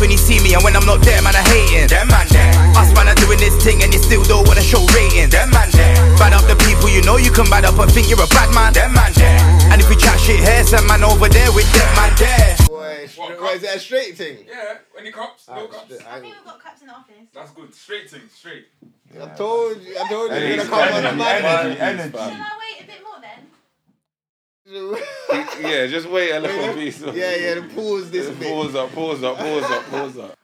when he see me, and when I'm not there, man, I hating. Them man there. Us man are doing this thing, and you still don't wanna show ratings. Them man there. Bad up the people you know you can bad up and think you're a bad man. Them man there. And if we chat shit here, some man over there with them man there. Boy, What, straight, what, is that a straight thing? Yeah, any cups? No Ah, cups. straight- I, I think we've got cups in the office. That's good. Straight thing, straight. I told you, I told you, Hey, you're gonna it's come on the energy, man. energy, Shall energy. I wait a bit more then? Yeah, just wait a little piece. Yeah, yeah, the pool's this big. Pause up, pause up, pause up, pause up.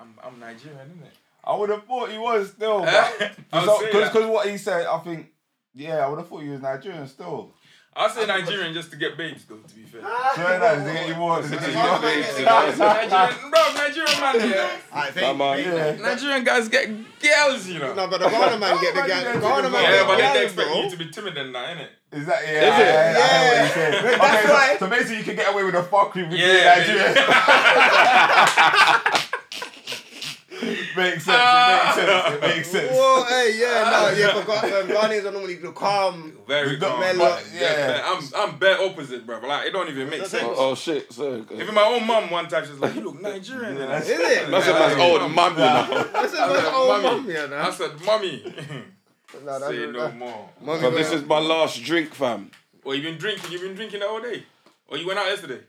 I'm, I'm Nigerian, isn't it? I would have thought he was still, Eh? I was saying because that. what he said, I think, yeah, I would have thought he was Nigerian still. I'll say Nigerian just to get babes, though, to be fair. Ah. So that he was. Nigerian, bro, Nigerian man, yeah. I think. Come on, yeah. Nigerian guys get girls, you know. No, but the Ghana man get the How guy. did The they Ghana man do that? yeah, get but then the they guy, expect bro. you to be timid and that, innot? Is that yeah? Is it? I, I, I hear what you're saying. That's okay, so, why- so basically you can get away with a fuckery with Yeah, yeah, Nigeria. makes sense. Ah. It makes sense. It makes sense. Whoa, hey, yeah, no, yeah, for Gha- um, Ghanaians are normally the calm. Very don't- calm. mellow, But, yeah. fair. I'm, I'm bare opposite, bro. Like, it don't even make That's sense. it. oh, shit! Sorry. Even my own mum one time, she's like, you look Nigerian. Yeah, and I that's- Is it? that's That's a it. man's old mum, you know. That's it. old mum, yeah, I nah. said, mummy, Nah, that's say it. no more. Mummy, So man. this is my last drink, fam. Or you've been drinking, you've been drinking all day. Or you went out yesterday.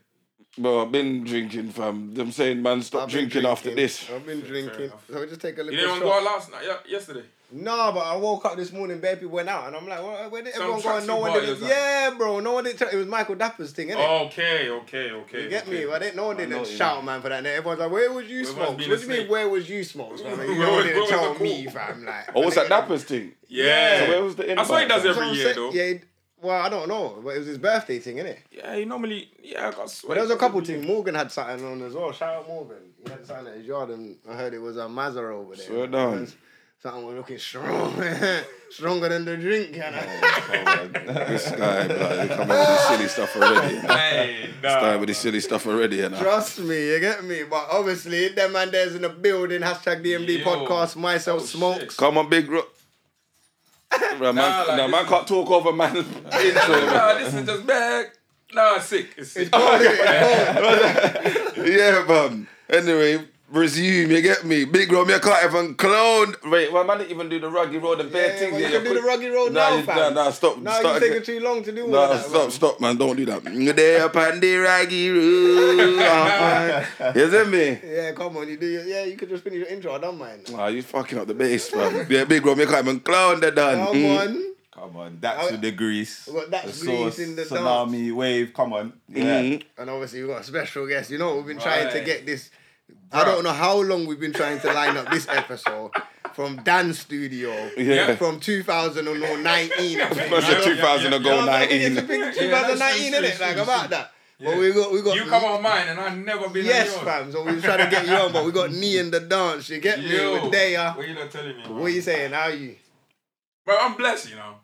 Bro, I've been drinking, fam. I'm saying, man, stop I've been drinking, after this. I've been drinking. enough. So we just take a You little didn't even shot. go out last night, yeah, yesterday. No, but I woke up this morning, bare people went out, and I'm like, where, where did Some everyone go? And no tracksuit one did it. warriors, Yeah, bro, no one did. Tra- it was Michael Dapper's thing, innit? Okay, okay, okay. you get okay. me? Well, they, no one know didn't you shout, man, for that. And everyone's like, where was you, must Smokes? What be do the you mean, snake. where was you, Smokes? man? Like, you no Where was- one where didn't was tell the call? me, fam. Like, Oh, what's I that think it- Nappers thing? Yeah. So where was the I saw he invite does then? that's what every I'm year, saying. though. Yeah, it- well, I don't know, but it was his birthday thing, innit? Yeah, he normally, yeah, I got But sweat. there was a couple things. Morgan had something on as well. Shout out Morgan. He had something at his yard, and I heard it was a Mazara over there. Swear down. Something was looking strong, stronger than the drink, you know. this guy, bro, he come up with this silly stuff already. Hey, nah. Started with this silly stuff already, you know. Trust me, you get me? But obviously, them man there's in the building. Hashtag DMD Yo. podcast, myself, Oh, smokes. shit. Come on, big rock. Nah, man, Nah, like, nah, man this can't talk over man. nah, this is just bad. Nah, it's sick. It's sick. yeah, man. Anyway, resume. You get me? Big rock, me I can't even clone. Wait, why man even do the ruggy road and bare Yeah, things? well, yeah, you can do put- the ruggy road nah, now, you- fam. Nah, nah, stop. No, start you're taking again. too long to do all No, that. stop, man. stop, man. Don't do that. There upon the raggy road. You see me? Yeah, come on, you do. Your, yeah, you could just finish your intro. I don't mind. Ah, you fucking up the bass, man. yeah, big bro, you can't even clown the done. Come Mm. on. Come on, that's I- with the grease. Well, that's the grease in the tsunami wave. Come on, yeah. Mm. And obviously, we've got a special guest. You know, we've been trying to Right. get this. I don't know how long we've been trying to line up this episode from Dan's studio Yeah. from 2019. I think. Must have Yeah, 2000 yeah, ago, No, but I think it's a 19. big Yeah, 2019, that's innit? true, Like true, about true. that. But we got we got You come on mine and I've never been Yes, on yours. fam. So we was trying to get you on, but we got knee in the dance. You get me? Yo, With day, uh, What you not telling me? What you saying? How you? Bro, I'm blessed, you know.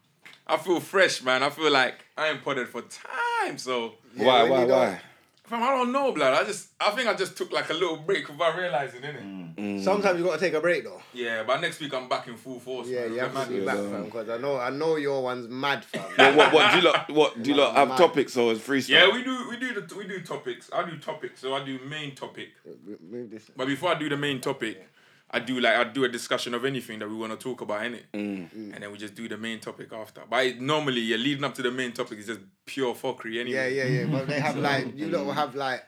I feel fresh, man. I feel like I ain't potted for time. So, why, when why, you don't- why? fam, I don't know, blood. I just, I think I just took like a little break without realizing, innit? Sometimes you gotta take a break though. Yeah, but next week I'm back in full force. Yeah, man. you have to be Imagine. back, fam, because I know I know your one's mad, fam. But what, what, do you lot, what, do you lot have Mad. topics or is freestyle? Yeah, we do, we do, the, we do topics. I do topics, so I do main topic. Move this. But before I do the main topic, I do like I do a discussion of anything that we want to talk about, innit? Mm. And then we just do the main topic after. But it, normally, you're leading up to the main topic is just pure fuckery, anyway. Yeah, yeah, yeah. But they have like you Mm. lot will have like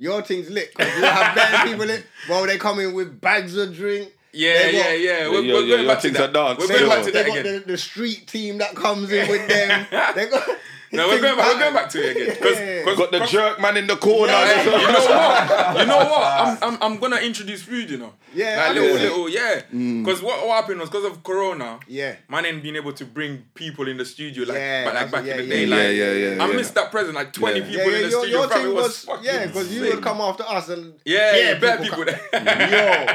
your thing's lit. 'cause you have better people lit. Well, they come in with bags of drink. Yeah, They yeah, got- yeah. We're, Yeah, we're yeah, going yeah, back to things that. are done. We're They going back got- to They that got the, again. the street team that comes in with them. They got. No, we're going back. We're going back to it again. Cause, Yeah. cause, Got the 'cause- jerk man in the corner. Hey, you know what? You know what? I'm, I'm, I'm gonna introduce food. You know. Yeah, Like I little, know. Mm. little, yeah. Because what, what happened was because of Corona. Yeah. Man ain't been able to bring people in the studio like, Yeah, but like that's- back yeah, in the yeah, day. yeah, like, yeah, yeah, I yeah. missed that present. Like twenty Yeah. people in the your, studio. your fam, thing it was, fucking yeah, because you would insane. come after us and Yeah, yeah, bare bad people. come- there.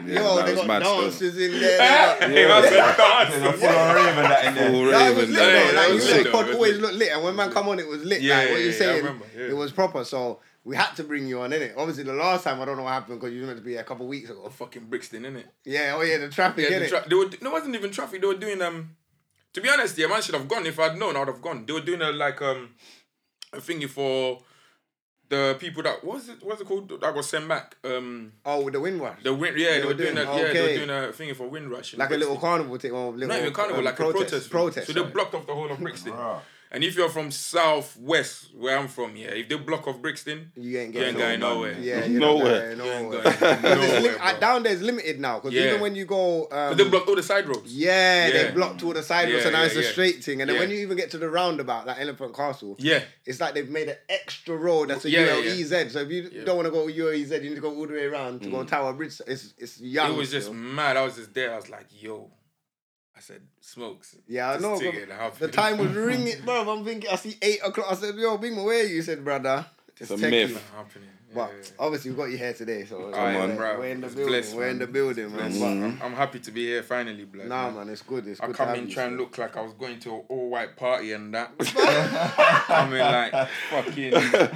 Yo, yo, that they was got mad still. dancers in there. They got, Hey, that's a The dance. full rave and that in there. Full that was raving, lit Yeah, though. that Like was you sick. said, pod always looked lit, and when man come on, it was lit. Yeah, like what yeah, you yeah, I saying, remember, yeah. it was proper. So we had to bring you on, innit? Obviously, the last time I don't know what happened because you were meant to be here a couple weeks ago. Fucking Brixton, innit? Yeah, oh yeah, the traffic, Yeah, innit? the tra- they were do- no, it wasn't even traffic. They were doing um. To be honest, yeah, man should have gone. If I'd known, I'd have gone. They were doing a like um, a thingy for the people that what's it what's it called that got sent back. Um, Oh, with the windrush. the win. Yeah, they, were doing, a, yeah, they okay. were doing a thing for Windrush. in like a little Brixton. carnival thing. Or little, Not even carnival, um, like a protest. Protest. So they sorry. blocked off the whole of Brixton. Bruh. And if you're from southwest, where I'm from, yeah, if they block off Brixton, You ain't you getting ain't going no- nowhere. Yeah, you Nowhere. Know, yeah, Nowhere, nowhere. bro. There's lim- uh, down there's limited now because Yeah. even when you go, um, But they blocked all the side roads. yeah, Yeah. they blocked all the side roads, so Yeah, now yeah, it's a yeah. straight thing. And then Yeah. when you even get to the roundabout, like Elephant Castle, Yeah. it's like they've made an extra road that's a Yeah, yeah, yeah. ULEZ. So if you Yeah. Mm. don't want to go to ULEZ, you need to go all the way around to go Tower Bridge. It's it's young. It was just still. mad. I was just there. I was like, yo. I said, smokes. Yeah, I Just know. take bro. it, how The feel- time was ringing, bro. I'm thinking, I see eight o'clock. I said, "Yo, Big, where are you?" He said, "Brother, a techie." myth. Not happening. But Yeah. obviously, we got you here today, so man, we're, bro. we're in the It's building. blessed, we're in the man. building, man. I'm, I'm happy to be here finally, blood. But, nah, man, it's good. It's I good. come to in have trying you. to look like I was going to an all white party and that. I'm in like fucking. going like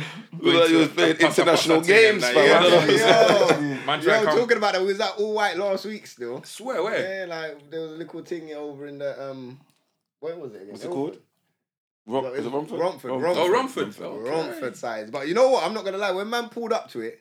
you to was a playing pasta international pasta thing and games, that, fam. yeah. I don't know. Yo, Man, yo, try come- talking about it, we was at all white last week still. Swear, where? Yeah, like there was a little thing over in the um, where was it? Again? What's it called? Rom- No, is it Romford? Romford, Oh, Romford. Romford, Okay. Romford sides. But you know what? I'm not gonna lie. When man pulled up to it,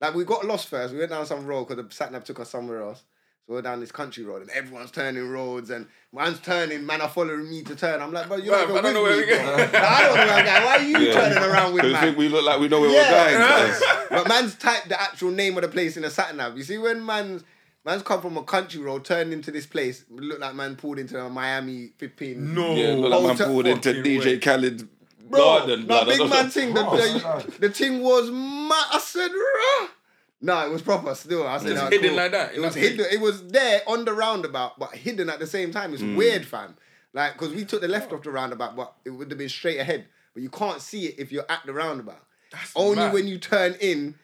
like we got lost first. We went down some road because the sat nav took us somewhere else. So we're down this country road and everyone's turning roads and man's turning, man are following me to turn. I'm like, bro, you're not Bruv, I even don't know with where me, we go. bro. Like, I don't know where I'm going. Why are you Yeah. turning around with Because man? think we look like we know where we're Yeah. going. but man's typed the actual name of the place in a sat nav. You see, when man's man's come from a country road, turned into this place, look like man pulled into a Miami 15. No. Yeah, look like man Walter pulled into fucking DJ way. Khaled Bro, garden. no, blood. I big don't know. man thing. The, Bro, the, the thing was mad. I said, Rah! no, it was proper. Still, I said, It's "Nah, hidden cool." like that. It was That's hidden. It was there on the roundabout, but hidden at the same time. Hmm. It's weird, fam. Like, cause we took the left off the roundabout, but it would have been straight ahead. But you can't see it if you're at the roundabout. That's Only mad. when you turn in,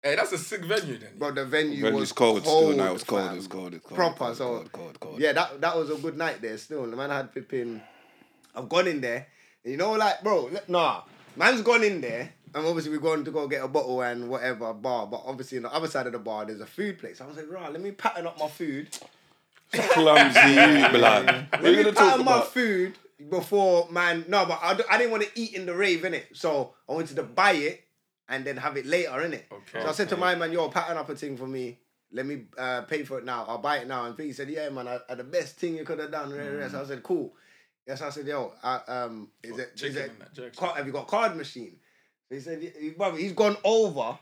Hey, that's a sick venue then. bro. The venue It was was cold, cold still. Now it's cold. fam. It's cold. It's cold. Proper. cold, so cold, cold, cold. yeah, that that was a good night there. Still, the man had flipping. I've gone in there, and you know, like bro, le- nah, man's gone in there, and obviously we're going to go get a bottle and whatever bar, but obviously on the other side of the bar there's a food place. I was like, right, let me pattern up my food. clumsy you, blood. Let We're me gonna talk pattern my about. food before man. No, but I, d- I didn't want to eat in the rave in it, so I wanted to buy it and then have it later in it. Okay. So I said to my man, yo, pattern up a thing for me. Let me uh, pay for it now. I'll buy it now. And he said, yeah, man, I, I- the best thing you could have done. rah, rah, rah. So I said, cool. Yes, I said, yo, I, um, is it, is chicken it and that, jerk ca- have you got card machine? So he said, "Yeah, brother, he's gone over.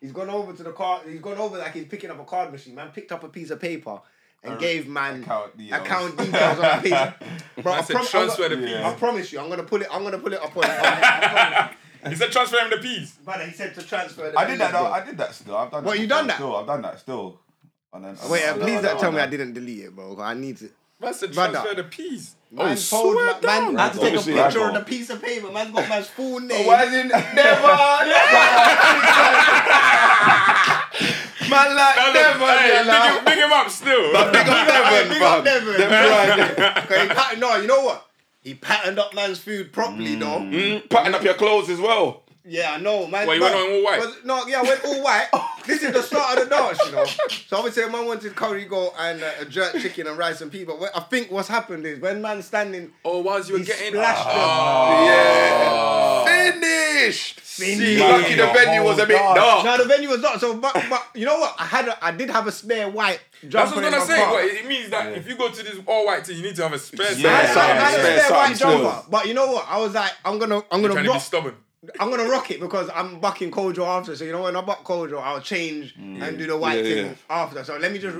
he's gone over to the car. He's gone over like he's picking up a card machine. Man picked up a piece of paper and Ar- gave man Uh, account details. account details on a piece. Bro, I, That's a prom- I'm go- transfer the piece. Yeah. I promise you, I'm gonna pull it. I'm gonna pull it up on. on- He said transfer him the peas. But he said to transfer. The I did that. piece, Though. bro. I did that. Still, I've done. What, that you done that? Still, I've done that. Still. And then, Wait, uh, and then- please don't and then- tell me I and then- didn't delete it, bro. 'cause I need to. Man said Brother. transfer the peas. Man Oh, told- swear man, man, down. I had to take a Obviously, I picture go. on a piece of paper. Man's got man's full Oh, name. Why didn't never? Man, like Hey, big, him, big him up still. Big up Devon, Big up fam. Devon. Devon, right. 'Cause he pat- no, you know what? He patterned up man's food properly, though. Mm, Patting up your clothes as well. Yeah, I know, man. Well, you went But- on all white? but- No, yeah, I went all white. this is the start of the dance, you know. So obviously, man wanted curry goat and uh, a jerk chicken and rice and pea. But what- I think what's happened is when man's standing, oh, whilst you were he getting Ah. splashed Yeah. Finished. See. Lucky Ah. the Yeah. venue was a bit Oh, them. dark. Now the venue was not so, but, but you know what? I had, a, I did have a spare white. That's jumper what in I'm gonna my say. car. What, it means that if you go to this all white thing, you need to have a spare. Yeah. set. I had, I had Something a spare, spare white something jumper, still. but you know what? I was like, I'm gonna, I'm gonna You're trying to be rock stubborn. I'm gonna rock it because I'm bucking Kojo after. So you know when I buck Kojo, I'll change and do the white Mm. Yeah, thing yeah. Mm. after. So let me just.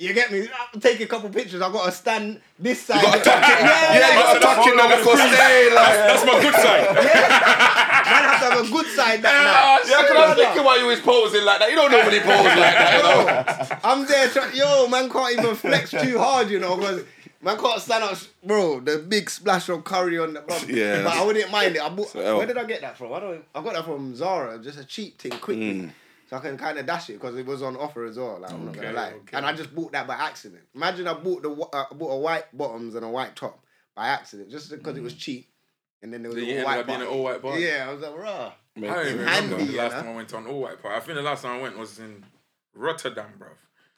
You get me? I'll take a couple pictures. I've got to stand this side. Got a tuck in. Yeah, Yeah, yeah, got a yeah. tuck in on the cosplay. Like, That's my good side. Man has to have a good side Ah, that yeah, because I was thinking why you was posing like that. You don't normally pose like that. You know? night. Bro, I'm there. Try- Yo, man can't even flex too hard, you know, because man can't stand up. Bro, the big splash of curry on the bum. Yeah. But I wouldn't mind it. I bought, So, where did I get that from? I don't. I got that from Zara. Just a cheap thing, quickly. Mm. So I can kind of dash it because it was on offer as well. Like I'm not gonna Okay, lie, okay. and I just bought that by accident. Imagine I bought the wh- uh, I bought a white bottoms and a white top by accident just because it was Mm. cheap, and then there was Then you a ended white up being bottom. an all-white bottom. Yeah, I was like, rah. I don't even Handy, remember the you last know? time I went on all white party. I think the last time I went was in Rotterdam, bruv.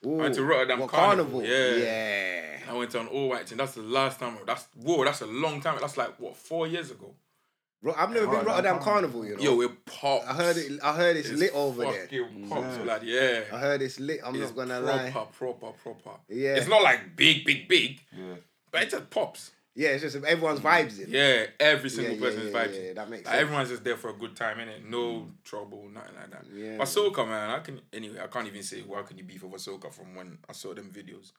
Ooh, went to Rotterdam what, Carnival, yeah. yeah. I went on all white thing. That's the last time. That's whoa. That's a long time. That's like what four years ago. Ro- I've never been Rotterdam Rotterdam Carnival. Carnival, you know. Yo, it pops. I heard it. I heard it's, It's lit over there. fucking Pops, Yeah. blood, yeah. I heard it's lit. I'm It's not gonna proper, lie. proper, proper. Yeah. It's not like big, big, big, Yeah. but it just pops. Yeah, it's just everyone's vibes in. Yeah, every single yeah, person's yeah, vibes. yeah, that makes Like, sense. Mm. Everyone's just there for a good time, innit? No trouble, nothing like that. Yeah. But Soca, man, I can anyway. I can't even say why can you beef over Soca from when I saw them videos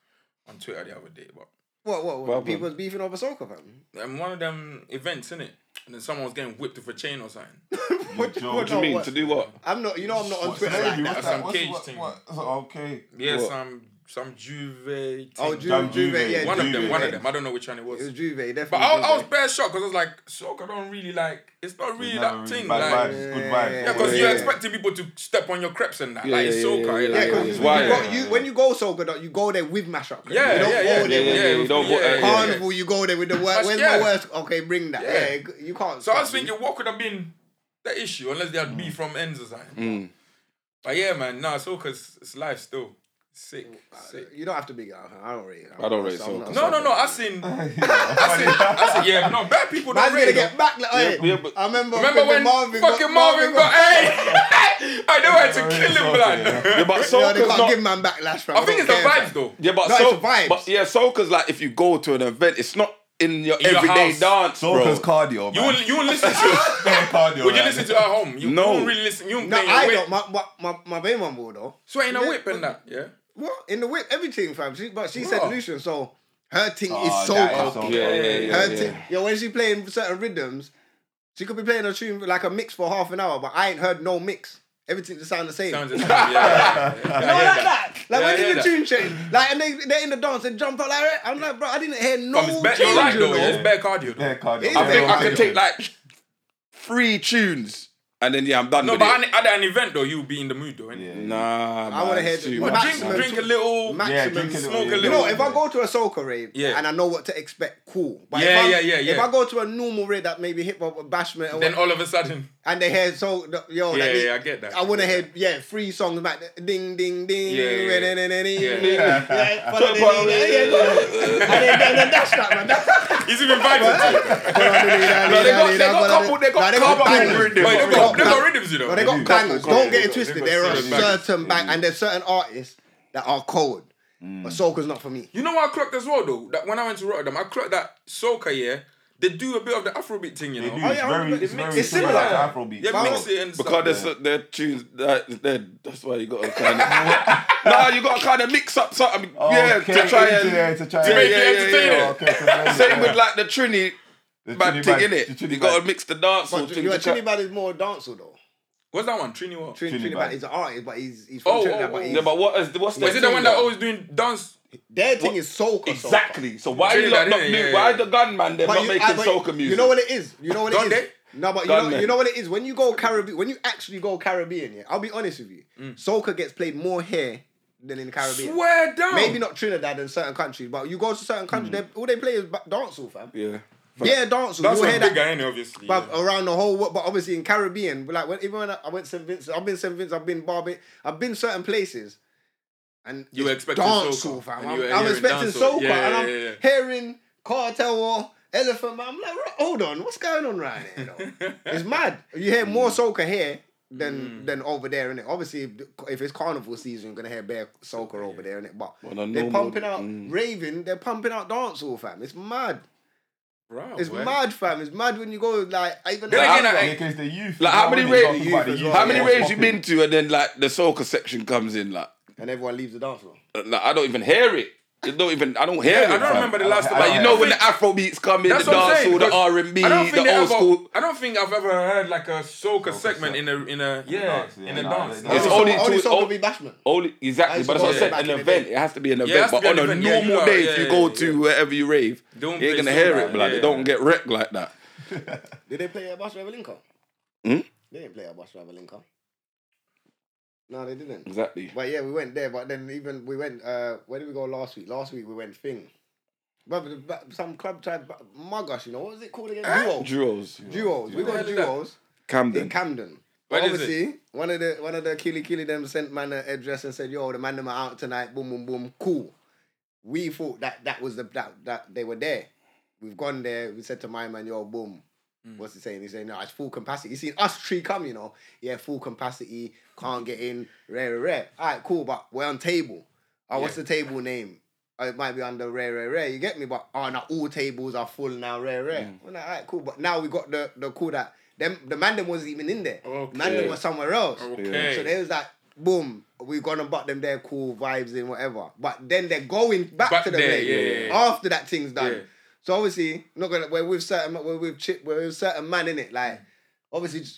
on Twitter the other day. But What? What? What what? happened? People's beefing over soccer, fam. um, one of them events, innit? And then someone was getting whipped with a chain or something. What do what What do you No, mean? what- To do what? I'm not. You know, I'm not on What's that? Twitter. Like What's that. That's that? some What's- cage what- thing. what- Okay. Yeah, What? some some Juve. Thing. Oh, Ju- Damn Juve. Juve. Yeah, one of them, Juve, one yeah. of them. I don't know which one it was. It was Juve, definitely. but I, I was Juve. bare shocked because I was like, Soca don't really like. It's not really Nah, that really thing. Bad like, vibes. yeah, it's Good vibes. Yeah, because yeah, you're yeah. expecting people to step on your creps and that. Yeah, like yeah, Soca, yeah, it- yeah, Yeah, yeah, like, because it's you, wild. you got- you- when you go soccer, dog, you go there with mashup. Yeah, you don't yeah, go yeah, there yeah, with yeah, you don't yeah, go- yeah. Carnival, you go there with the worst. That's- Where's yeah. my worst? Okay, bring that. Yeah. Yeah, g- you can't. So I stop was me. thinking, what could have been the issue unless they had beef from ends or something. But yeah, man, nah, so because it's life still. Sick, sick. Uh, You don't have to be. I don't rate. it. I don't rate I'm not- soccer. No, no, no. I've seen. I seen. I seen. Yeah, no. Bad people don't Man's gonna really get back. Like, Yeah, hey, yeah, but- I remember. Remember when fucking Marvin got? Hey, I know how to kill him, blood. Yeah, but Yeah, they soca's can't not. give man backlash. From I think it's the vibes though. Yeah, but No, it's so, vibes. but yeah, soca's like if you go to an event, it's not in your your everyday house. dance, bro. Soca's cardio, You man. will. You will listen to. Soca cardio. Would you man. listen to at home? You No. won't really listen. You won't No, play your I whip. don't. My my my, my main one will though. Sweating a Yeah, whip and that. Yeah. What in the whip? Everything, fam. She, but she said Bruh. Lucian, so her thing Ah, is that soca. is soca. Yeah, yeah, yeah. Her thing. Yo, when she playing certain rhythms, she could be playing a tune like a mix for half an hour, but I ain't heard no mix. Everything just sound the same. Sounds the same. Yeah. yeah, yeah, yeah. No, like that. Like Yeah, I when hear did the that. tune change? Like and they they in the dance, they jump up like that. I'm like, bro, I didn't hear no But it's change. better. You're right you though. know? It's bare cardio. though. Yeah, cardio. I think I Yeah. can take like three tunes and then yeah, I'm done No, with but it. at at an event though, you'll be in the mood though. innit? Yeah. Nah, I wanna man, hear it's too the- much. Well, Drink, Maximum drink a talk. little. Yeah, maximum drink a little. smoke a yeah. You little. know, if I go to a soca rave Yeah. and I know what to expect, cool. But Yeah, if I'm- yeah, yeah, If yeah. I go to a normal rave that maybe hip hop or bashment or Then what- all of a sudden, and they hear so yo, Yeah, like, yeah, I get that. I want to hear yeah, three songs like ding, ding, ding, Yeah, yeah, yeah. ding, ding, ding, ding, Yeah. ding, yeah, follow the leader, yeah, go. And then- then- then that's that, man. That's- he's even vibing to it. follow the leader, No, they leader, got- they leader, got follow the- couple- they got Nah, they couple bangers. rhythms. They They got, they got bangers. rhythms, you know. Bro, they got do couple bangers. songs. Don't get it They got- twisted. they got There are serious bangers. certain bang and there's certain artists that are cold. But Soca's not for me. You know what I clocked as well though? That when I went to Rotterdam, I clocked that soca, yeah, they do a bit of the Afrobeat thing, you They know. do. Oh, It's yeah, I very, remember it's the very mix. similar, It's to similar. Afrobeat. Yeah, bro. mix it and Because stuff. there's so- their tunes, that they're, that's why you gotta kind of. nah, you gotta kind of mix up something, yeah, Okay, to try into there, and. to try to make it Yeah, entertaining. okay, so then- Same with yeah. like the Trini The bad thing, Trini bad- the innit? Trini You gotta bad. mix the dance or But you know, Trinity thing. Bad is more dancer though. What's that one? Trini what? Trinity, Trinidad. Bad is an artist, but he's he's from Oh, Trinidad. oh, but oh. he's, Yeah, but what is Was what's their it the thing, one that though? always doing dance? their thing is soca. soca. Exactly. So why Trini you lot bad, not innit? do- Yeah, yeah, Why yeah. the gunman? They're But not you- making ah, but soca music. You know what it is. You know what it is. Don't they? No, but you Don't know, they? you know what it is. When you go Caribbean, when you actually go Caribbean, yeah, I'll be honest with you, Mm. soca gets played more here than in the Caribbean. Swear down. Maybe not Trinidad and certain countries, but you go to certain countries, Mm. they, all they play is ba- dancehall, fam. Yeah. Yeah, dancehall. That's You'll a hear big that guy, innit, obviously. but uh, yeah. around the whole world. But obviously in Caribbean, like when, even when I, I went to St. Vincent, I've been St. Vincent, I've been Barbados, I've been certain places. And You it's were expecting dancehall, soca, fam. and I'm, you were I'm hearing expecting dancehall. soca, Yeah, yeah, and I'm yeah, yeah. hearing cartel war, elephant man. I'm like, "Right, hold on, what's going on right here? though?" it's mad. You hear Mm. more soca here than than over there, innit? Obviously, if, if it's carnival season, you're gonna hear bare soca over there, innit? But Well, the they're normal- pumping out mm. raving, they're pumping out dancehall, fam. It's mad. Bruh, It's where? mad, fam. It's mad when you go like I even. Then like, again, I- Because the youth. Like you how know, many when they talk raves? about the youth, How many yeah, raves you popping. been to, and then like the soca section comes in, like, and everyone leaves the dance floor. like I don't even hear it. You don't even. I don't hear Yeah, it. I fam. don't remember the last I time. don't Like you know when I the Afro beats come in, the That's what I'm saying. dancehall, the because R and B, I don't think the they old ever- school. I don't think I've ever heard like a soca, segment in a in a yeah dance, yeah, in a no, dance. they- they- It's Only only song- only two- song only- will be bashment. Only exactly, Nice but that's what I one. said. Back An in the event, day. it has to be an it has event. to But be an on a event, yeah, you normal are, day, yeah, if you yeah, go yeah. to wherever you rave, you Don't ain't play gonna hear soca, it, blood. yeah. They don't get wrecked like that. Did they play at Bus Driver Lincoln? They didn't play at Bus Driver Lincoln. No, they didn't. Exactly. But yeah, we went there. But then even we went. Uh, where did we go last week? Last week we went thing. But the- but some club tried but- my gosh, you know what was it called again? Eh? Duo. Jewels, Duos. We got Where is that? duos in Camden. Camden. Where But is it? obviously, one of the one of the killy killy them sent man an address and said, "Yo, the man them are out tonight." Boom, boom, boom. Cool. We thought that that was the that that they were there. We've gone there. We said to my man, "Yo, boom, Mm. What's he saying? He's saying, no, it's full capacity. You see, us three come, you know, yeah, full capacity, can't get in, rare, rare, rare. All right, cool, but we're on table. Oh, what's the table name? Oh, it might be under rare, rare, rare. You get me? But oh, now all tables are full now, rare, rare. Mm. We're like, all right, cool. But now we got the the call that them the mandem wasn't even in there. Okay. Mandem was somewhere else. Okay. So they was like, boom, we gonna butt them their cool vibes and whatever. But then they're going back, Back to the Oh, there, place yeah, yeah, yeah. after that thing's done. Yeah. So obviously, not gonna we're with certain we're with chip we're with certain man in it. Like Mm. obviously, j-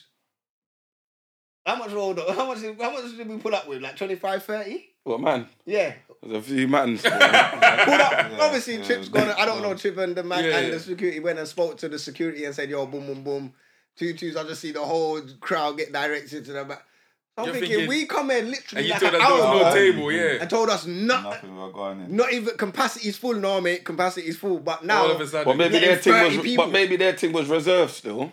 how much rolled up? How much? How much did we pull up with? Like 25, 30? What man? Yeah, There's a few man. pulled up. Obviously, Trip's gone. I don't know Trip and the man Yeah, and yeah. the security went and spoke to the security and said, "Yo, boom, boom, boom." Two twos. I just see the whole crowd get directed to the back. I'm You're thinking, thinking- we come here literally And you like told an us there hour was no ago table, yeah. and told us not, Nothing, we're going in. not even capacity is full. No, mate, capacity is full. But now All of a But sudden, maybe Letting their thing 30 was, people. but maybe their thing was reserved still.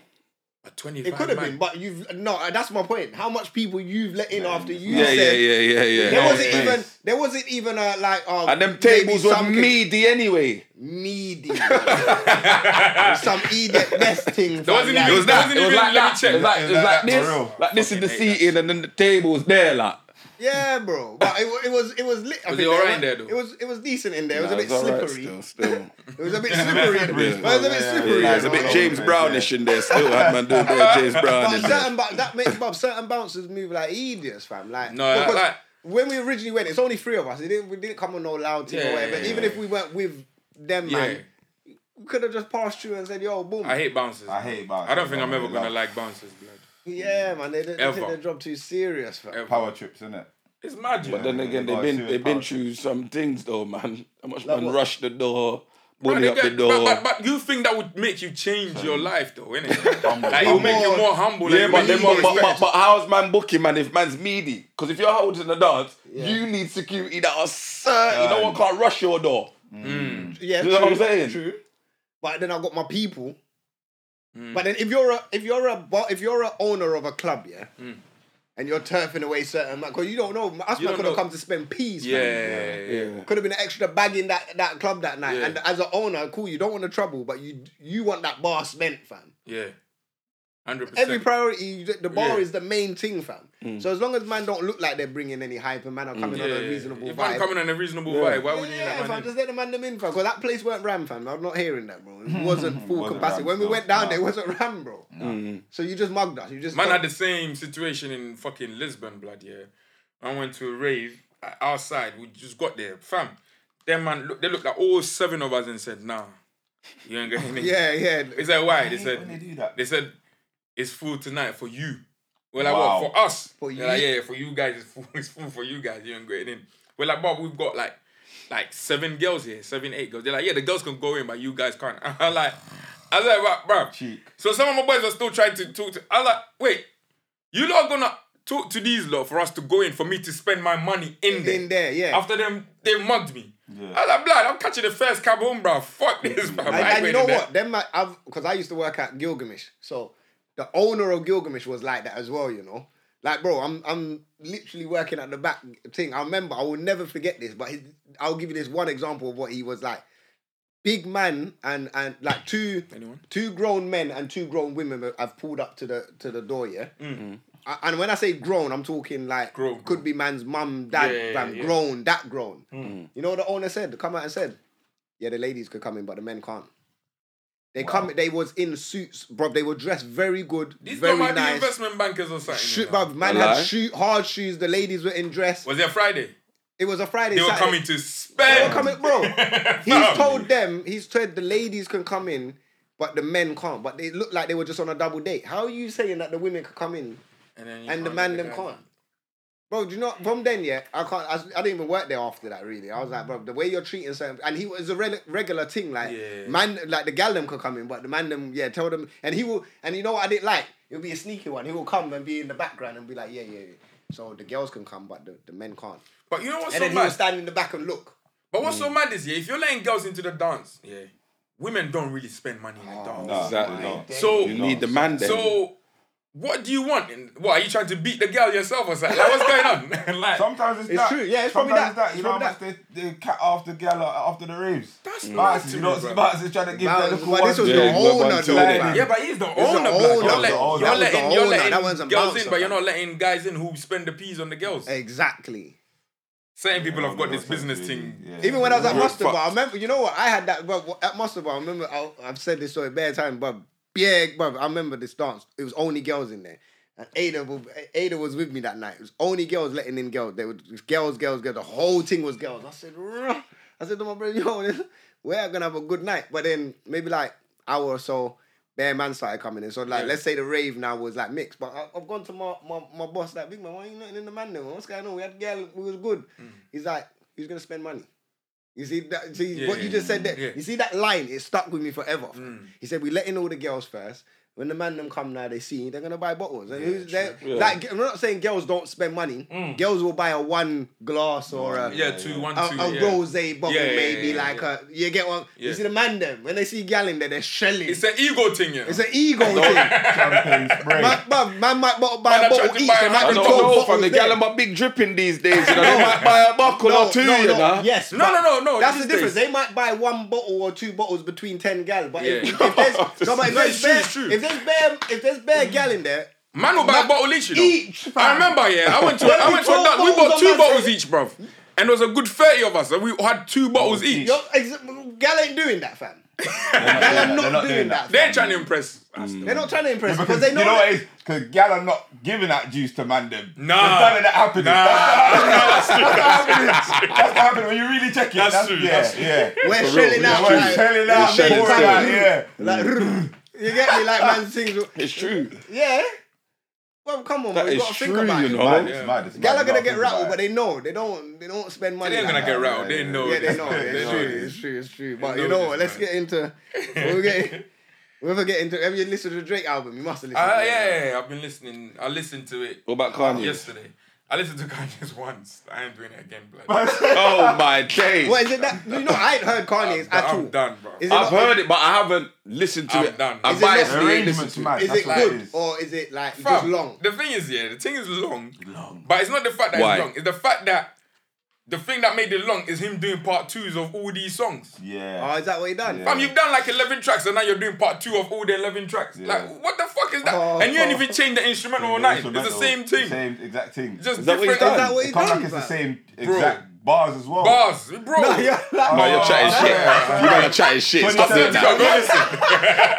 a 25 It could have man. been, but you've no. uh, That's my point. How much people you've let in after you Yeah, said yeah, yeah, yeah, yeah. there wasn't Nice. even there wasn't even a like. Um, And them maybe tables were some can- meaty anyway. meaty. some idiot best thing. fam, wasn't like- even- It was that. Doesn't It was even let me like that. check. It was like, it was like Is that this. for real? Like this is the Fucking hate that seating, and then the table's there. Like yeah, bro. But it, wa- it was it was lit. I Was mean, it alright were- in there, though? It was it was decent in there. It was Nah, a bit it's all right slippery. Still, still. It was a bit slippery. in there. It Yeah. was a bit Yeah, yeah, slippery. yeah, Nah, in it's a there. bit James Brownish in there still. Had man doing a bit of James Brown in But there. certain, but that makes Bob certain bouncers move like idiots, fam. Like No, because like- when we originally went, it's only three of us. It didn't, we didn't come on no loud team Yeah, or whatever. yeah, Even yeah. if we weren't with them, man, we could have just passed through and said, "Yo, boom." I hate bouncers. I hate bouncers. I don't think I'm ever Love. gonna like bouncers, blood. yeah, man, they, they, they Ever. took their job too serious, fam. Ever. Power trips, innit? It's mad. you But know. then again, they've been they've been through some things though, man. How much man what? rushed the door, But bully they up the get- But, but, door. but you think that would make you change your life, though, innit? like, it Humble. would make you more humble. Yeah, and but you then make but, you but, more but, but how's man booking man if man's meaty? Because if you're holding the dance, you need security that are certain. No one can't rush your door. Yeah, You know what true, I'm saying? True. But then I got my people. Hmm. But then if you're a if you're a bo- if you're a owner of a club, yeah, and you're turfing away certain because you don't know, us Hmm. You man don't could have know. come to spend peas. fam. Yeah, yeah. Could have been an extra bag in that, that club that night. Yeah. And as an owner, cool, you don't want the trouble, but you you want that bar spent, fam. yeah. 100%. Every priority, you- the bar Yeah. is the main thing, fam. So as long as man don't look like they're bringing any hype and man are coming Yeah, on Mm. yeah, a yeah. reasonable If vibe. I'm coming on a reasonable vibe, why would you yeah, let fam, man in? just let the man them in, fam. Because that place weren't ram, fam. I'm not hearing that, bro. It wasn't full Wasn't capacity. ram, when we no, went down no. there, it wasn't ram, bro. So you just mugged us. You just Man had the same situation in fucking Lisbon, blood, yeah. I went to a rave uh, outside. We just got there. Fam, them man, look, they looked at all seven of us and said, nah, you ain't getting in. yeah, yeah. They said, why? They hate when they do said, that. they said, it's full tonight for you. We're like, Wow. what? For us? For They're you? like, yeah, for you guys, it's full, it's full for you guys. You ain't getting in. We're like, Bob, we've got like, like seven girls here, seven, eight girls. They're like, yeah, the girls can go in, but you guys can't. I'm like, I was like, right, bro. Cheek. So some of my boys were still trying to talk to. I was like, wait, you lot gonna talk to these lot for us to go in for me to spend my money in there? In there, yeah. After them, they mugged me. Yeah. I was like, blood, I'm catching the first cab home, bro. Fuck this, bro. and, and you know what? Them, man- I've because I used to work at Gilgamesh, so the owner of Gilgamesh was like that as well. You know, like bro, I'm I'm literally working at the back thing. I remember, I will never forget this, but his, I'll give you this one example of what he was like. Big man and and like two Anyone? two grown men and two grown women have pulled up to the to the door. Yeah. Mm-hmm. I- And when I say grown, I'm talking like Mm. Grown, could be man's mum, dad, Yeah, yeah, fam, yeah. grown, that grown. Mm. You know what the owner said? Come out and said, yeah, the ladies could come in, but the men can't. They come. They was in suits, bro. They were dressed very good, These very lot might be nice. investment bankers or something. Shoe, you know. bruv, man A had lie? shoe, hard shoes. The ladies were in dress. Was it a Friday? It was a Friday. They were Saturday. coming to They spend. were coming, bro. Fam. He's told them. He's told the ladies can come in, but the men can't. But they looked like they were just on a double date. How are you saying that the women could come in And, then you and the can't man get them the guy. can't. Bro, do you know from then yeah, I can't. I, I didn't even work there after that. Really, I was like, bro, the way you're treating certain, and he was a rel- regular thing. Like Yeah. man, like the gal them could come in, but the man them, yeah, tell them, and he will, and you know what I didn't like. It'll be a sneaky one. He will come and be in the background and be like, yeah, yeah, yeah. So the girls can come, but the, the men can't. But you know And what's so then he Mm. will mad? stand in the back and look. But what's so mad is yeah, if you're letting girls into the dance, yeah, Oh, Uh, women don't really spend money in the dance. Exactly. no. So You need the man there. so what do you want? And what are you trying to beat the girl yourself or something? Like, what's going on? like, Sometimes it's, It's that. true, yeah, it's probably Sometimes it's that, that. You it's know how probably much they, they cat after gala after the raves. That's mad Bias, to you me, know, bro. Bias is trying to give But that little but this was one. Yeah, the but owner one though, too, man. Yeah, but he's the the owner. blood. owner, You're, that let, was the you're owner. letting, That was you're the letting owner. That one's a girls bouncer, in, but you're man. not letting guys in who spend the peas on the girls. Exactly. Certain people have got Yeah, this business thing. yeah. Even when I was at You're Mustard Bar, I fucked. remember, you know what? I had that, but at Mustard Bar, I remember, I, I've said this story a bare time, but yeah, bruv, I remember this dance. It was only girls in there. And Ada, wa- Ada was with me that night. It was only girls letting in girls. They were it was girls, girls, girls. The whole thing was girls. I said, "Ruh." I said to my brother, yo, this- we're going to have a good night. But then maybe like hour or so, bare man started coming in. So like, Yeah. let's say the rave now was like mixed. But I, I've gone to my, my, my boss, like, big man, why you not in the man then? What's going on? We had girl, we was good. Mm. He's like, who's going to spend money? You see that? See Yeah, what you yeah, just said there. yeah. Mm. You see that line? It stuck with me forever. He said, "We let in all the girls first. When the man them come now, they see they're gonna buy bottles. And who's there? Like I'm not saying girls don't spend money. Girls will buy a one glass or a Mm. Yeah, two, one, two. a, a yeah. rose bottle Yeah, yeah, maybe yeah, yeah, like a you get one. Yeah. You see the man them when they see gal in there, they're shelling. It's an ego thing, you know. It's an ego thing. Champagne spray. Man, man, man might bottle buy Man, I a bottle tried to each. buy There a might I be don't hundred twelve know, bottles fam. The there. gal my big dripping these days. You know, they might buy a buckle or two. you know. Yes. No, but no, no, no, That's these the difference. days. They might buy one bottle or two bottles between ten gal, but if, Yeah. if there's no, but if No, there's it's true, bare, it's true. if there's bare, if there's bare gal in there, Man will buy a Man, bottle each, you know. each, I fam. remember, yeah. I went to There'll I be went to a twelve dance. We bottles bought on two man's bottles head. each, bruv. And there was a good 30 of us, and we had two bottles each. you're ex- gal ain't doing that, fam. Gal They're are not, doing, that. They're fam. trying to impress us. They're not trying to impress Because, because they know. you know that- what it is? Because gal are not giving that juice to man them. Nah. There's none of that happening. Nah. That's not happening. That's not happening. That's not happening when you really check it. That's That's, true, Yeah, that's true. yeah. we're shelling Yeah, out. we're like, shelling we're out, shelling pouring out, out, yeah. Like, you get me? Like man sings, It's true. yeah. Well, come on, That man. We is gotta think true, about you it. know. Mad, Yeah. it's mad, it's mad. Gal are gonna Nothing get about rattled, it. but they know they don't. They don't spend money. They're like not gonna that. get rattled. They know. Yeah, they this. know. They know. It's true. It's true. But know you know this, what? Let's man. get into. We'll get. We'll ever get into. Have you listened to the Drake album? You must have listened. Uh, to it. yeah, yeah, I've been listening. I listened to it What about Kanye? yesterday. I listened to Kanye's once. I ain't doing it again, blood. Oh my days. What is it that you know? I ain't heard Kanye's I'm, at all. I'm done, bro. Is it I've not- heard it, but I haven't listened to I'm it. done. I Is it not- biasly ain't listened Arrangement's to it. mad. Is That's it what it good is. or is it like just Fam, long? The thing is, yeah, the thing is long. Long. But it's not the fact that Why? it's long. It's the fact that the thing that made it long is him doing part twos of all these songs. Oh, Yeah. is that what he done? Yeah. Fam, you've done like 11 tracks and now you're doing part two of all the 11 tracks. Yeah. Like, what the fuck is that? Oh. And you ain't even changed the instrumental or The nothing. It's the instrumental, same thing. Same exact thing. Just Is that what he's different done? Is that what he It comes done? like it's the bruv? same Bro. exact bars as well. bars, bro. No, you're like, Man, you're chatting Oh, shit. yeah. You better chatting shit. Stop doing Yo, that.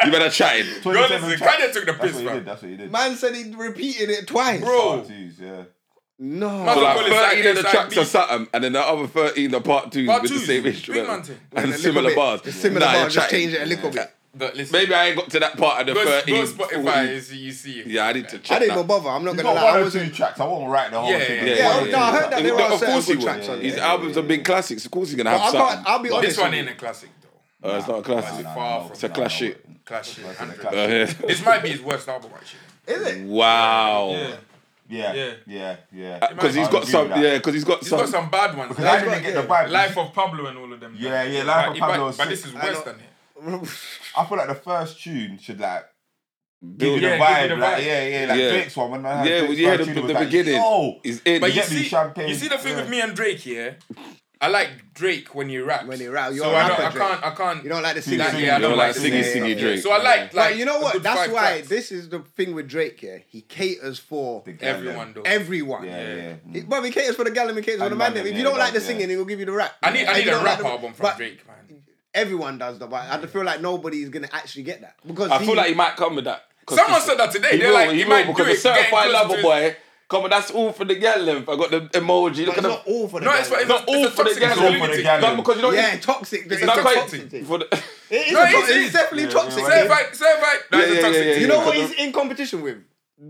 go listen. You better chatting. Go 27 listen. tracks. Kanye took the That's piss, what he did. fam. That's what he did. man said he repeated it twice. Bro. Part twos, yeah. no. Man, So like Call it side 13 of A, the side tracks B. are something, and then the other 13 are part twos Part with the twos, same big instrument man thing. A and little similar bit. bars. Just similar Nah, you're bars. Just chatting. change it a little bit. But listen, Maybe I ain't got to that part of the go, go 13. Spotify and see- you see it. Yeah, I need to check I didn't that. even bother. I'm not You gonna got lie. one I or two wasn't. tracks. I won't write the whole Yeah, thing. yeah, Yeah, oh, no, I heard that there Of are certain course he good would. tracks on His there. albums have been classics. Of course he's gonna But have I something. can't. I'll be But honest. This one with you. ain't a classic, though. Uh, it's not a This is classic. far from It's a classic. classic. a Classic. classic. Uh, This might be his worst album, actually. Is it? Wow. Yeah, Yeah. Uh, yeah, yeah, yeah. Because he's I got agree some. with that. Yeah, because he's got He's got some. some bad ones. Because I He's didn't got- get the vibe. Life of Pablo and all of them. Yeah, yeah, Life But- of Pablo But, was but sick. this is I worse know. than it. I feel like the first tune should like build- give you the Yeah, give vibe, you the like vibe. yeah, yeah, like Yeah. Drake's one. When I Yeah, heard when Drake's you heard first the- tune, it the was like, beginning. Yo, Is in. But you get me see, champagne. you see the thing Yeah. with me and Drake here. I like Drake when he raps. When he raps, you're so a I, don't, rapper, I Drake. can't. I can't. You don't like the You singing. like- yeah, I You know, don't like like singing, this. singing Yeah. Drake. So I like. Like, like you know a what? good That's five why tracks. this is the thing with Drake. Yeah, he caters for The gal, Everyone though. everyone. Yeah, yeah. yeah. He- But he caters for the gallon, he caters for And the man. man, them. If yeah, you don't he like the does, singing, yeah. he will give you the rap. I need. If I you need a don't like rap the- album from but Drake, man. Everyone does though, but I feel like nobody's gonna actually get that because I he, feel like he might come with that. 'Cause Someone he- said that today. He They're will, like, he, he will, might because do the it. certified Getting close to lover his- boy. Come on, that's all for the girl. length. I got the but emoji. Look it's at not the. all for the No, it's for gallon. it's a, Not all it's a for the toxic gallon. all for community. the gallon. No, because you know yeah, toxic. It's, it's a not toxic quite thing. for the. It is No, a it to- is, it it's is. definitely Yeah, toxic. yeah, thing. Certified, certified. That's Yeah, a yeah, toxic. yeah, yeah, thing. You know yeah, what because he's in competition with?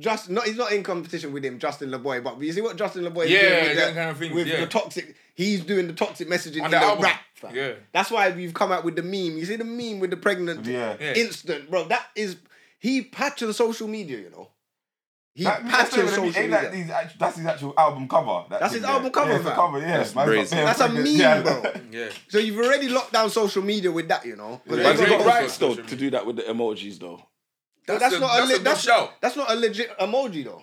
Just not he's not in competition with him, Justin LeBoy, but you see what Justin LeBoy is Yeah, doing with, that the, kind of thing, with yeah. the toxic he's doing the toxic messaging On in the the album. rap. fam. Yeah. That's why we've come out with the meme. You see the meme with the pregnant Yeah. Yeah. instant, bro. That is he patching social media, you know. He That- that's patching not social even- ain't media. that his act- That's his actual album cover. that That's thing his there. album cover, Yeah, it's a fam. cover, yeah. That's Man's got crazy. bare That's a fingers. meme, Yeah. bro. Yeah. So you've already locked down social media with that, you know. 'Cause Yeah. they've Man's Drake got got- also rights though social to do that with the emojis though. But That's that's a- not that's a, a le- good that's, shout. that's not a legit emoji though.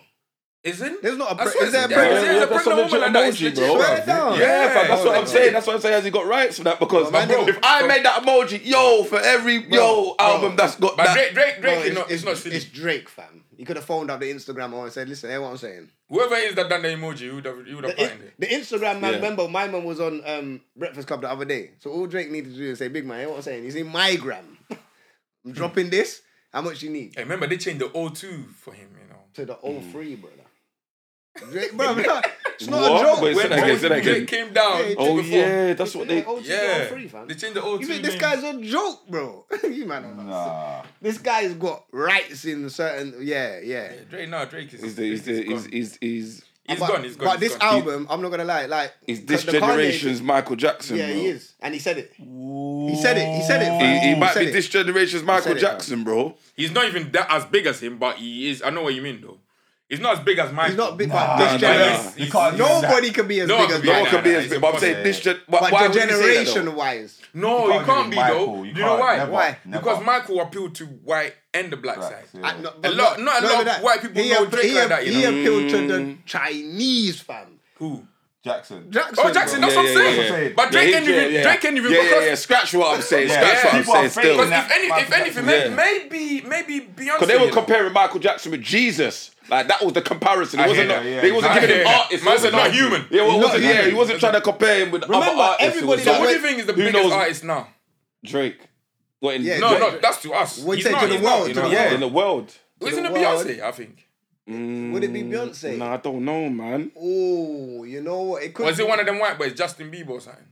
Isn't? There's not a I pre- swear is there a it's- yeah, pregnant- there's a that's pregnant a legit woman like that. It's emoji, legit, bro. bro. Swear down. Yeah, fam, that's Oh what I'm my saying. God. That's what I'm saying. Has he got rights for that? Bro, Because, my man, bro, they- if I made that emoji, yo, for every yo album that's got But that, Drake, Drake, Bro, Drake, is not, it's not silly. it's Drake, fam. He could have phoned up the Instagram or and said, "Listen, hear what I'm saying." Whoever is that done the emoji, you would have, you would have The, patterned in- it. the Instagram man, Yeah. remember, my man was on um, Breakfast Club the other day. So all Drake needed to do is say, "Big man, hear what I'm saying." He's in my gram. I'm dropping this. How much you need Hey, remember they changed the O2 for him, you know. to the Hmm. 03, brother? Drake, bro, it's not, it's not What? a joke. Wait, say When that again, say O2 that again. Drake came down. Yeah, to oh perform. yeah, that's what they. Yeah, 02 Yeah. 03, fam. They changed the O2. You think this name. guy's a joke, bro? you man, don't know. Nah. this guy's got rights in certain. Yeah, yeah. Yeah, Drake, no, Drake is. Is the, is the, is, gone. is, is, He's but, gone. He's gone. But he's this gone. album, I'm not gonna lie, like is this the Kanye- generation's Michael Jackson? yeah, bro. he is, and he said it. He said it. He said it. fam. He, he might said be it. this generation's Michael said it, Jackson, bro. He's not even that as big as him, but he is. I know what you mean, though. He's not as big as Michael. He's not big, Nah, but this nah, generation. nah. You can't do that. Nobody can be as No one big can as be No like one Michael. can nah, be nah, as it's big. But I'm saying impossible. this gen. Why, But why would you say that, though? generation wise, No, You you, can't can't, give him be Michael, though. you You, know can't, why? never, Why? never. Because Michael appealed to white and the black Blacks, side. yeah. I- no, A lot- not a lot but that- white people he know appe- Drake he like appe- that, you He know? appealed to the Mm. Chinese fam. Who? Jackson. Jackson. Oh, Jackson. bro. That's what Yeah, I'm yeah, yeah, saying. yeah. But Drake Yeah, ain't yeah, even. yeah. Drake ain't even. Yeah, because yeah, yeah. Scratch what I'm saying. Yeah, yeah. Scratch what People I'm saying. are Still, faking Because that. if, any, if anything, may- Yeah. maybe maybe Beyonce. Because they you were know. comparing Michael Jackson with Jesus. Like that was the comparison. It I wasn't. hear That, that, yeah, they wasn't exactly. giving him Yeah. artists. Man's it was not like- human. Yeah, well, it Not wasn't, yeah, he human. wasn't trying to compare him with other Remember, artists. It everybody that was So like what do went- you think is the Who biggest knows? artist now? Drake. What in, Yeah, No, Drake- no, that's to us. What He's you say, not, to the he's not, world, you to know. the yeah, Yeah. in the world. Isn't it the world. Beyonce? I think. Would it be Beyonce? Nah, I don't know, man. Oh, you know what? It could. Or is be- it one of them white boys, Justin Bieber or something?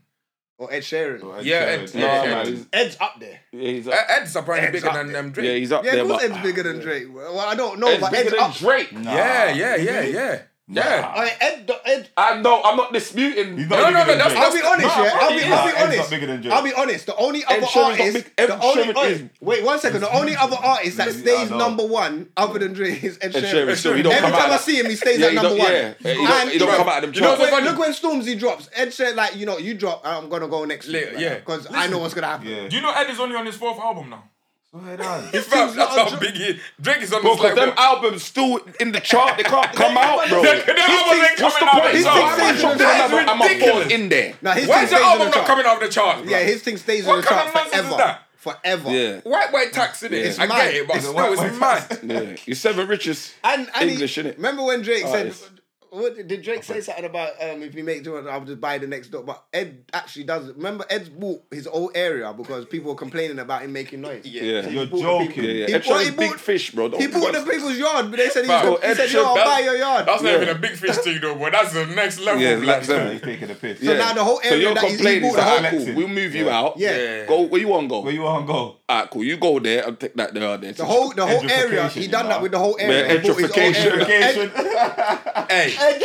Or Ed Sheeran. Yeah, Ed, Sheeran. Nah, yeah, man. Ed. He's, Ed's up there. yeah, he's E-, Ed- up, Ed's apparently bigger up than um, yeah, Drake. he's up Yeah, there. of course But uh, Ed's bigger than Drake. Well, I don't know, Ed's but bigger Ed's than up. Drake. Nah. Yeah, yeah, yeah, yeah, yeah. I mean, Ed, do- Ed. I know. I'm not disputing. He's Ed No, not no, bigger no, than that's- Drake. I'll be honest, No, yeah. I'll be, Ed- I'll be Ed's not honest. bigger than Drake. I'll be honest. The only other Sheeran's not artist. big- Ed the only, Sheeran oi, is- wait one second. The only other artist that Yeah, I stays know. number one other than Drake is Ed, Sheeran. Sheeran. So he don't Every come out. time I see him, he stays Yeah, at he number don't- one. yeah. He don't- And he don't bro, come out of them You know charts. when, Funny. look when Stormzy drops. Ed Sheeran, like you know, you drop. I'm gonna go next. Later, week, yeah. because I know what's gonna happen. Yeah. Do you know Ed is only on his fourth album now? Swear down. Fam, seems that's like a how joke. big he is. Drake is on Bro, his like, because them what? albums still in the chart, they can't come out, bro. Them- them albums ain't What's the coming out point? of His So the I chart. might thing's drop ridiculous. that album, I'm Ridiculous. falls in there. Now his Why thing is the stays on the album not chart. coming out of the charts? Yeah, bruv? his thing stays What on the kind chart of nonsense is forever. that? Forever. Yeah. White boy tax in it. It's I mad. get it, but It's a still, white boy it's mad. Yeah, you're seven richest And, and English, he, innit? Remember when Drake Artist. said, what, did- did Drake say something about um, if you make 200, I'll just buy the next door? But Ed actually does. Remember, Ed's bought his whole area because people were complaining about him making noise. Yeah. You're He bought the joking. people- Yeah, yeah. He Ed bought- he Sheeran's big bought- fish, bro. Don't- He bought the people's yard, but they said he, was Bro, gonna- he Ed said, yo, Sheeran- I'll that- buy your yard. That's not Yeah. even a big fish thing, though, but that's the next level. Yeah, blood. like them. He's taking a piss. So now the whole So area you're that he's- he complaining. bought So, the whole. alright, cool. Yeah. We'll move you out. Yeah. Yeah. Go where you want to go. Where you want to go? Alright, cool. You go there. I'll take that there. I'll there. The whole, the whole area, Gentrification, he you done know. that with the whole area. Man, He bought his whole gentrification. area. Gentrification. Hey,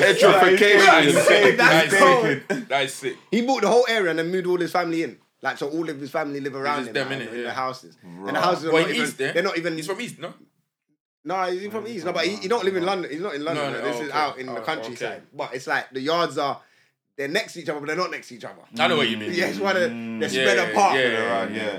Gentrification. He's taking- That's he's cold. taking. that is sick. He bought the whole area and then moved all his family in. Like so, all of his family live around just him them, now, innit? in the Yeah. houses. And the houses are Well, not in even. East, yeah? They're not even. He's from East, no? no, he's from East. No, but he, he don't live in London. He's not in London. No, no, this oh, is okay. out in Oh, the okay. countryside. But it's like the yards are they're next to each other, but they're not next to each other. I know what you mean. Yeah, it's one of they're Mm. Yeah, spread apart. yeah, Yeah, right, yeah.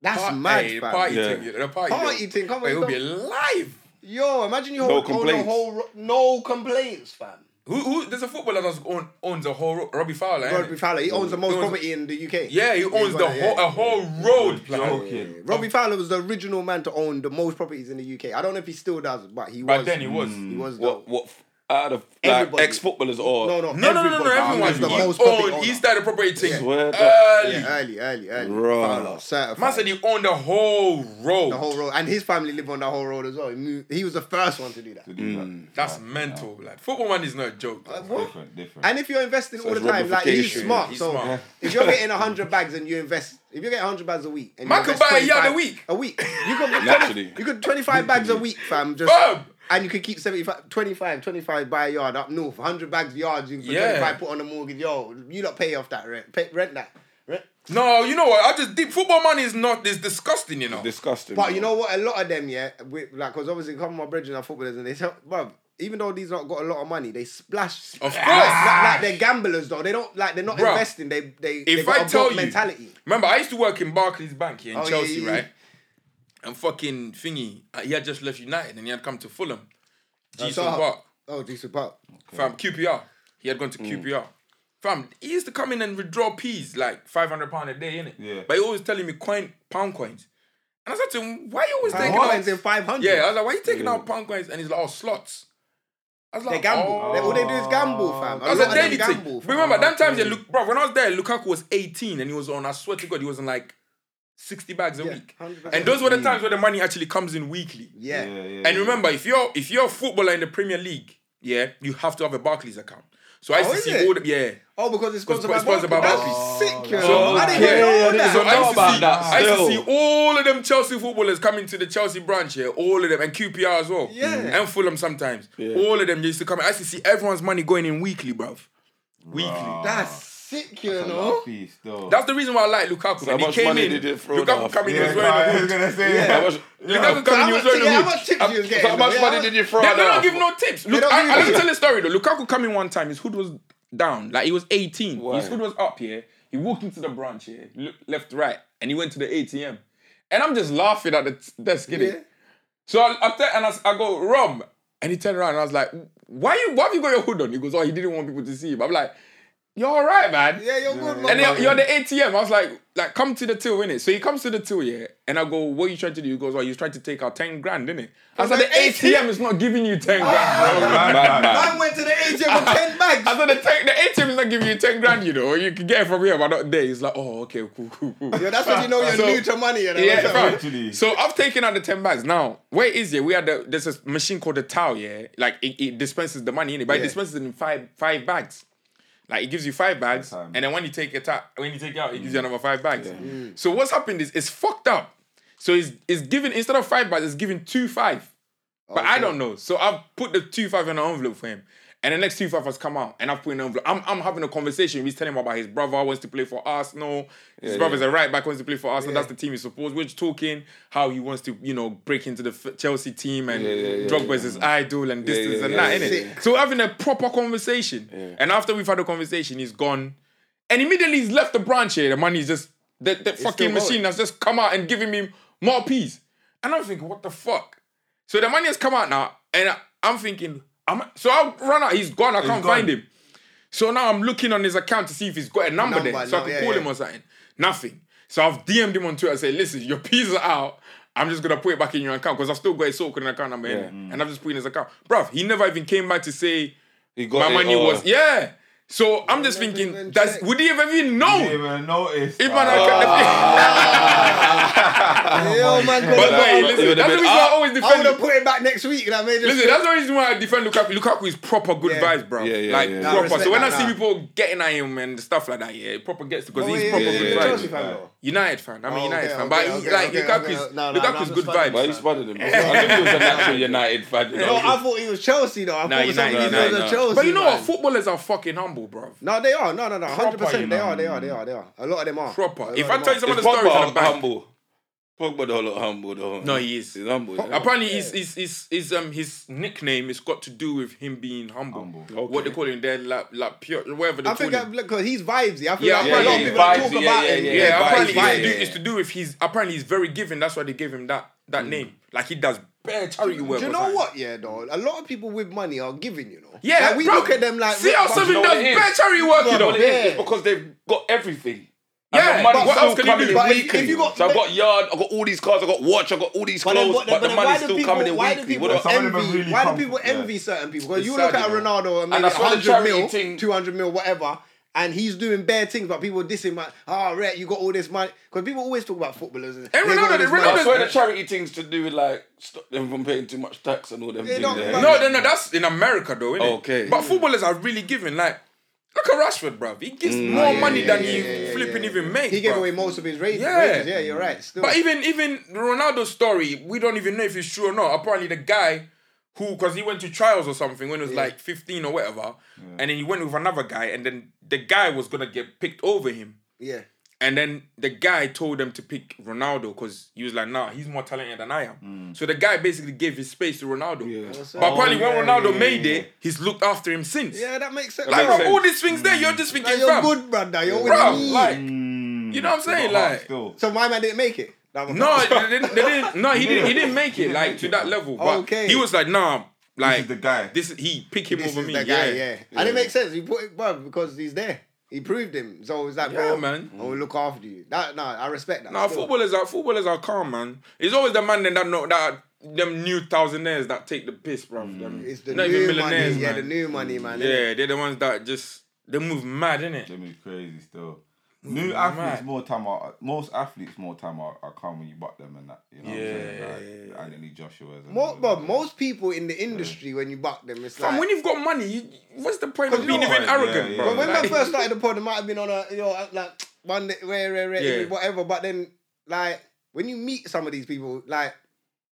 That's Par- mad, hey, fam. Party Yeah. thing. The party Party thing, come on, Hey, He'll come- be alive. Yo, imagine you No own the complaints. whole ro- no complaints, fam. Who, who, there's a footballer that own, owns a whole road. Robbie Fowler. innit? Robbie Fowler, he owns the most owns- property in the UK. Yeah, he He's owns one the of- yeah. whole, a whole road. plan. Joking. Robbie Fowler was the original man to own the most properties in the UK. I don't know if he still does, but he Back was. then he was. He was the, What? What? Out of like, Everybody. ex-footballers or No, no, No, no, no, no, everybody everyone. was the he most property owned, he owner. started property thing Swear that- early. Yeah, early, early, early. Bruh. Fowler, certified. Man said he owned the whole road. the whole road, and his family lived on that whole road as well. He, moved, he was the first one to do that. That's mental, lad. Football man is not a joke. Uh, lad. what? Different, different. And if you're investing all the it's time, like he's ramification. smart. He's so smart. if you're getting hundred bags and you invest, if you get hundred bags a week, and you Man could invest buy a yard a 25 week. A week, you could Naturally. you could twenty five bags a week, fam. Just Fam! and you could keep 75, 25, 25 buy a yard up north, hundred bags yards. You could Yeah. twenty five put on the mortgage. Yo, you not pay off that rent, pay, rent that. Rent. No, you know what? I just deep football man is not is disgusting, you know. disgusting. But bro. you know what? A lot of them, yeah, we, like, because obviously, come my brethren are footballers, and they tell, bruv, even though these not got a lot of money, they splash. Of course. like, like they're gamblers though. They don't like they're not Bruv, investing. They they they if got I a tell bought you, mentality. remember I used to work in Barclays Bank here in Oh, yeah, Chelsea, yeah, yeah. right? and fucking thingy, uh, he had just left United and he had come to Oh, Fulham. Jesus Saha. Park, Oh, decent part. fam, QPR. He had gone Mm. to QPR. Fam, he used to come in and withdraw peas like five hundred pound a day, innit? Yeah. But he always telling me coin pound coins, and I said to him, "Why you always taking Haaland's out? in 500. Yeah, I was like, "Why you taking out pound coins?" And he's like, "Oh, slots." I was They like, gamble. "Oh." They, all they do is Oh. gamble, fam. That was lot a of them daily gamble, thing. fam. Remember, that time, they look, bro, when I was there, Lukaku was 18 and he was on, I swear to God, he was on like 60 bags a Yeah, week. 100%. And those were the times where the money actually comes in weekly. Yeah. And remember, if you're if you're a footballer in the Premier League, yeah, you have to have a Barclays account. So I used Oh, to is see it? all the yeah. Oh, because it's Because sponsored, it's sponsored by by Barclays. Barclays. That's sick, you know. So- I didn't okay, even yeah, know this that. is So I used, to about see, that I used to still. see all of them Chelsea footballers coming to the Chelsea branch here, all of them, and QPR as well, Yeah. and Fulham sometimes. All of them used to come. I used to see everyone's money going in weekly, bruv. Weekly. That's sick, you That's a know. lot of fees, though. That's the reason why I like Lukaku. So when much he came money in, did you throw Lukaku off? coming in Yeah, was I wearing was a hood. gonna say that. How much- Lukaku So how coming in much- was wearing yeah, a how hood. much tips you was So getting? how much Yeah, money how did much- you throw They, at they don't that? give no tips. Look, don't I, give I no let me tips. tell you a story though. Lukaku coming one time, his hood was down. Like he was 18. Why? His hood was up here. He walked into the branch here, look, left, right, and he went to the ATM. And I'm just laughing at the t- desk, innit? Yeah. So I, I tell, and I, s- I go, Rob. And he turned around and I was like, why you why have you got your hood on? He goes, oh, he didn't want people to see him. I'm like, you're all right, man. Yeah, you're good, man. And then you're the ATM. I was like, like, come to the till, innit? So he comes to the till, yeah. And I go, what are you trying to do? He goes, well, you're trying to take out 10 grand, innit? I said, From the the ATM? ATM is not giving you 10 grand. bro." Man went to the ATM with 10 I bags. said, the, te- the ATM is not giving you 10 grand, you know. You can get it from here, but not there. He's like, oh, okay, cool, cool, cool. Yo, that's when you know you're So- new to money. You know? Yeah, That's how- fam. Literally. So I've taken out the 10 bags. Now, where is it? We had the, there's a machine called the towel, yeah? Like it, it dispenses the money in it, but Yeah. it dispenses it in five five bags. Like it gives you five bags, Time. and then when you take it out, when you take it out, it gives you another five bags. So what's happened is it's fucked up. So it's it's given instead of five bags, it's given two five. But I don't know. So I've put the two five in an envelope for him. And the next two five has come out, and I've put in an envelope. I'm, I'm having a conversation. He's telling me about his brother wants to play for Arsenal. His brother's a right back wants to play for Arsenal. That's the team he supports. We're talking how he wants to, you know, break into the f- Chelsea team and Drogba is his idol and this, this, yeah, and yeah, that, yeah, innit? yeah. So we're having a proper conversation. And after we've had a conversation, he's gone. And immediately he's left the branch here. The money's just the, the fucking still going. machine has just come out and giving me more peas. And I'm thinking, what the fuck? So the money has come out now, and I- I'm thinking, I'm, so I run out. He's gone. I can't gone. find him. So now I'm looking on his account to see if he's got a number, Number, there, so no, I can yeah, call yeah. him or something. Nothing. So I've DM'd him on Twitter. Say, listen, your peas are out. I'm just gonna put it back in your account because I've still got his so-called account number in Yeah. it, Mm. and I've just put it in his account. Bruv, he never even came back to say He got my it oh. money all. was yeah. So I'm just never thinking, even that's, checked. would he have even known? Didn't even notice. If man, man. Yo, man, go- but wait, Ah. It listen, that's would've the been ah. reason why I up. always Oh, I defend. would have put it back next week. And I made Listen, that's the reason why I defend Lukaku. Lukaku is proper good Yeah. vibes, bro. Yeah, yeah, like yeah. Nah, proper. respect So when I that, see nah. Oh, people getting at him and stuff like that, yeah, it proper gets because he's yeah, proper yeah, yeah, good yeah, vibes. Chelsea fan, though. United fan. I'm a Oh, United okay, fan, okay, but he, okay, like okay, Lukaku's okay. No, no, no, Lukaku's I'm good just funny. vibes. Why you spotted him? I think he was a natural United fan. you No, know. I thought he was Chelsea though. I Nah, thought United, something he United, was a nah. Chelsea. But you know man. what? Footballers are fucking humble, bro. No, they are. No, no, no. Hundred percent, they you know. are. They are. They are. They are. A lot of them are. A Proper. lot If of I them tell are. you some of Is the stories at Pogba the hum- back, humble? Pogba don't look humble though. No, he is. He's humble. yeah. Apparently, his, his, his, his, um, his nickname has got to do with him being humble. What they call him, they're like, like pure, whatever I they call think him. I've, look, cause he's vibesy. I feel Yeah, like a yeah, lot yeah, of people that vibes, talk yeah, about yeah, him. yeah, Yeah, vibes, apparently vibes, it's, to do, yeah. it's to do with his. Apparently he's very giving. That's why they gave him that that name. Like he does bare charity work. Do you or know something. what? Yeah, though. A lot of people with money are giving. You know. Yeah, Like, we bro, look at them like. CR7 You know does what it bare is? charity work. You Yeah, know. but But it is, Yeah. it's because they've got everything. Yeah, and the money's what still else can you coming do? in But if- if weekly. you got- so I've got yard, I've got all these cars, I've got watch, I've got all these But clothes, then but, what- then- the then money's why do still people- coming in why do weekly. people What do I- Some of them are envy- really Why do pumped, people yeah. envy certain people? Because It's you look sad, at you know. Ronaldo, I mean, And that's why the 100 charity mil, thing- 200 mil, whatever, and he's doing bare things, but people dissing, like, oh, right, you got all this money. Because people always talk about footballers. And Ronaldo, they- I Ronaldo- swear the charity things to do with like stop them from paying too much tax and all them things. eh? don't- yeah. but- No, no, no. That's in America though, innit? Okay. But footballers are really giving. Like, look at Rashford, bruv. He gives more money than he flipping even makes. He gave bruv. away most of his ra- Yeah. wages. Yeah, you're right. Still. But even even Ronaldo's story, we don't even know if it's true or not. Apparently, the guy who, because he went to trials or something when he was like 15 or whatever, and then he went with another guy, and then the guy was gonna get picked over him. yeah. And then the guy told them to pick Ronaldo because he was like, nah, he's more talented than I am. Mm. So the guy basically gave his space to Ronaldo. What's But up? apparently, Oh, when yeah, Ronaldo yeah, made it, he's looked after him since. Yeah, that makes sense. Mm. Like, Bro, bro, all these things there, you're just thinking, you're fam, good, brother. You're with bro, me. Mm, like, you know what I'm saying? Like, Still. so my man didn't make it. That was- No, they didn't, they didn't. No, he didn't. He didn't make it like to that level. But Okay. he was like, nah, like is the guy. This he pick him this is over me. the guy, yeah. yeah. And it makes sense. You put it, bro, because he's there. He proved him. So it's like, Yeah, bro, man. I will look after you. That no, I respect that. Nah, still. footballers are footballers are calm, man. It's always the man then that know that them new thousandaires that take the piss, bro. Mm. Them, It's the not even new money. millionaires, Yeah, man. the new money, man. innit? yeah, they're the ones that just they move mad, innit? That is crazy still. New Mad. athletes more time are most athletes more time are, are calm when you butt them and that. You know what I'm saying? Yeah. Like Anthony Joshua's and all Mo- of but them. most people in the industry, when you buck them, it's Fam, like. when you've got money, you, what's the point of Cause being you know even what? arrogant, Yeah, bro? yeah. But when Like- I first started the pod, it might have been on a you know like one day, rare, rare, rare, Yeah. whatever. But then like when you meet some of these people, like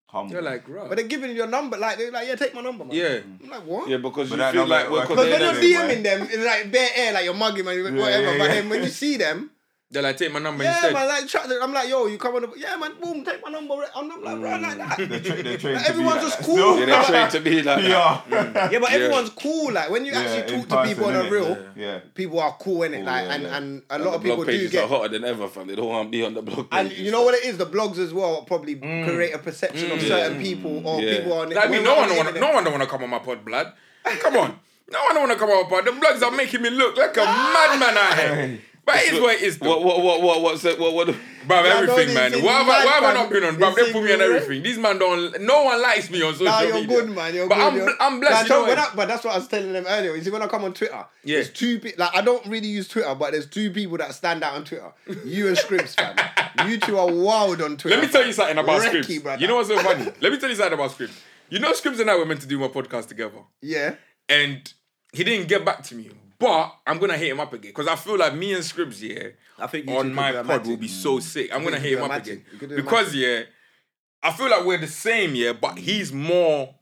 Humble. you're like, bro. but they're giving you your number, like they're like, yeah, take my number, man. yeah. I'm like, what? Yeah, because But you that feel don't like work, we're work. Because when condemning you're Condemning, them. DMing them, it's like bare air, like you're mugging man, whatever. yeah, But yeah. then when you see them, They're like, take my number yeah, instead. man, like tra- I'm like, yo, you come on, the, yeah, man, boom, take my number. I'm not like, bro, like They're, that. tra- they're trained Like, to be everyone's like just that cool. still. Yeah, they're trained to be like "Ah, that. Yeah. Yeah, but Yeah. everyone's cool. Like when you Yeah, actually in talk to people on person, a innit? real, Yeah. Yeah. people are cool in it. Like yeah, and yeah. and a And lot the of people blog do pages get are hotter than ever, fam. They don't want to be on the blog And pages. you know what it is? The blogs as well probably create a perception of certain people or Yeah. people on. Like, I mean, when no we're one the want, no internet- one don't want to come on my pod, blood. Come on, no one don't want to come on my pod. The blogs are making me look like a Ah! madman out here. But it is what it is, What though. what what what what's it? What what? Bruv, Yeah, I know everything, this man. is Why have, I, why mad, have I man. not been on? Bruv, they This put is me on mad. everything. These man don't. No one likes me on social Nah, media. you're good, man. You're but good. I'm, you're- I'm blessed. Nah, you know when what? I- but that's what I was telling them earlier. You see, when I come on Twitter, Yeah. there's two people. Like, I don't really use Twitter, but there's two people that stand out on Twitter. You and Scripps, fam. You two are wild on Twitter. Let me tell you something about Recce, Scripps. brother. You know what's so funny? Let me tell you something about Scripps. You know, Scripps and I were meant to do my podcast together. Yeah. and he didn't get back to me. But I'm gonna hit him up again because I feel like me and Scribs yeah, I think you two on could my do a pod matching. will be so sick. I'm gonna could hit do him a up matching. again You could do a because yeah, I feel like we're the same yeah, Mm. but he's more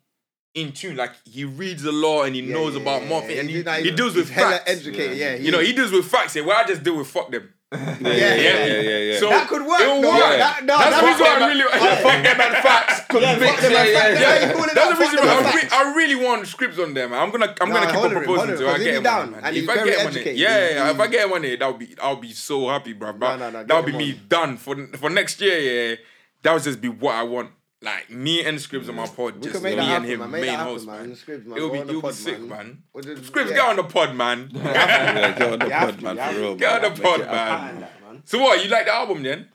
in tune. Like he reads a lot and he Yeah, knows yeah, about yeah, more yeah. things and he, He's like- he deals he's with hella facts. educated. Yeah. You know, he deals with facts. Yeah, where I just deal with fuck them. Yeah, yeah, yeah, yeah, yeah, yeah. So That could work, It'll though. work. Yeah. That- no, That's that the could reason why I work. really yeah, fuck them and facts. fuck them yeah, and yeah, facts. yeah. Why you calling it That's out? the reason Fuck why them and I, re- I really want scripts on there, man. I'm gonna I'm Nah, gonna keep on holler him, proposing holler to him. him, I 'cause get if he him on it, down man. and If he's I very get him on it, educated, yeah, he- yeah. If I get him on it, that'll be I'll be so happy, bro. But nah, nah, get that'll be him me on. done for for next year. Yeah, that'll just be what I want. Like me and Scribs on my pod, Mm. We just could me make that and happen, him, man. Make main that happen, host, man. man. Scribs, man. It'll be Go on the it'll be pod, sick, man. man. Or just- Scribs, yeah. get on the pod, man. yeah, get on the You have pod, to, man, you have for to. real. Get on man. the Make pod, it man. happen. And that, man. So what? You like the album then?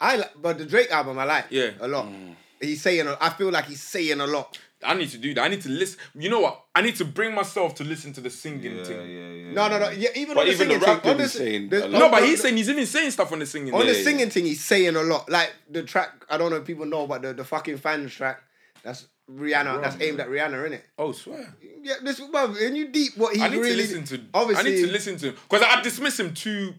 I like, but the Drake album I like Yeah. Mm. a lot. He's saying, a- I feel like he's saying a lot. I need to do that. I need to listen. You know what? I need to bring myself to listen to the singing Yeah, thing. yeah, yeah. No, no, no. Yeah, even But on the even the singing rap thing, on dude the, is saying the- a lot. No, but on he's the- saying he's even saying stuff on the singing. on thing. the yeah, yeah. singing thing, he's saying a lot. Like the track, I don't know if people know, but the, the fucking fans track, that's Rihanna. that's aimed at Rihanna, isn't it? Oh, swear. Yeah, this well, and you deep what he I need really to listen to. Obviously, I need to listen to because I dismiss him too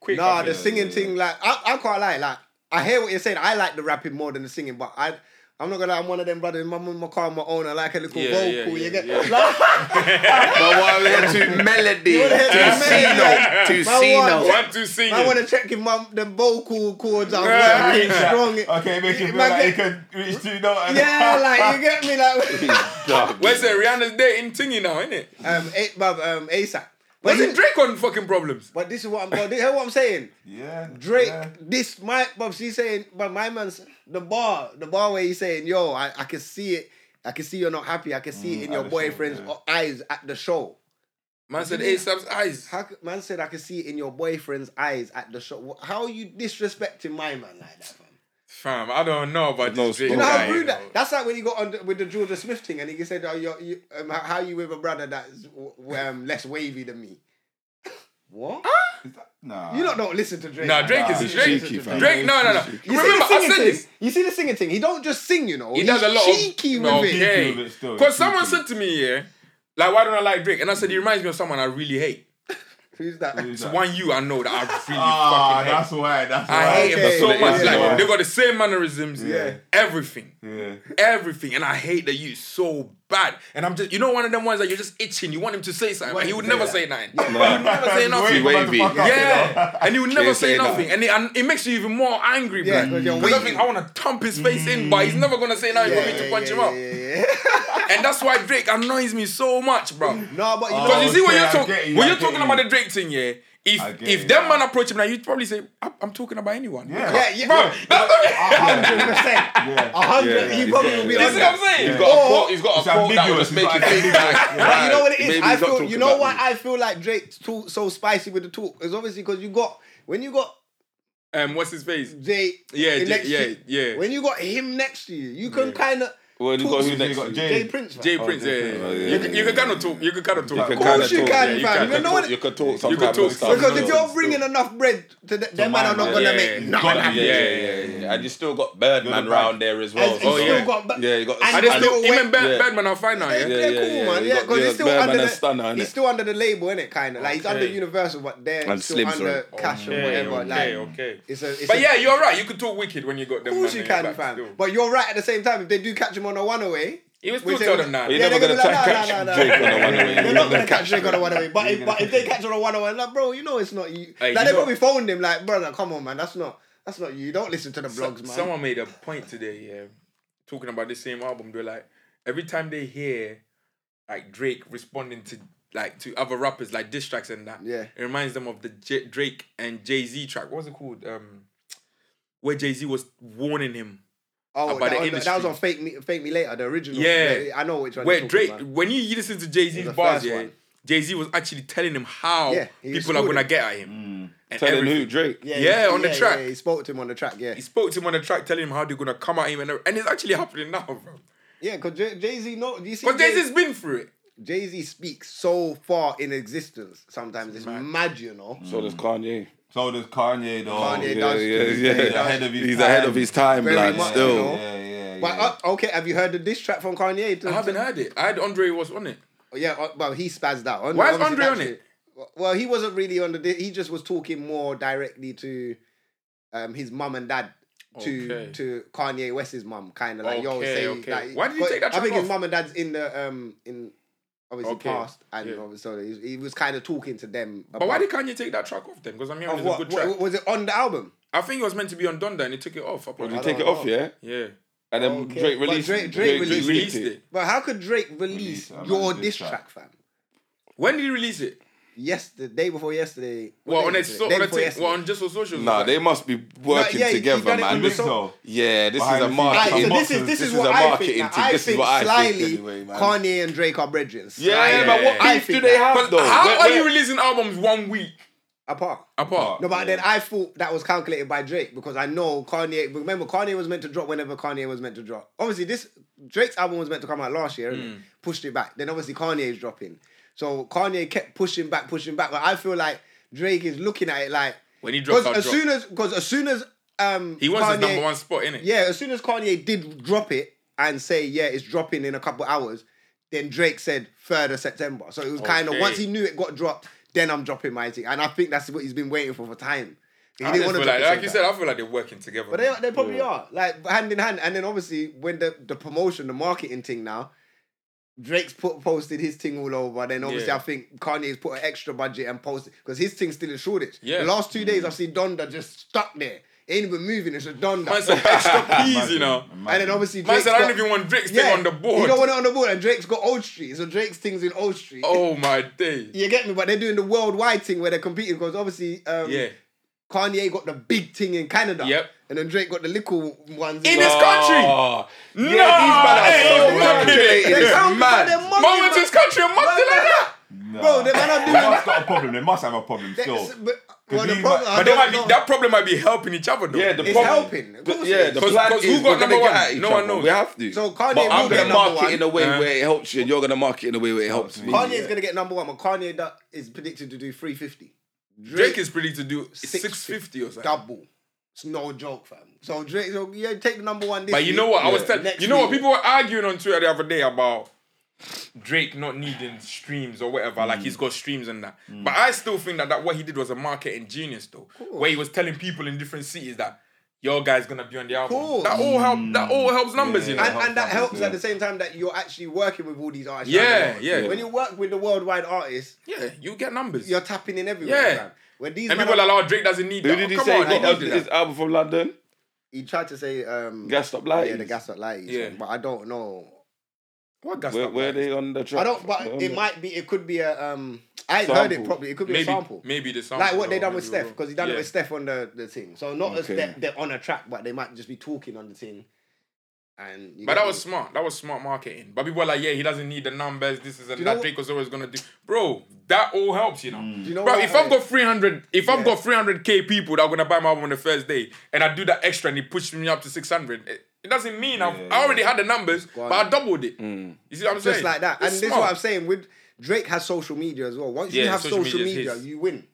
quick. I Nah, the think. singing thing, like I, I quite like. Like I hear what you're saying. I like the rapping more than the singing, but I. I'm not gonna lie, I'm one of them brothers, my mum, my car, my own, I like a little Yeah, vocal, yeah, yeah, you get yeah. But what we here to melody, wanna hear to that melody? Sino, to Man, Sino. what? One two singing. I want to check if my the vocal chords are Yeah, really Yeah. strong. Okay, make you feel Man, like you get- can reach two notes. Yeah, like you get me, like Where's it? Rihanna's dating thingy now, isn't it? um, eight, but um, ASAP. But, Wasn't this- Drake on fucking problems? but this is what I'm. But this, hear what I'm saying. Yeah. Drake, yeah. this my but she's saying, but my man's the bar, the bar where he's saying, yo, I, I can see it. I can see you're not happy. I can see it in Mm, at your the show, boyfriend's yeah. eyes at the show. Man said ASAP's eyes. How, c- man said I can see it in your boyfriend's eyes at the show. Wha- How are you disrespecting my man like that, fam? Fam, I don't know about No this. Drake smoke. You know guy, how you rude that. know. That's like when he got on the, with the Jordan Smith thing, and he said, "Oh, you're, you, um, how- how you with a brother that's w- w- um, less wavy than me?" what? Is that- Nah. You lot don't listen to Drake. Nah, man. Drake Ah. Nah, is he's Drake. cheeky, fam. Drake, no, no, no. You Remember, see the I singing said thing. this. You see the singing thing. He don't just sing, you know. He does He's a lot cheeky of with no, it. Cheeky with it still, Because someone cheeky. said to me, yeah, like why don't I like Drake? And I said he reminds me of someone I really hate. Who's that? Who's It's that? one you I know that I really Ah, fucking hate. that's why. That's why. I hate Okay, him so yeah, much. yeah, like yeah. they got the same mannerisms, Yeah. everything, Yeah. everything, and I hate that you so bad. And I'm just, you know, one of them ones that you're just itching. You want him to say something, but he would never say nothing. He would never say nothing. Wait, what the wavy. fuck up, you know? Yeah, and he would never Can't say say that. nothing, and it, and it makes you even more angry. Yeah, Yeah, 'cause you're because I waiting. Mm. think I want to thump his face in, but he's never gonna say nothing for me to punch him up. yeah, yeah, Yeah. And that's why Drake annoys me so much, bro. no, but you Oh, know. Because you see when okay, you're I talking get you, when I you're get talking you. about the Drake thing, yeah. I If get if you, them yeah. man approach him now, you'd probably say, "I'm I'm talking about anyone." Yeah. yeah, yeah, Bro, bro. that's hundred percent. Yeah. A hundred. Yeah, he yeah, probably yeah. would be you on see what I'm that. saying. He's got a Or- quote. He's got It's a quote that would ambiguous, just make you it's think. Like, But you know what it is? maybe I he's not feel, talking you know about why me. I feel like Drake's too so spicy with the talk is obviously because you got when you got Um, what's his face? Jay, Yeah, in J- next yeah, to- yeah. when you got him next to you, you can Yeah. kind of Well, you got who next? got to you? Jay. Jay Prince. man. Jay Oh, Prince. Jay Yeah, yeah, Prince. yeah. Oh, You yeah, can- yeah, you can yeah, kind of yeah. talk. You can kind of talk. Of You can course kind of you talk. can, yeah, you fam. can You know what talk- it- You can You talk can sometimes. talk. and stuff. Because if Yeah. you're bringing enough bread, to the, them man my are not man, gonna yeah. make You gotta- nothing. happen. yeah, Yeah, yeah, yeah, yeah, yeah. And you still got Birdman Birdman. round there as well. And it's Oh, still yeah. got, but Yeah, you got. And I it's just and- still- know even wet- Bad, yeah. Badman are fine now. they're, Yeah. yeah, they're yeah, cool, yeah. man. You Yeah, got- because you he's got still Birdman under and the, Stunner, innit? he's still under the label, innit? Kind of like he's under Okay. Universal, but they're And still Slim, under sorry. Cash or Okay, whatever. okay, like, okay. it's a, it's But a- yeah, you're right. You could talk wicked when you got them. Of course man you on your can, back fam. still. But you're right at the same time. If they do catch him on a one away, He would we still say- tell them nah. You're Yeah, never they're gonna gonna be catch like, nah, nah, nah, Drake on nah. a one away. You're not gonna catch Drake on a one away. But if, but if they catch on a one away, like, bro, you know it's not you. Hey, like they you know- probably phoned him, like, brother, come on, man, that's not that's not you. Don't listen to the So- blogs, man. Someone made a point today, yeah, talking about the same album. They're like, every time they hear like Drake responding to like to other rappers like diss tracks and that, Yeah. it reminds them of the J- Drake and Jay Z track. What was it called? Um, where Jay Z was warning him. oh, about that, the was, that was industry. on fake me, fake me later, the original. Yeah. I know which one. Where you're talking Drake, about. when you listen to Jay Z's The bars, first yeah, one. Jay Z was actually telling him how Yeah, he people are screwed gonna him. get at him. And Mm. Telling everything. who Drake? Yeah. he- yeah, on the track. he spoke to him on the track. Yeah, He spoke to him on the track, telling him how they're gonna come at him, and, everything. and it's actually happening now, bro. yeah, because Jay Z, no, you see, Because Jay Z's been through it. Jay Z speaks so far in existence. Sometimes it's mad, you know. Mm. So does Kanye. So does Kanye though. Kanye yeah, does to this day, He's ahead of his He's ahead time. of his time, Very lad. much, Still. you know. yeah, yeah, yeah. But uh, okay, have you heard the diss track from Kanye? To- I haven't to- heard it. I had Andre was on it. Yeah, uh, well, he spazzed out. Why is obviously Andre on that's it? Well, he wasn't really on the. di- He just was talking more directly to um, his mum and dad. To Okay. to Kanye West's mum, kind of like yo Okay, say okay. like- Why did he but take that I think track his off? mum and dad's in the um in obviously Okay, past, and yeah. obviously, so he, he was kind of talking to them. But why did Kanye take that track off then? Because I'm hearing it's what, a good track. what- was it on the album? I think it was meant to be on Donda and he took it off. I Well, probably you I take don't it off, know. yeah, yeah. and then Okay. Drake But released. Drake- Drake He released released it. But how could Drake release Release a man's your diss diss track, track. fam? When did he release it? Yesterday, day before yesterday. what Well, day on was his it? so, Day on, a before thing- yesterday. well, on just on social. Nah, they must be working yeah, he- he together, done it man. on You This, this- think so? yeah, this is Behind a the scenes, Alright, Some so marketing. this is this boxes, is this what is a I marketing think. now. thing. I This is think what I think slyly, anyway, man. Kanye and Drake are brethren. Yeah, Slyly. but what I beef think do they that- have But though? how Where- are where- you releasing albums one week apart? apart? No, but then I thought that was calculated by Drake because I know Kanye. Remember, Kanye was meant to drop whenever Kanye was meant to drop. Obviously, this Drake's album was meant to come out last year, Mm. and pushed it back. Then obviously Kanye's dropping, so Kanye kept pushing back, pushing back. But I feel like Drake is looking at it like When he drops, because I as drop. soon as because as soon as um he wants Kanye, his number one spot in it. yeah, as soon as Kanye did drop it and say, yeah, it's dropping in a couple hours, then Drake said 3rd of September. So it was kind of, Okay. once he knew it got dropped, then I'm dropping my thing. And I think that's what he's been waiting for for time. He I didn't just want to feel drop like, it. like so you fast. said, I feel like they're working together. But man. they, they probably are, like hand in hand. And then obviously, when the, the promotion, the marketing thing now, Drake's put posted his thing all over. Then obviously, Yeah. I think Kanye's put an extra budget and posted because his thing's still in shortage. Yeah. The last two days, I've seen Donda just stuck there. Ain't even moving, it's just Donda. Man said extra peas, you know. And then obviously, Man Drake's said I don't got- even want Drake's yeah, thing on the You board. don't want it on the board, and Drake's got Old Street, so Drake's things in Old Street. Oh my day. You get me? But they're doing the worldwide thing where they're competing because obviously um, Yeah. Kanye got the big thing in Canada, Yep. and then Drake got the little ones In his Oh, country. Oh, No, yeah, these man are hey, so you working mucking it. it. They It's can't mad. their money, Moments bro. his country and mucked it like that. Bro, they might not do They that. must got a problem. They must have a problem still. That's- But, well, the he- problem, I But they don't might be, know. that problem might be helping each other though. Yeah, the It's problem. helping. Of course yeah, it the is. plan Because is who got we're gonna number get one? at each No one other. knows. We have to. So Kanye but I'm will get gonna number mark it one. in a way Uh-huh. where it helps you, and you're gonna mark it in a way where it helps me. Kanye's gonna get number one, but Kanye do- is predicted to do three fifty. Drake is predicted to do Six- 650 or something. double. It's no joke, fam. So Drake, so yeah, take the number one. This But you know week. what? I was Yeah. telling Next you know what week. people were arguing on Twitter the other day about Drake not needing streams or whatever. Like Mm. he's got streams and that. But I still think that, that what he did was a marketing genius though, where he was telling people in different cities that your guy's gonna be on the album. course. That all help. Mm. That all helps numbers, you know. and, and that helps helps, at the same time that you're actually working with all these artists. Yeah, around the world. yeah. When you work with the worldwide artists, yeah, you get numbers. you're tapping in everywhere. Yeah. fam. When these and men people are- are like, oh, Drake doesn't need Who that. did he Come say on, he I got need his that. album from London? he tried to say um, Gassed up yeah, the lighting. gas up lighties, Yeah. but I don't know. What gas Where, that where like? they on the track? I don't, but Where on it the- might be. It could be a. Um, I ain't heard it Sample. properly. It could be Maybe, a sample. maybe the sample. Like what they though, done with maybe Steph, we'll- because he done yeah. it with Steph on the, the thing. So not as Okay. they're, they're on a track, but they might just be talking on the thing. And you But get that me. was smart. That was smart marketing. But people were like, yeah, he doesn't need the numbers. This is and you know that. what- Drake was always gonna do. Bro, that all helps, you know. you know Bro, what, if I've eh? got three hundred, if I've Yeah. got three hundred k people that are gonna buy my album on the first day, and I do that extra and it pushes me up to six hundred, it, it doesn't mean I've, Yeah, I already had the numbers, Gone. Mm. but I doubled it. You see what I'm saying? just like that. It's and this is what smart. I'm saying. With Drake has social media as well. Once you Yeah, have social social, media is media, his. you win.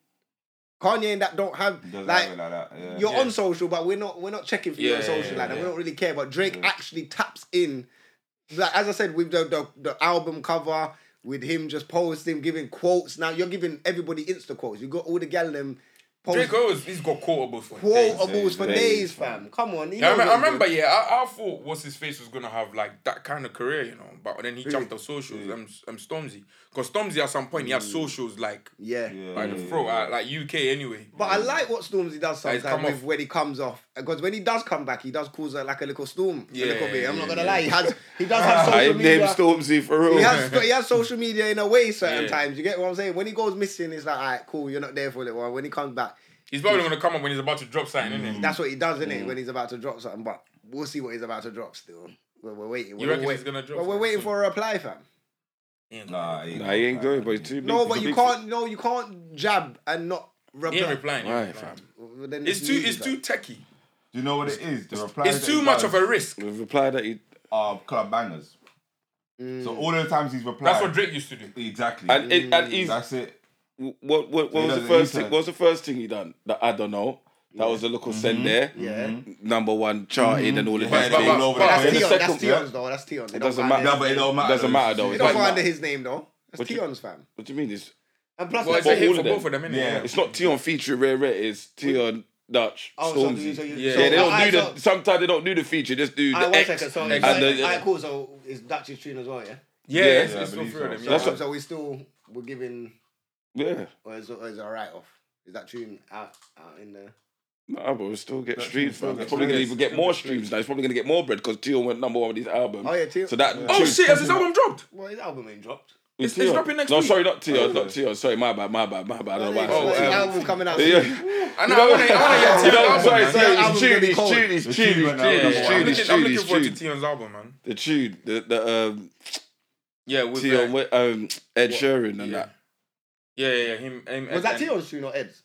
Kanye and that don't have Doesn't like, have it like that. Yeah. you're Yeah. on social, but we're not we're not checking for you Yeah, on social yeah, like that. yeah. Mm-hmm. We don't really care. But Drake actually taps in. Like as I said, with the, the the album cover, with him just posting, giving quotes. Now you're giving everybody insta quotes. You got all the gal them post Drake always he's got quotables for days. quotables for days, days, fam. fam. Come on, he Yeah, knows I, remember, I what he's remember, doing. yeah, I, I thought what's his face was gonna have like that kind of career, you know. But then he jumped on socials. Um, um, Stormzy, because Stormzy at some point he had socials like Yeah. Yeah. by the throat, uh, like UK anyway. But I like what Stormzy does Like, he's sometimes come with off- when he comes off. Because when he does come back, he does cause a, like a little storm. a Yeah, little bit. I'm yeah, not gonna yeah. lie, he has he does have I social named media. Stormzy for real. he has he has social media in a way certain Yeah. times. You get what I'm saying? When he goes missing, it's like, all right, cool, you're not there for a little while. When he comes back, He's probably gonna come up when he's about to drop something, isn't that's what he does, Mm. isn't it? When he's about to drop something, but we'll see what he's about to drop still. We're, we're waiting. We're reckon wait- he's gonna drop But we're something waiting soon? for a reply, fam. he? Nah, he- I ain't going, but it's too big. No, it's but a you big- can't. No, you can't jab and not reply. He ain't replying. he ain't Right, replying. Well, then It's too, news, it's fam. too techie. Do you know what it is? The reply It's too much of a risk. The reply that he of club bangers. So Mm. all the times he's replied. That's what Drake used to do. Exactly. and it, and he's That's it. what what, So what was he the doesn't first need thing? to- What was the first thing he done? That I don't know. That was a local send there. Mm-hmm. Mm-hmm. Yeah. Number one charted and all But- of that. but- thing. but- but over the That's place. the Tion's. second- That's Tion's though. That's Tion's. It doesn't matter. No, but it don't matter. Doesn't matter though. It It's don't like- go under his name though. That's What do you- Tion's fam. What do you mean? It's And plus, Well, that's it's a all hit for of them. both of them, innit? Yeah. it's not Tion featuring Rare Rare. It's Tion Dutch Oh, so Stormzy. you- so you- yeah, so- they don't alright, do the. so- sometimes they don't do the feature. Just do the Alright, one X. second. So, and so- the- alright, cool. So it's Dutch's tune as well, yeah. Yeah, Yeah. it's, Yeah, I it's all believe three of them. yeah. so. So, That's what- so we still we're giving yeah. or is or is a write off? Is that tune out out in the? Nah, but we'll still get streams, still bro. get It's probably gonna streams. even get more streams now. It's probably gonna get more bread because Tion went number one with his album. Oh, yeah, Tion- So that. Oh Tion's shit, has his fucking- album dropped? Well, his album ain't dropped. It's- Tion. it's dropping next no, week. sorry, not Tion, not Tion. Sorry, my bad, my bad, my bad. I don't know why. I Oh, said his um, album coming out. Yeah. soon. I know, I wanna, I wanna hear You Tion's know, I'm album. sorry, Yeah, man. sorry, album's it's tune, gonna be it's cold. tune, it's The tune, tune it's went out tune, number I'm it's one. tune, looking, it's I'm tune, looking it's forward to tune. Tion's album, man. The tune, the the um, Yeah, with Tion, uh, with, um, Ed Sheeran and yeah. that. Yeah, yeah, yeah. Him, him Was that and- Tion's tune or Ed's?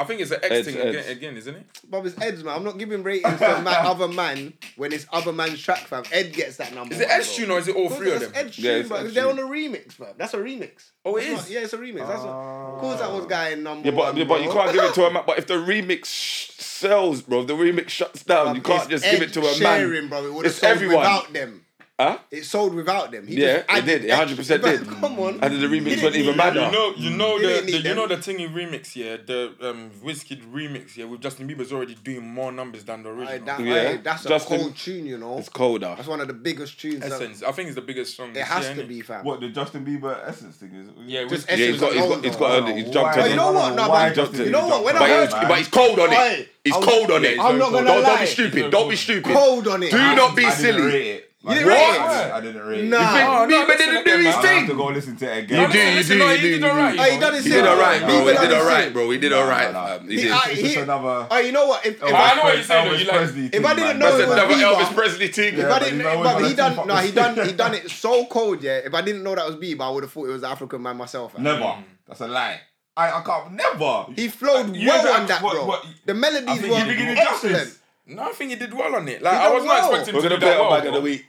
I think it's an X Eds, thing Eds. Again, again, isn't it? Bob, it's Ed's man. I'm not giving ratings to my other man when it's other man's track, fam. Ed gets that number. Is it one, Ed's bro. tune or is it all Of course three of that's them? Ed's Yeah, tune, it's but Ed's they're on tune. a remix, fam. That's a remix. Oh, it It's is. not- yeah, it's a remix. That's a, of course that was guy in number Yeah, but one, but you bro. can't give it to a man. But if the remix sh- sells, bro, if the remix shuts down. You can't It's just give it Ed to a Sheeran, man. bro. It would have It's sold everyone. without them. Huh? It sold without them. He Yeah, just it added did. It Ed- 100% did. Come on. And then the He remix didn't won't even need matter. You know, you know They the, didn't the need you know the them. thingy remix, yeah. The um, Wizkid remix, yeah, with Justin Bieber's already doing more numbers than the Aye, original. that- Yeah. aye, that's a Justin- cold tune, you know. It's colder. That's one of the biggest tunes. that- Essence, I think it's the biggest song. It this has year, to innit? be, fam. What the Justin Bieber essence thing is? Yeah, Just Wizkid. Yeah, Essence he's got, he's alone, got, he's though. got, Wow, he's jumped why- on But it. you know what? No, but Justin you know Bieber what? When I jumped But, on heard, it, he's, man? but he's cold on Oi, it. He's I'm- cold on it. I'm not gonna don't, don't lie. be stupid. Don't be stupid. cold on it. Do I- not be I didn't silly. rate it. Like, didn't rate it? I didn't- I didn't rate it. Nah. Think Oh, no, Bieber listen didn't to do them, his man. I have to thing. go listen to it No, You again. no, do, you listen, do, no, you he do, did you alright, do. you Hey, know. that is He did it. alright, bro. He Bieber did done his alright, thing. bro. He did Nah, alright, nah, nah. fam. He He- did. I- That's It's just he- another. Oh, you know what? If, if Elvis I I, know what you're saying, though, Elvis you like- Presley if I didn't man. know it was another Bieber. Elvis Presley thing. if Yeah, I but didn't, you know but what? he done, no, he done, he That's- done it so cold, yeah. If I didn't know that was Bieber, I would have thought it was an African man myself. fam. Never. That's a lie. I, I can't. Never. He flowed You well don't- on that, what- bro. what- the melodies think were you did it justice. excellent. No, I think he did well on it. Like He I done was not well. expecting We're to do gonna play that our well. bag of the bro. week.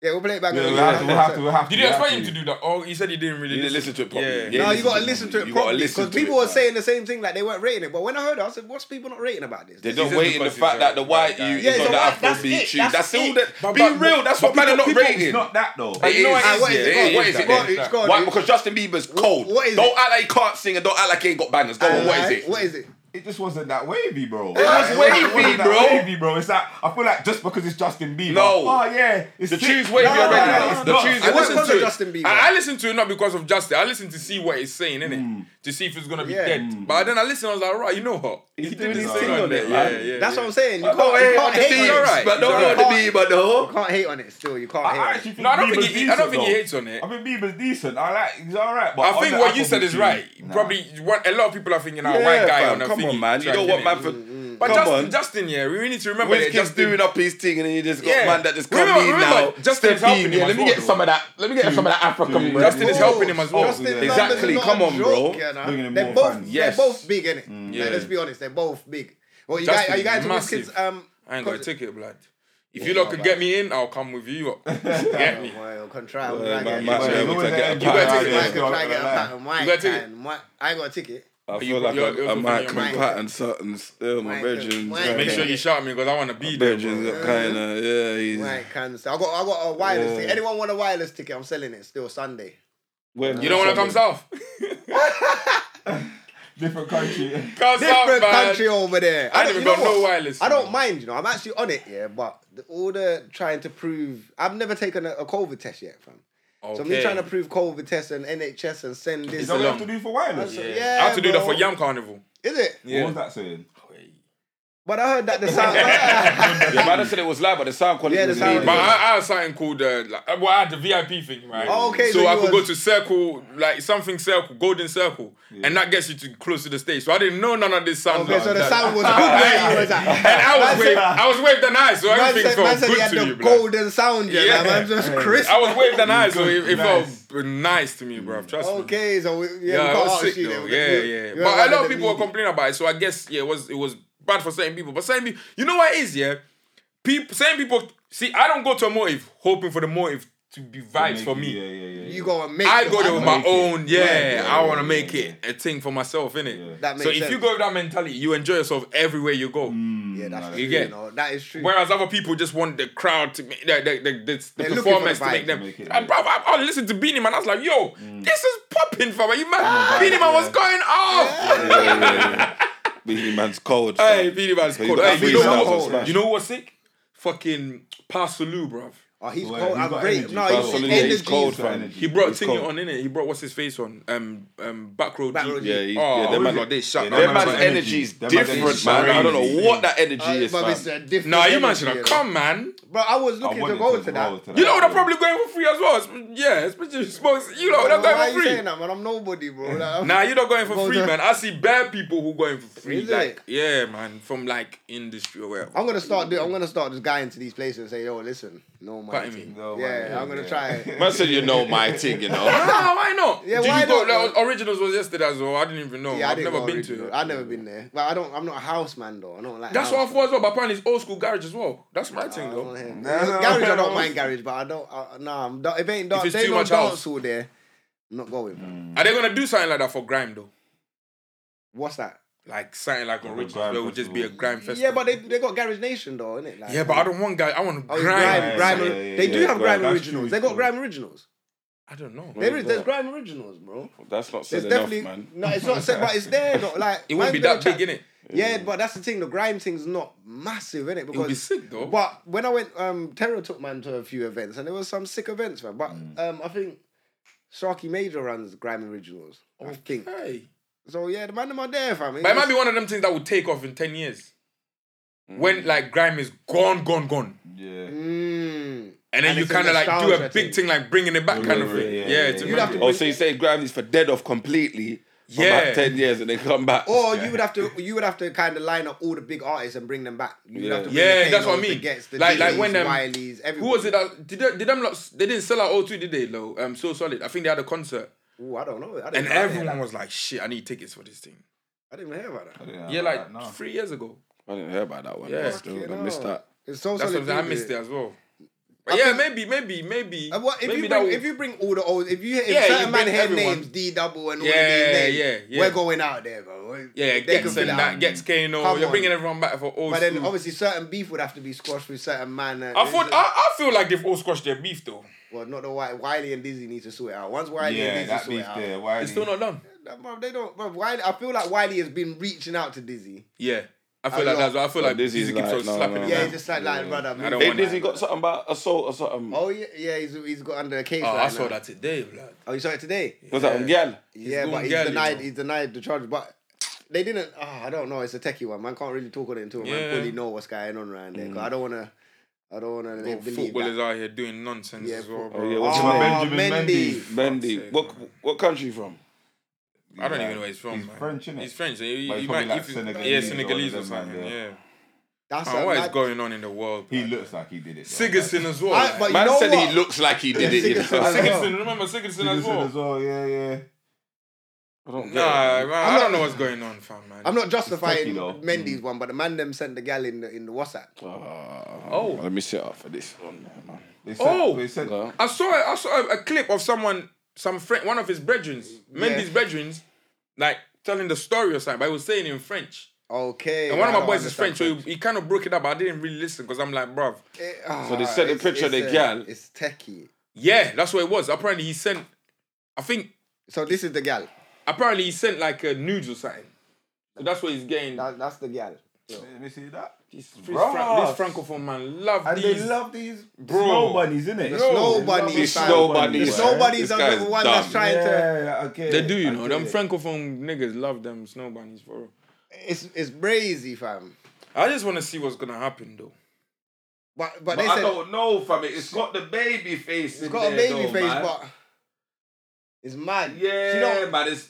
Yeah, we'll play it back. Yeah, in a we'll minute. have to. We'll have to. We'll have to. Did you we'll have expect him to do that? Oh, he said he didn't really You didn't listen to it properly. Yeah. Yeah, No, you you gotta listen didn't to listen it to it. You gotta properly listen because to people it, were man. saying the same thing, like they weren't rating it. But when I heard it, I said, "What's people not rating about this?" They He's don't just wait in the because he's a fact that the white white you guy. is Yeah, he's on a the white- Afrobeat that's it, tune. that's That's all it. that. But- Be but- real. That's what man are not It's rating. not that though. It you know is. what it is, yeah? It is. What is Go it? on, then? it's gone. Why? Because Justin Bieber's cold. what is Don't it? act like he can't sing and don't act like he ain't got bangers. Go on. What is Alright, it? What is it? it just wasn't that wavy, bro. It was wavy, wasn't that bro. Wavy, bro. It's like I feel like just because it's Justin Bieber. No. Oh yeah, it's The sick. tune's wavy No, no, already. no, it's the not. tune's I wavy. went listen because of it. Justin Bieber. I, I listen to it not because of Justin. I listen to see what it's saying, innit? Hmm. To see if it's gonna be dead. But then I listened, I was like, right, you know what? He's doing his this thing on it, Yeah, man. yeah. That's yeah. what I'm saying. You I can't, don't you hate can't on the hate things, on it. alright. but He's don't alright. know the B, but the You whole. can't hate on it still. You can't I, hate on I it. actually think No, I don't Bieber's think he- I don't decent, think he though. hates on it. I think Bieber's decent. I like. He's alright. But I on think the what you Apple said is tune, right. nah. Probably what a lot of people are thinking, ah, Yeah, white guy fam, on a Come thingy on, man. You track, don't want innit? man for. But Come Justin, on. Justin, yeah, we need to remember Wiz that keeps Justin. doing up his thing, and then you just got Yeah. man that just come Remember- in remember, now. Justin's Step helping him in. Yeah, as let me well, get some of that. Let me get some of that African. Two. bread. Justin is helping him as well. Justin Yeah. London's Exactly. Not Come a on, joke, bro. you know? Bringing in They're more both fans. Yes. they're both big, innit? yeah. Like, let's be honest, they're both big. Well, you Justin guys, are you is guys all massive. kids? Um, I ain't got a ticket, blood. If you Yeah, lot my could bad. get me in, I'll come with you. up. Get me. Oh, well, control. Yeah, I my get man, it. But yeah, it's we always take an it end apart. game, You I got yeah, to it's can not try and gonna get a lie. pattern. Why? You got a ticket? can? Why- I ain't got a ticket. I you- feel like you're- I'm- you're I'm Mike fulfilling your and mind. Patton Sutton still, my Mike, bedroom. Mike. Make sure you shout at me because I want to be there. Bedroom's bro. got kind of yeah. He's Right, can so I got I got a wireless Yeah. ticket. Anyone want a wireless ticket? I'm selling it still Sunday. Where- You don't want to come south? Different country. Different Come south, man. country over there. I don't- ain't even you got know no what? wireless. I don't man. mind, you know. I'm actually on it, yeah. But the, all the trying to prove, I've never taken a, a COVID test yet, fam. So me Okay. trying to prove COVID test and NHS and send this. Is that what and- you have to do for wireless? Yeah. I have to do that for bro. Yam Carnival. Is it? What was that saying? But I heard that the sound. Yeah, man, I said it was live, but the sound quality Yeah, the was sound- sound But I, I had something called uh, like, well, I had the VIP thing, right? Oh, okay, So so I you could was- go to circle, like something circle, golden circle, and that gets you to close to the stage. So I didn't know none of this sound. okay, so the that- sound was good where you was at. And I was Man waved. said- I was waved an eye, so Man everything said, man felt said he good had to the you, bro. golden sound, yeah, Yeah. man. Just crisp. I was waved an eye, so it, it Nice. felt nice to me, bro. Trust me. Okay, so we, yeah, we Yeah, I got was our sick shit though. there. Yeah, You- yeah. you But a lot rather of people were than me. complaining about it, so I guess yeah, it was it was bad for certain people. But certain people, you know what it is, yeah. People, certain people. See, I don't go to a motive hoping for the motive to be vibes for me. Yeah, yeah, yeah. You go and make. I it go there with my make it. own. Yeah, Yeah, I yeah, want to yeah, make yeah. it a thing for myself, innit? Yeah. That makes so if sense. you go with that mentality, you enjoy yourself everywhere you go. Mm. yeah, that's Nah, true. you You, get- know, that is true. Whereas other people just want the crowd to make the, the, the, the, the They're looking for the performance to vibe make to them. make it, and yeah. bruv, I, I listened to Beanie Man. I was like, yo, this is popping, fam. Are You man, Beanie Man was yeah. going off. Beanie man's cold. Hey, fam. Beanie Man's He's cold. got Hey, that you know, freestyle what- to smash. you know what's sick? Fucking Parsaloo, bruv. Oh, he's Well, cold. he's I'm got great. energy. No, Fam, Oh, he's Solid, got yeah, energy. he's cold, Got fam. energy. He brought Mm. He's Tingy cold. on, innit? He brought what's his face on? Um, um, Backroad Back Row G. G. Yeah, he's, Oh, yeah, that man, man, they shut. yeah, that Their That man's man's like- energy is That man's different, energy man. I don't know crazy. what that energy Uh, is, but it's man. a different Nah, you man energy, you should have know. come, man. Bro, I was I looking to wanted go to that. to You know what? I'm bro. probably going for free as well. It's- Yeah, especially smokes. You know what? Bro, I'm why are you going saying for free. that, man? I'm nobody, bro. Like, I'm- Nah, you're not going Go for free, there. man. I see bad people who going for free. uh, Is like, it? yeah, man, from like industry or whatever. I'm gonna start. Do, I'm gonna start just going to these places and say, "Yo, listen, no Pardon man." me. No, man, yeah, I'm gonna try. it. Man said, you know my thing, you know. Nah, why not? Yeah, Did why you go? not, like, originals was yesterday as well. I didn't even know. Yeah, I I've didn't never go been original. to it. I've never been there. But I don't. I'm not a house man though. I don't like. That's house. what I thought as well. But apparently, it's old school garage as well. That's my thing, I though. don't hear- No, no, garage, I no. don't mind garage, but I don't. I, nah, I'm, not- if it ain't dark, If it's they too no much house. dance all there. I'm not going. man. Are they gonna do something like that for grime though? What's that? Like something like a originals, grime where it would just be a festival. grime festival. Yeah, but they they got Garage Nation though, innit? Like, yeah, but I don't want guy. I want Oh, grime. it's grime, Yeah, grime. yeah, yeah, they yeah, do have yeah, grime. grime, That's originals. true, They got true. grime originals. I don't know. There is, there's that? grime originals, bro. That's not There's said enough, definitely man. no. It's not said, but it's there. Not like It wouldn't be man's that been a big, chat- innit? Yeah, but that's the thing. The grime thing's not massive, innit? Because It would be sick though. But when I went, um, Terror took man to a few events, and there was some sick events, man. But Mm. um, I think Sharky Major runs Grime Originals. I think. Hey. So yeah, the man them are there, fam. But it might be one of them things that would take off in 10 years. When like grime is gone, gone, gone. Yeah. Mm. And then And you it's a kind of like do a nostalgia big thing. thing, like bringing it back kind of yeah, thing. Yeah, yeah, yeah, to yeah. You'd remember. have to Oh, so you say Grime is for dead off completely for Yeah. about 10 years and then come back. Or you would have to, you would have to kind of line up all the big artists and bring them back. You would have to bring Yeah. the Yeah, that's what I Kanos, mean. The Gets, the Like- like when Dillys, them- Wileys, Who everybody. was it that did they, did them lot, they didn't sell out O2, did they? Though um, so solid. I think they had a concert, Ooh, I don't know. I didn't and know that. everyone was like, "Shit, I need tickets for this thing." I didn't even hear about that. Yeah, like no. three years ago. I didn't hear about that one. Yeah. Yeah, still, I missed Fucking that. hell. It's so That's solid. something I food, missed it innit? as well. But I yeah, think- maybe, maybe, maybe. And Uh, what if maybe you that bring will- if you bring all the old if you if Yeah, you certain man bring hear everyone. names D double and all Yeah, of these names, yeah, yeah. we're going out there, bro. yeah, They gets can and fill it that out. gets Kano. Come You're on. bringing everyone back for old. But then school. obviously certain beef would have to be squashed with certain man. uh, And, I thought uh, I, I feel like they've all squashed their beef though. well, not the Wiley, Wiley and Dizzy need to sort it out. Once Wiley Yeah, and Dizzy that sort it beef out, there. Why? It's still not done. that, bro, they don't. Bro, Wiley, I feel like Wiley has been reaching out to Dizzy. Yeah. I A feel like lot. that's what I feel But like Dizzy Dizzy's keeps like, on no, slapping no, him. no. Yeah, he's just like, like, brother. Uh-huh. I don't move Hey, want on. Dizzy got something about assault or something. Oh yeah, yeah, he's, he's got under a case Oh, right I saw now. that today, blood. Oh, you saw it today? Was that on gal? Yeah, going but he's girly, denied. bro. He's denied the charge, but they didn't. Oh, I don't know. It's a techie one. Man can't really talk on it until Yeah. man fully know what's going on around there. 'cause I don't wanna. I don't wanna Bro, believe footballers that. out here doing nonsense Yeah, as well, Oh, bro. yeah, what's his name? Oh, Benjamin Mendy. Mendy. Mendy. sake, What what country from? I don't Yeah. even know where he's from. He's man. French, innit? He's French. He, But he's he probably might, like if he's- Senegalese yeah, or Senegalese or whatever, man, something. yeah. Yeah. That's Man, a what is mad- going on in the world? He man? looks like he did it. though, Sigurdsson man. as well. I- but man. you Man know said what? he looks like he did it. Sigurdsson. himself. I know. Sigurdsson, remember Sigurdsson as Sigurdsson well. as well. Yeah, yeah. I don't get Nah, it, man, man. I I'm not- don't know what's going on, fam, man. I'm not justifying It's techie, though. Mendy's one, but the man them sent the gal in the in the WhatsApp. Oh, Oh. let me sit up for this one, man. They said, Oh! they said, No. I saw I saw a, a clip of someone, some friend, one of his brethren, Mendy's brethren, like telling the story or something, but he was saying it in French. Okay. And one I of my don't boys is French, understand so he, he kind of broke it up. But I didn't really listen because I'm like, bruv. French. Eh, ah, So they sent a it's- picture of it's, the uh, gal. It's techie. Yeah, that's what it was. Apparently he sent, I think, So this is the gal. apparently he sent like a nudes or something. So that's what he's getting. That, that's the gal. let me see that. This, this, Bruv. Fran- this francophone man love And these. they love these Bro. snow bunnies, innit? The snow bunnies, These fam. snow bunnies. The snow bunnies This are guy's the one that's dumb. trying to. Yeah, yeah, okay. they do, you I know. get Them it. francophone niggas love them snow bunnies for real. It's it's crazy, fam. I just want to see what's gonna happen though. But but, But they I said don't know from it. It's got the baby face. it's got a baby face, but it's mad. yeah, She don't, man. It's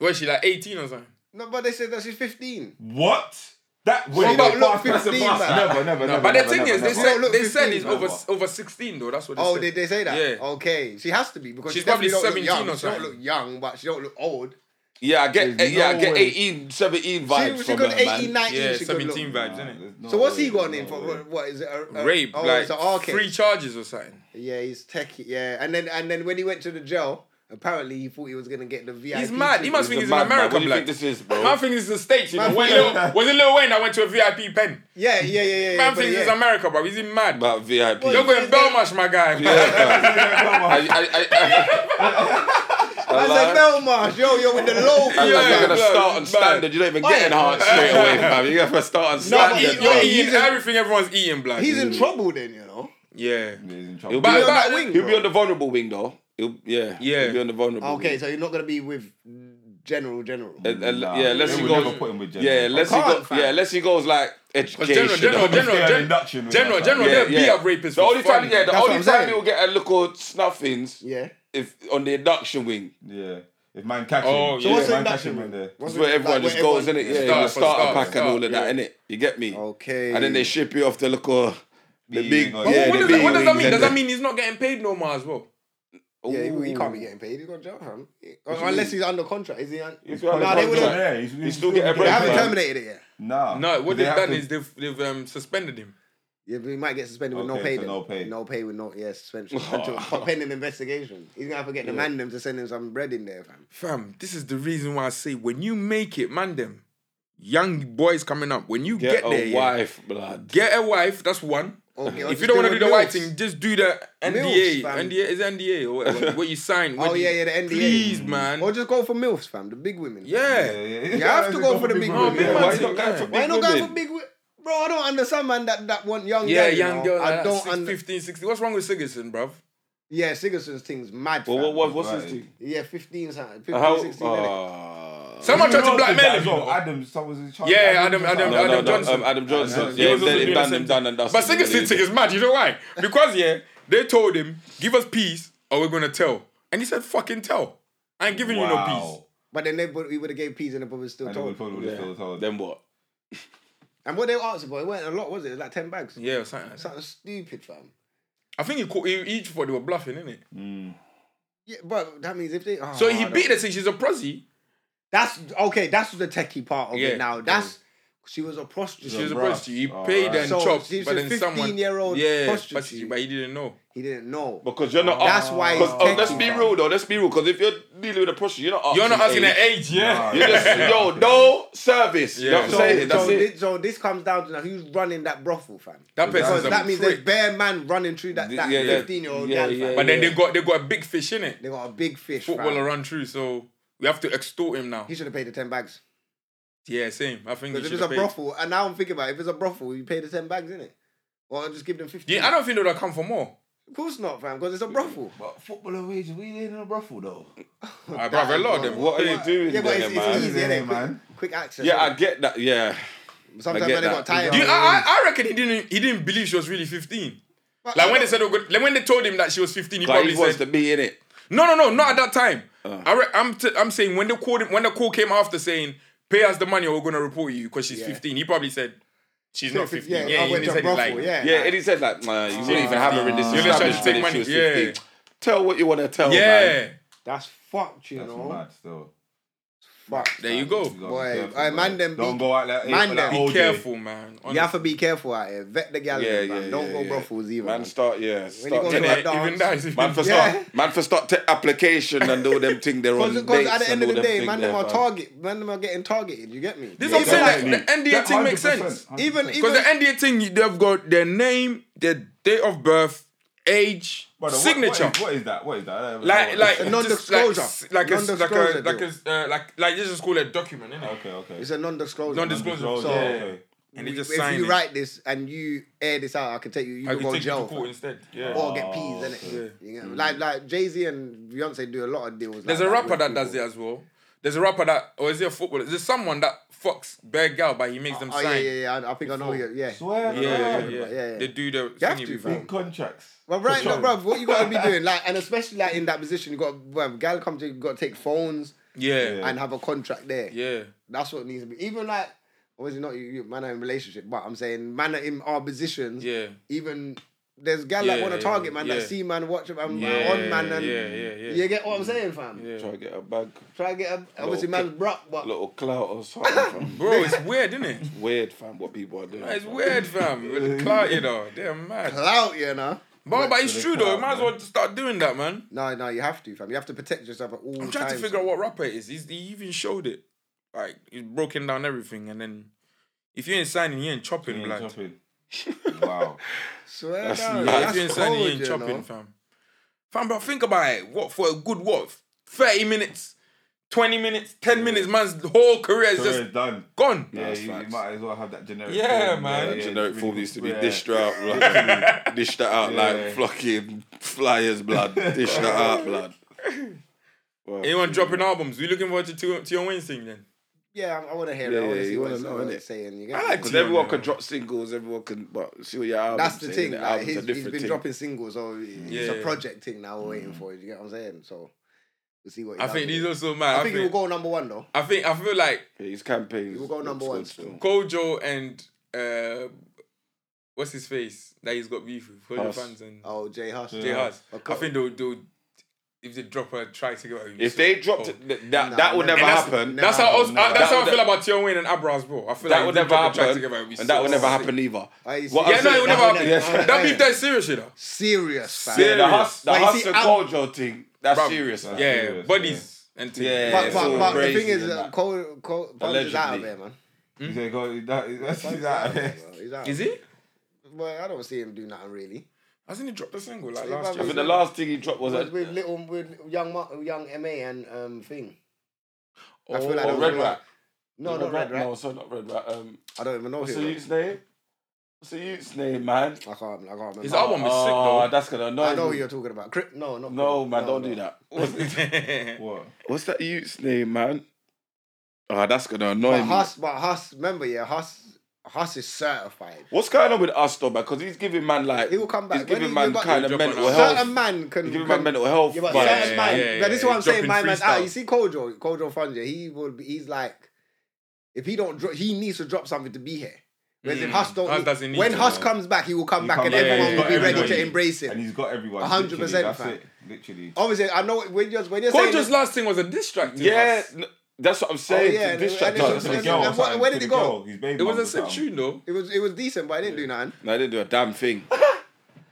Was she like 18 or something? no, but they said that she's fifteen. What? That way. about that's look bust, that's a 15, bust. man. Never, never, No, never. but never, the thing never, is, never. they never. said Look, they said 15, he's over man. over 16 though. That's what they Oh, said. did they say that? Yeah. Okay, she has to be because She's she definitely probably don't look young. 17 or She don't something. look young, but she don't look old. yeah, I get eh, There's yeah, I no get way. 18, 17 vibes She, she from got her, 18, man. 19. Yeah, she could look. 17 vibes, isn't it? Nah, So what's there's he got no in for? way. What, what is it? A, Uh, a- Rape, oh, like it's an R case. three charges or something. Yeah, he's techie. Yeah, and then and then when he went to the jail, apparently he thought he was gonna get the VIP. He's mad. He treatment. must think he's a an madman. What American do you black. think this is, Man bro? thinks it's the States, you know. Man When think- Lil, was it Lil Wayne that went to a VIP pen? Yeah, yeah, yeah, yeah. yeah, Man but thinks it's yeah. America, bro. Is he mad? About VIP. You're Look- going Belmarsh, my guy. Yeah, man. I, I, I, I, I said, Belmarsh, yo, you're with the low. I'm Yeah, you're gonna blood, start on blood. standard. You don't even get Oi. enhanced straight away, fam. You're gonna start on No, but standard. he- You're Yeah, eating he's in- everything everyone's eating, black. He's in trouble then, you know. Yeah. He's in He'll trouble. be, But- on, but- that wing, he'll be on the vulnerable wing though. He'll, yeah, Yeah. He'll be on the vulnerable. Oh, Okay, wing. so you're not gonna be with general, general. And- and- Nah, yeah, unless they he would never goes. put him with Jenner. Yeah, unless he I goes. can't, fam. Yeah, unless he goes like Because general, education. general, They general, had gen- induction with general, that, general, man. yeah, they'll beat yeah. up rapists. The for only fun. time, yeah, the That's what only I'm time saying. he'll get a look or snuffings yeah. if on the induction wing. Yeah. If man catch him. Oh, So yeah. what's So man what's catch him in in that there. What's That's where it- everyone like, just where goes, everyone- innit? Yeah, Start yeah for starter start, pack and all of start, that, yeah. innit? You get me? Okay. And then they ship you off the look or the Big big. wing, But Yeah, oh, what, the does big that, what does that mean? wings, Does that innit? mean he's not getting paid no more as well? Yeah, he, he can't be Ooh. getting paid. He's got jail, fam. He- you Unless mean? he's under contract. Is he? Un- If you're no, under they contract. wouldn't. Yeah, he's, he's still get a getting break, They haven't man. terminated it yet. Nah. No, what They they've have done to- is they've they've um, suspended him. Yeah, but he might get suspended with no Okay, pay. so then. no pay. No pay with no yeah suspension until pending investigation. He's gonna have to get the man them to send him some bread in there, fam. Fam, this is the reason why I say when you make it, man, them young boys coming up, when you get, Get there, a yeah, wife, blood. get a wife. That's one. Okay, or if just you don't want a to do the milf. white thing, just do the NDA. Milfs, fam. NDA is it NDA or whatever. what you sign. what Oh, you- yeah, yeah, the NDA. Please, man. Or just go for milfs, fam. The big women. yeah. Yeah, yeah. yeah, You yeah, have to he's go got for the big man. women. big Yeah, man. why too, you not going yeah. for Why big not go for women? big women? Bro, I don't understand, man. That that one young girl, you young know. girl. I don't under- understand. 15, 16. What's wrong with Sigurdsson, bruv? Yeah, Sigerson's thing's mad. Well, fam. what, what, what's his Right. thing? Yeah, 15 something. 15, How? 16 Ah. innit? Uh, Someone tried to Who else did that blackmail as him. well? you know. Adam, someone was in charge. Yeah, Adam, was Adam, in charge. Adam no, Johnson. um, Adam Johnson. Yeah, Adam He was also then doing they the banned same him down thing. and dusted. But Sigurdsson thing is mad. You know why? Because yeah, they told him, "Give us peace, or we're gonna tell." And he said, "Fucking tell. I ain't giving you no peace." Wow. But then they would, we would have gave peas and the brothers still And they told. would probably Yeah. still told. Then what? And what they were asking for, it weren't a lot, was it? It was like 10 bags. Yeah, or something. like that. Something stupid, fam. I think he caught, he, he thought they were bluffing, innit? Mm. Yeah, but that means if they. Oh, So I he don't- beat her saying she's a prosy. That's okay. That's the techie part of Yeah, it. Now that's she was a prostitute. She was a bruh. prostitute. He All paid her right. and So, chopped, she's but a then someone, 15-year-old yeah, prostitute. prostitute, but he didn't know. he didn't know. Because you're not. That's why he's Because oh, let's techie, be fam. real though. Let's be real. Because if you're dealing with a prostitute, you're not asking. You're not asking her age. age, yeah. Nah. You're just yo no service. You know what I'm So, Yeah. saying? That's so, it. This, so this comes down to now who's running that brothel, fam. That Because person's a that means there's prick. bare man running through that, that Yeah, yeah. 15 year old Yeah, gal, fam. yeah, But then yeah. they got they got a big fish in it. They got a big fish, Footballer fam. run through, so We have to extort him now. He should have paid the ten bags. Yeah, same. I think he Because if should it's a have paid. brothel, and now I'm thinking about it, if it's a brothel, you pay the ten bags, innit? Or just give them fifty. Yeah, I don't think they'll come for more. Of course not, fam. Because it's a brothel. But footballer wages, we ain't in a brothel though. Alright, brother, a lot of them. What are you doing Yeah, but there, it's, man? it's easy, Yeah, innit? man. Quick, quick access. yeah, I innit? get that. Yeah. sometimes I when get they got that. tired. Do you, I, I I reckon he didn't. He didn't believe she was really fifteen. Like when they said, oh, good- like when they told him that she was fifteen, he Like, probably he Uh. wants said, to be in it. "No, no, no, not at that time." I re- I'm, t- I'm saying when the call, when the call came after saying, "Pay us the money, or we're gonna report you because she's Yeah. 15, He probably said, "She's not 15. yeah, Yeah, I he went to said a it like, brothel, yeah. Yeah, and he said like, nah, you wouldn't even have her in this You're just trying to establishment take if money, she was yeah. 15. Tell what you want to tell, Oh, man. yeah. That's fucked, you That's know. mad still. Fucked. There you go. You gotta be Boy, careful, alright, man, bro. them Don't be- go out like man, like them Be OJ. careful, man. You have to be careful out here. Vet the gallery, Yeah, man. yeah, Don't yeah, go yeah. brothels either. Man, man. start, yeah. you Start go take to that- a dance- even that. Man for Yeah. start, man for start take application and all them thing they're on. Because dates at the end of the and all them day, thing man, there, them are fam. target. Man, them are getting targeted. You get me? This is Yeah, what I'm saying. like, Like, the NDA thing makes sense. 100%. Even Because even the NDA thing, you- they've got their name, their date of birth, age, Brother, what- signature. What is, what is that? What is that? I don't even like, know what like a that is. just non-disclosure. like, s- like, a, Non-disclosure like a, like a, uh, like, like, let's just call it a document, innit? Okay, okay. it's a non-disclosure. Non-disclosure. Disclosure, So- okay. And they just if sign you it. write this and you air this out, I can take you. You I can can go take you to jail. court fam. instead. Yeah. Or get peas, innit? You get me? Like like Jay Z and Beyonce do a lot of deals. Hmm. There's like a rapper with that does it people. as well. There's a rapper that, or is he a footballer? There's someone that fucks bare gal, but he makes them Oh yeah, sign. yeah, yeah. I, I think I know you. Yeah. Yeah, Swear to yeah, God. yeah. Yeah, yeah. They do the have thingy to, before. Big contracts. Well, right now, Control. bruv, what you gotta be doing, like, and especially like in that position, you got bruv, gal come to, you got to take phones Yeah, and have a contract there. yeah. That's what needs to be. Even like, obviously not you, you man are in relationship, but I'm saying man are in our positions. Yeah. Even there's gal that Yeah, want to yeah, target man, yeah. that see man, watch man, Yeah, on man, and yeah, yeah, yeah. Mm. you get what I'm saying, fam. Yeah. Try to get a bag, Try to get a, obviously Little- man's bruck, but little clout or something. fam. Bro, it's weird, isn't it? Weird, fam. What people are doing. It's fam. weird, fam. With the clout, you know. They're mad. clout, you know. But, but it's the true, though. You clout, might as well just start doing that, man. No, no, you have to, fam. You have to protect yourself at all times. I'm trying to figure out what rapper it is. He's, he even showed it. Like, he's broken down everything. And then, if you ain't signing, you ain't chopping, Yeah, blood. chopping. wow. Swear That's down, mad. Like, that's if you ain't signing, cold, you ain't you chopping, know. fam. Fam, but think about it. What, for a good what? 30 minutes, 20 minutes, 10 minutes, man's whole career is So just it's done. gone. Yeah, That's you, you facts. might as well have that generic. Yeah, form. man. That generic it's form really- used to be yeah. dished out, like, dished that out Yeah. like fucking flyers, blood. Dish that out, blood. Well, Anyone dropping albums? We looking forward to, to, to your Wednesday then? Yeah, I, I want to hear Yeah, it. I want yeah, to see you what wanna it's know, what innit? it's saying. You get I me? like Because Yeah, everyone man. can drop singles, everyone can but see what your album. That's the thing. Like, Albums he's, are different he's been thing. dropping singles, so it's Yeah. a project thing now. We're waiting for it. You get what I'm saying? So we'll see what. he I does think with these it. also mad. I, think it will go number one though. I think I feel like Yeah, his campaigns. We'll go number looks one good still. Kojo and uh, what's his face that he's got beef with Kojo Huss. fans and Uh, Oh, Jay Hush. Jay Huss. Okay. I think they'll, they'll if they drop a try to get oh. If they dropped it, th- that, that would no, never and that's- happen. no. that's how I was- Never. I- that's how I That- feel about Tion Wayne and Abras, bro. I feel that like would if they never drop a track happen, together, it'd be and that so would never sick. happen either. Oh, you see- What Yeah, I'm no, saying- it would never happen. Yeah. That beef there is serious, you know. Serious, fam. Yeah, the serious. Hus, the But you Hus see, and I'm- Kojo thing. That's Bruv, serious. man. yeah, serious, buddies and things. Yeah, But, it's but, all but the crazy thing is, and uh, that. Cole, Cole Bunch is out of Allegedly. there, man. He's like, oh, that, that's, he's out of here. Bro, He's out. is it? Well, I don't see him do nothing really. Hasn't he dropped a single like Yeah, last I year? think the last thing he dropped was With, a with little, with young, Ma- young Ma and um thing. I feel or like that was Red the Rat. No, not red, Oh, right? No, sorry, not Red Rat. Um, I don't even know what's who. the it was. youth's name? What's the youth's name, man? I can't. I can't remember. His album is sick Oh, though. That's gonna annoy I know who me. you're talking about. Cri- no, not No, Cri- man, don't do that. What's, What? what's that youth's name, man? Oh, that's gonna annoy But me. Huss, but Huss, remember, yeah, Huss, Huss is certified. What's going on with us though, man? Because he's giving man like He will come back. He's When giving he- man you got- kind He'll of drop mental an health. Certain man can. He's giving can man mental health. yeah, but vibes. certain yeah, man. yeah, but this is yeah, what I'm saying. dropping My man's out. freestyle. You see, Kojo, Kojo Funja, he will. Be, he's like, if he don't, dro- he needs to drop something to be here. Whereas if Huss don't, Huss doesn't need when to, Huss man. comes back, he will come He back, come and back, everyone yeah, will be yeah, ready to everybody. embrace And him. he's got everyone. 100%, literally, That's fam. it. Literally. Obviously, I know when you're when you're saying. Kojo's this- last thing was a diss track. to yeah, us. n- that's what I'm Oh, saying. yeah, to this and- track, and no, it's- that's and what I'm it's- saying. and what- where did it go? it was a sick tune though. it was it was decent, but I didn't do nothing. No, I didn't do a damn thing. But,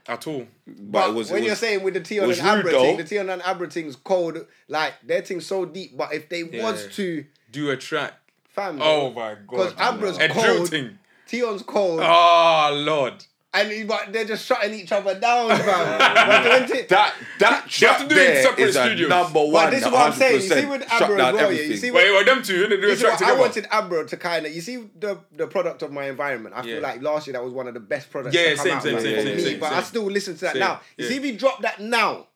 At all. But it was. when it you're was, saying with the Tion it and was rude, Abra though. thing, the Tion and Abra thing's cold. Like their thing's so deep, but if they was Yeah. to Do a track. fam, Oh my god. because Abra's A drill cold, thing. Tion's cold, Oh lord. and he- but they're just shutting each other down, fam. But when t- That that They have track to do it in there separate is a studios. number one. But this is what I'm saying. You 100% see with shut Abra as down well, yeah, you everything. see- But it was them two, they do a This is track what I together. wanted Abro to kind of you see the the product of my environment. I Yeah. feel like last year that was one of the best products. Yeah, to come same, out, same, like, same, for same, me, same, But I same. still listen to that Same, now. You yeah. see, if you drop that now,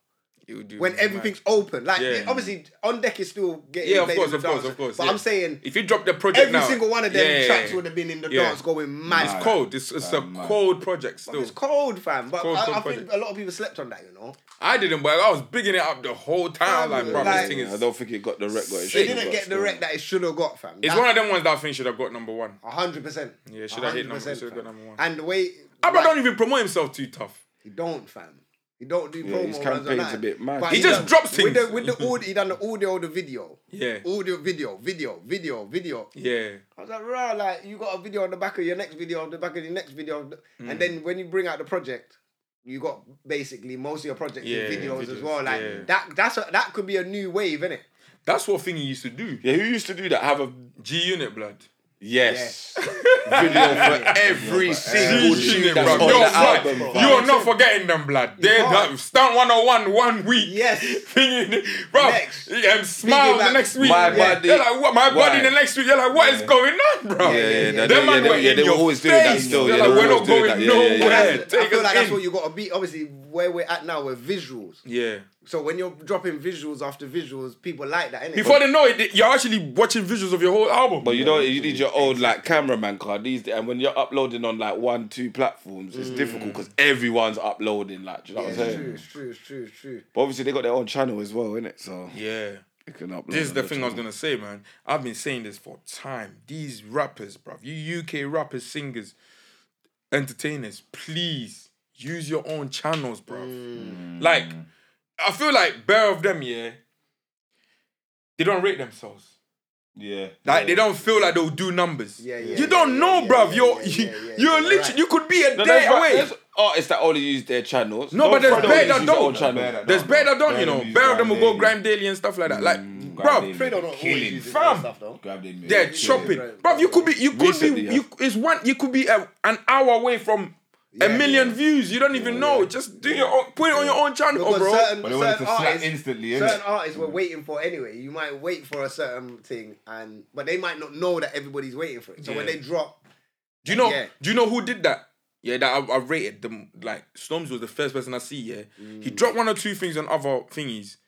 It would do when mad. everything's open, like Yeah. obviously on deck is still getting Yeah, of played course, in of the course, dance, of course, But yeah. I'm saying if you drop the project every now, single one of them yeah, yeah, tracks yeah. would have been in the Yeah. dance going mad. It's cold. It's, it's a man. cold project still. It's cold, fam. But Cold, I, cold I think project. a lot of people slept on that, you know. I didn't, but I was bigging it up the whole Fam, time. Like, bro, like- this thing is. I don't think it got the rec. Got it They should've didn't got get the still. rec that it should have got, fam. It's one of them ones that I think should have got number one. hundred percent. Yeah, should have hit number- should have got number one. And the way Abra like, don't even promote himself too tough. He don't, fam. He don't do promo. runs his or campaign's nothing. a bit mad. But He just done- drops with the things. with the audio. He done the audio, the video. Yeah. Audio, video, video, video, video. Yeah. I was like, rah, like you got a video on the back of your next video, on the back of your next video, Mm. and then when you bring out the project, you got basically most of your projects Yeah, in videos, as videos, well. Like yeah. that, that's a, that could be a new wave, innit? That's what thing he used to do. Yeah, who used to do that? Have a G Unit blood. yes, video for every single G tune Unit, that's bro. on You're, the right. album. you bro. are not forgetting them, blood. They can't. that stunt 101 one week. Yes. Thingy- bro, Next. um, smile Piggyback. the next week. My Yeah. body. You're like, what? My Why? body the next week. You're like, what is going on, bro? Yeah, yeah, yeah. Yeah, They, Them yeah, man they- were yeah, in they were your always doing that face. still. They're Yeah, like, they were we're not always doing going that. Yeah, yeah, yeah, But nowhere. yeah. that's- I Take feel us like that's in. what you got to be. Obviously, where we're at now, we're visuals. Yeah. So when you're dropping visuals after visuals, people like that, innit? Before they know it, you're actually watching visuals of your whole album. But you know, you need your old like cameraman card these days, and when you're uploading on like one, two platforms, it's difficult because everyone's uploading. Like, do you know it's what I'm saying? true, it's true, it's true, it's true. But obviously, they got their own channel as well, innit? So yeah. they can upload. This is on the their thing I was channel. gonna say, man. I've been saying this for time. These rappers, bruv, you UK rappers, singers, entertainers, please use your own channels, bruv. Mm. Like, I feel like bare of them, yeah. They don't rate themselves. Yeah. Like they don't feel like they'll do numbers. Yeah, yeah, You don't yeah, know, yeah, bruv. yeah, yeah, you're yeah, yeah, you're yeah, literally right. you could be a day No, there's, ra- away. there's artists that only use their channels. No, but there's Fredo bare uses that his own don't. channel. Bare that There's bare that don't, you Bare know. them use Bare of them will go Grime grind daily and stuff like that. Like, Grime bruv, Daily. Fredo not Killing. always uses his Fam. stuff though. Grab them. They're yeah. chopping, right. bruv. You could be, you could Recently, be, yeah. you it's one. You could be a, an hour away from a million views. You don't even know. Just do your own, put it on your own channel, Because Oh, bro. certain, But they wanted certain to slap artists, instantly, innit? certain artists were waiting for anyway. You might wait for a certain thing, and but they might not know that everybody's waiting for it. So when Yeah. they drop, do you know? yeah. Do you know who did that? Yeah, that I, I rated them. Like Storms was the first person I see. Yeah, he Mm. dropped one or two things on other thingies,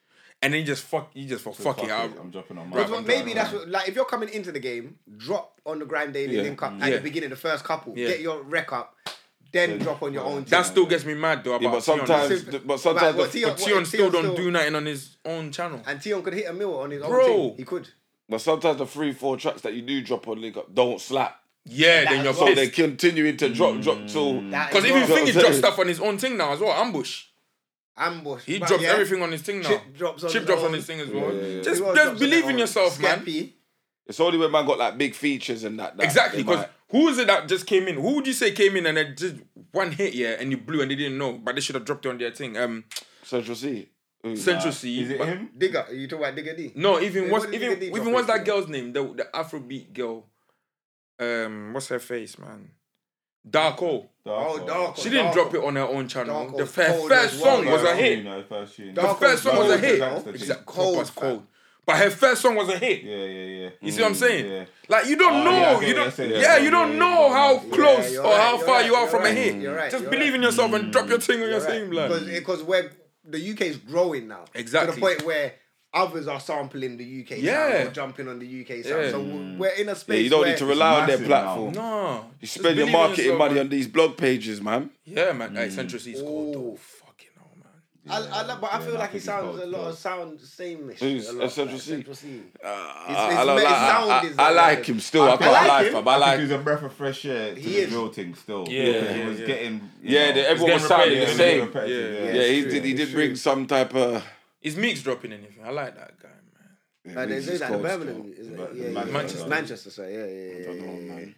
and then he just fuck. He just thought, fuck, it. I- I'm dropping on my. Right, Well, I'm maybe that's what, like if you're coming into the game, drop on the grind daily Yeah. link up at Yeah. the beginning, the first couple, Yeah. get your rec up, then drop on your own. that thing. still gets me mad though. About Yeah, but Tion. sometimes, Sion. but sometimes, Right, what the, Tion- but, but Tion what- still Tion don't still- do nothing on his own channel. and Tion could hit a mill on his own. Bro. thing. he could. sometimes the three, four tracks that you do drop on link up don't slap. Yeah, then That you're as well. So they're pissed. continuing to drop, drop till. That Because as even well. well. Thingy dropped stuff on his own thing now as well. Ambush. ambush, He but drops yeah. everything on his thing now. Chip drops on Chip his drops own. on his thing as well. yeah, yeah. Just, Everyone just drops on believe their in own. yourself, man. Skeppy. It's only when man got like big features and that. that Exactly. they Because might- who is it that just came in? Who would you say came in and then just one hit, yeah, and you blew and they didn't know, but they should have dropped it on their thing. Um, Central C. Ooh, Central nah. C. Is it but- him? Digger, you talking about Digger D? No, even Yeah, what's what did even Nigga D even drop what's that recently? girl's name? The the Afrobeat girl. Um, what's her face, man? Darko. Oh, Darko. She didn't Darko. drop it on her own channel. Darko the was first, cold first as well, song was bro. a hit. No, first tune. The Darko first song was a cold, hit. bro. Exactly. Exactly. Cold, Cold, fam. cold. But her first song was a hit. Yeah, yeah, yeah. You see what I'm saying? Yeah. Like you don't Oh, yeah, I know, get you what you're don't, saying. yeah, Yeah, you don't yeah, know yeah, how yeah. close Yeah, or you're right, how you're far right, you are you're from a right, hit. you're right, Just you're believe right. in yourself and drop your thing on your You're right. thing, blood. Because because we're the UK is growing now to Exactly. the point where others are sampling the UK Yeah. sound or jumping on the UK sound. Yeah. So we're we're in a Yeah, space. you don't where need to rely on their massive now. platform. no, You Just spend your believe in marketing yourself, money man. on these blog pages, man. Yeah, man. Hey, Central C's cold. Ooh. though. Fucking hell, man. I, I love, but I Yeah, feel I like he think it's sounds cold, a lot cold. of sound sameish. Who's- a uh, lot, Central like, C? Central C. Uh, His- I, I, his don't me- like, sound I, is I, I like- like him still. I I, can't like lie, him. fam. I like. He's a breath of fresh air to He the is. real thing still. Yeah, because yeah, it was yeah. getting. you Yeah, know, the, everyone getting sounded the repetitive. same. repetitive, Yeah. yeah. Yeah, he It's did. true, He it's did bring true. some type of. Is Meeks dropping anything? I like that guy, man. Like, they Meeks do is that in cold Birmingham. still. is But- it? Yeah, yeah, Manchester. yeah. Manchester, sorry. Yeah, yeah, yeah. I don't know, yeah, yeah. man.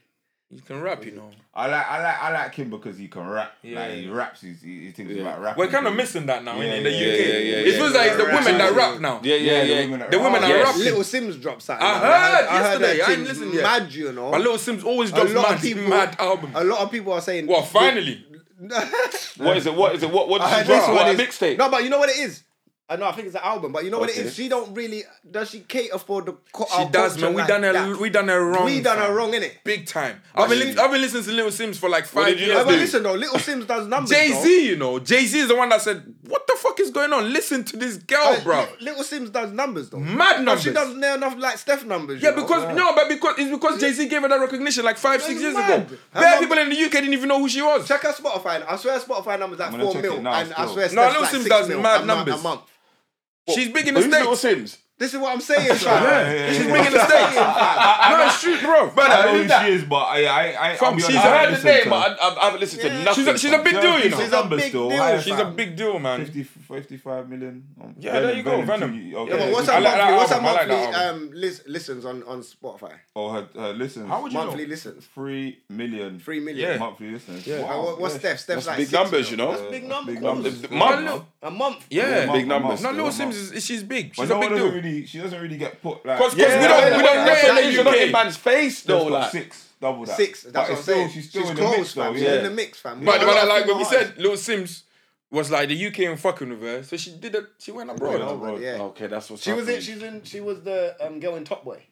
He can rap, you know. I like, I like, I like him because he can rap. Yeah. Like he raps. He's, he, he thinks Yeah. about rapping. We're kind of missing that now Yeah, innit, in the yeah, UK. yeah, yeah, it yeah. feels like it's the Rap. women that rap now. Yeah, yeah, the yeah. women that The women rap. that Yes. rap. Little Sims drops out. I heard yesterday, I ain't listened yet. Mad, you know. But Little Sims always Oh. a drops lot mad, of people, mad album. A lot of people are saying. Well, finally. What is it? What is it? What what I heard did she drop? this What, one a is mixtape? No, but you know what it is. Uh, I know. I think it's an album, but you know what it Okay. is. She don't really. Does she cater for the? co- She our does, culture man. We like done her. that? We done her wrong. We done her fam. wrong, innit? Big time. I've been, li- I've been listening to Little Sims for like five did you years. Yeah, but do? listen though, Little Sims does numbers. Jay though. Z, you know, Jay Z is the one that said, "What the fuck is going on? Listen to this girl, Like, bro." Li- Little Sims does numbers though. Mad But She numbers. does near enough like Steph numbers. Yeah, you know? because no, but because it's because Jay Z gave her that recognition like five, six It's years mad. ago. Her Bare mum- people in the UK didn't even know who she was. Check her Spotify. I swear Spotify numbers like I'm gonna four check mil, it now, and I still. swear No, Steph's Lil like Sims six does mil mad a month- numbers. a month. She's big in the Who's Little states. Sims? This is what I'm saying, fam. She's big in the states. no, it's true, bro. I Who's know who that? she is, but I, I, I, I'll Fam, be honest, she's I a- I haven't heard the name, listened to but her. I, I've, I haven't listened Yeah. to nothing. She's a, she's a fam. big Yeah, deal, you she's know. She's a Numbers big though, deal. higher She's a fam. big deal, man. 50, 55 million. on Yeah, there you go, Venom. two- Yeah, Okay. Yeah, but what's I her like that monthly? What's her album, I like that monthly album. um, lis- listens on on Spotify? Oh, her, her listens. How would you Monthly know? listens, Three million. three million. Monthly listens. Yeah. Wow, And what- what's yeah. Steph? Steph's like big six mil. numbers, you know. That's big numbers. The- the- Mum, Mum, A month. Yeah. Big numbers. No, Little Mum. Sims is she's big. But She's no a big one doesn't deal. really, she doesn't really get put like. Cause, cause Yeah, we yeah, don't, we yeah, don't yeah, rate yeah, in You're not in the UK. man's face though, She's got like. six, double that. Six. That's But what it's I'm still- saying. She's still in close, the mix, fam. though. She's yeah. in the mix, fam. But You when know I what like think when we about said Little Sims was like the UK ain't fucking with her, so she did it. She went abroad. Yeah, bro. Yeah. Okay, that's what's She was in. happening. She's in. She was the um, girl in Top Boy.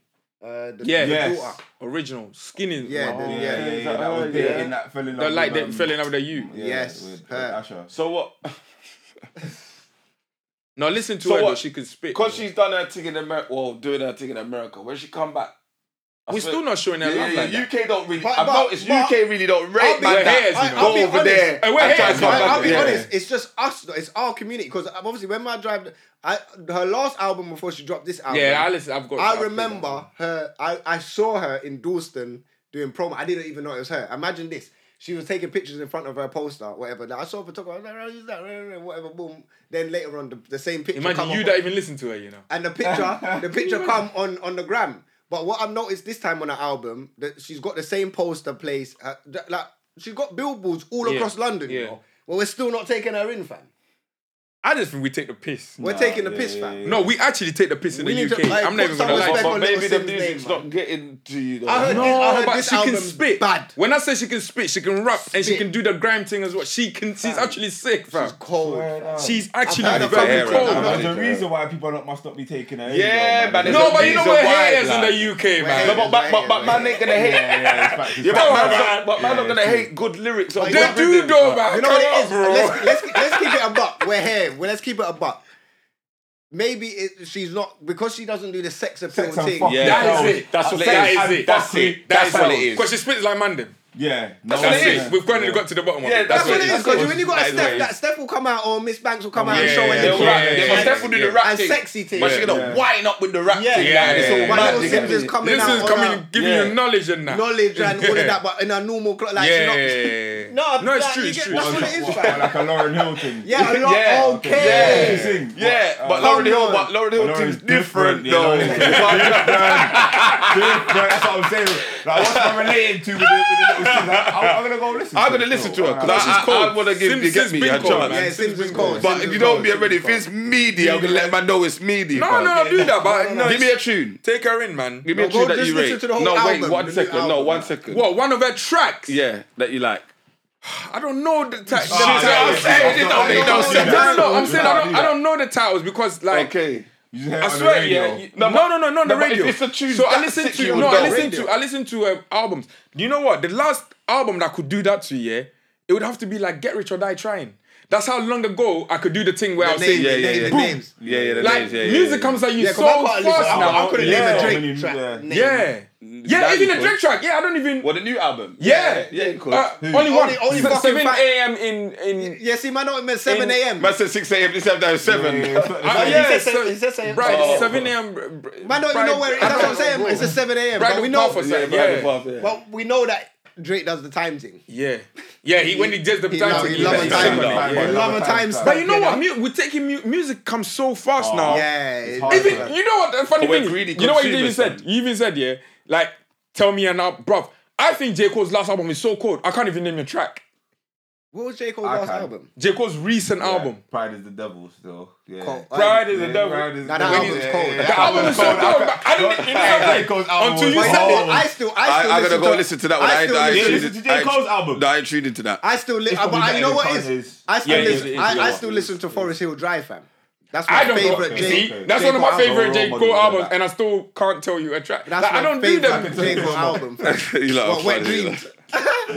Uh, the, Yeah. the Yes. daughter. Original skinny. Yeah, one. the- Yeah, yeah, yeah, yeah. That Oh, was yeah. dating that fell in love. That like with, they um, fell in love with you. yeah, Yes, with- with her. Asher. So what? No, listen to So her. Though, what? she could spit. Because she's done her thing in America, well, doing her thing in America. When she come back, I we're swear- still not showing her Yeah, love yeah, like yeah, that. UK don't really. But- I've but- noticed but- UK really I'll don't rate be- man. We're that. haters, you know. go I'll be over honest. there. Hey, we're and try haters, to come man. back I, will be here. honest. It's just us. though, It's our community. Because obviously, when my drive, I her last album before she dropped this album. Yeah, I listen. I've got. I've I got remember her. I, I saw her in Dalston doing promo. I didn't even know it was her. Imagine this. She was taking pictures in front of her poster, whatever. Like, I saw her photographer. I was like, "Oh, who's that? Rah, rah, rah," Whatever. Boom. Then later on, the, the same that. picture. Imagine come you up don't even listen to her. You know. and the picture the picture come on on the gram. But what I've noticed this time on her album that she's got the same poster place. uh, th- like she's got billboards all Yeah, across London. yeah. You know? Well, we're still not taking her in, fam. I just think we take the piss. We're taking the yeah, piss, yeah, fam. yeah. No, we actually take the piss in We the need to, UK. like, I'm put not even some gonna lie. respect But on maybe the Little Sim's music's name, man. not getting to you. Though. I heard No, this- I heard but this she can album's spit. bad. When I say she can spit, she can rap and she Spit. can do the grime thing as well. She can. She's actually sick, bro. It's cold. fam. She's actually I've heard her very fucking cold. crap. There's a reason why people not, must not be taking her. in, Yeah, though, man, There's No, a but you know reason we're why, haters in like- the UK, man. No, but, but, but, but man ain't gonna hate. Yeah, yeah, it's fact, it's Yeah, fact. but man's man. not, but man not gonna hate good lyrics. Or They They good do rhythm. though, man. You know what Come it on, is? bro. Let's, let's, let's keep it a buck. We're here. Well, let's keep it a buck. Maybe it, she's not because she doesn't do the sex appeal Sex and thing. fuck. Yeah, That is it. That's what That it is is. it. That's it. That's what it is. Because she spits like Mandem. Yeah, That's no, what That's it it. is. yeah. We've finally got to the bottom of it. Yeah, that's That's what it is. That's what Because it when you is. got a That's what it Steph, is. that Steph will come out or Miss Banks will come out and Yeah, show yeah, her They'll yeah, rap. yeah, They'll yeah, definitely do the yeah. rap And thing. sexy thing. But she gonna Yeah. wind up with the rap thing. yeah, like, it's all yeah. mad But Little thing. Sims is coming This out is on coming, her giving Yeah. you knowledge and that. knowledge and all of Yeah. that, but in a normal cl- like yeah. she's not. no, it's like, true. you It's get- true. That's it's what true. it is, What, fam. Like a Lauren Hill thing. Yeah, a lot. Yeah. Okay. Yeah. Sing, Yeah, but uh, Lauren Hill, Lauren. but Lauren But Hill Lauren's thing's different different, you know, though. it's But- Different, That's what I'm saying. Like, what's I'm relating to with the, with the little shit? Like, I'm, I'm gonna go listen. I'm to gonna it, listen though. to her Alright. because she's I, I, cold. I want to give Sims- you get Sims me been a cold, chance. man. Yeah, Sims is cold. But Sims if is you don't cold, be Sims already, is if cold. it's meaty, I'm gonna let man know it's meaty. No, fam. no, no, do that, but no, Give me a tune. Take her in, man. Give me a No, tune go that just you listen rate. to the whole No, wait, album, the one new second. No, album, one man. second. What, one of her tracks? Yeah, that you like. I don't know the titles. Oh, yeah, I'm yeah, saying, yeah. it don't make no I don't sense. do that. No, no, no, I'm saying I don't, do I don't know the titles because, like, Okay. You just hear it I on the swear, radio. yeah. you- No, no, no, no, no, the but radio. it's- it's a tune So I that listen sick you to no, would I know. listen to I listen to uh, albums. Do you know what? The last album that could do that to you, yeah, it would have to be like Get Rich or Die Trying. That's how long ago I could do the thing where I was name, saying, the Yeah, yeah, name, yeah. the Boom. names. Yeah, yeah, the like names, yeah, yeah, music yeah. comes at you Yeah, so 'cause I fast can't listen. I, I now. couldn't Yeah. name a Drake track. Yeah. name. Yeah, yeah, That even a you Drake track. Yeah, I don't even. Well, the new album. Yeah, yeah, you could. Uh, Who? only one. Only- only Se- fucking Seven fact- a.m. in in. Yeah, see, man, not it meant 7 a.m. Man said 6 a.m. This after Yeah, 7. yeah, it's not- it's Uh, not- he yeah, said seven- se- he said seven. Bright, Oh. seven a.m. br- br- Man, don't even Bright- know where it is. That's what I'm saying. man. It's a 7 a.m. Bright But we and know, Puff or something. yeah. Yeah. but we know that Drake does the time thing. Yeah, yeah. He when he does the He time, love- thing, he he love lets a you time sing Yeah. that, stamp. yeah. He love a time stamp. But you know Yeah. what? Mu- we're taking mu- music comes so fast now. Yeah, It's it's hard, hard. Even you know what the funny But we're thing greedy is? You know what you even consumers, said? man. You even said yeah, like tell me an album, bro. I think J Cole's last album is so cold. I can't even name your track. What was J. Cole's I last can. album? J. Cole's recent album. Pride is the devil still. Yeah. Col- Pride is the devil. Pride is Nah, the that devil. album's cold. That The album is so dope. but I didn't. You know what I'm J. Cole's saying? album Until you was said cold. it. But I still, I I, still I gotta go to- listen to that one. I I, ain't- still I, ain't listen tuned to in- J. I ain't- Cole's album. No, I ain't tuned into that. I still li- uh, but probably I, you know better what than is? Kanye's. I still, Yeah, it is, listen, it is, I, yeah. I still listen to Forest Hill Drive, fam. That's my I don't favorite know. J. See, J. that's Cole one of my album, favorite J. role model, Cole like albums, that. and I still can't tell you a track. That's Like, my I don't do favorite J. them. Cole album. fam. You lot are What, Wet funny, you lot. Dreams?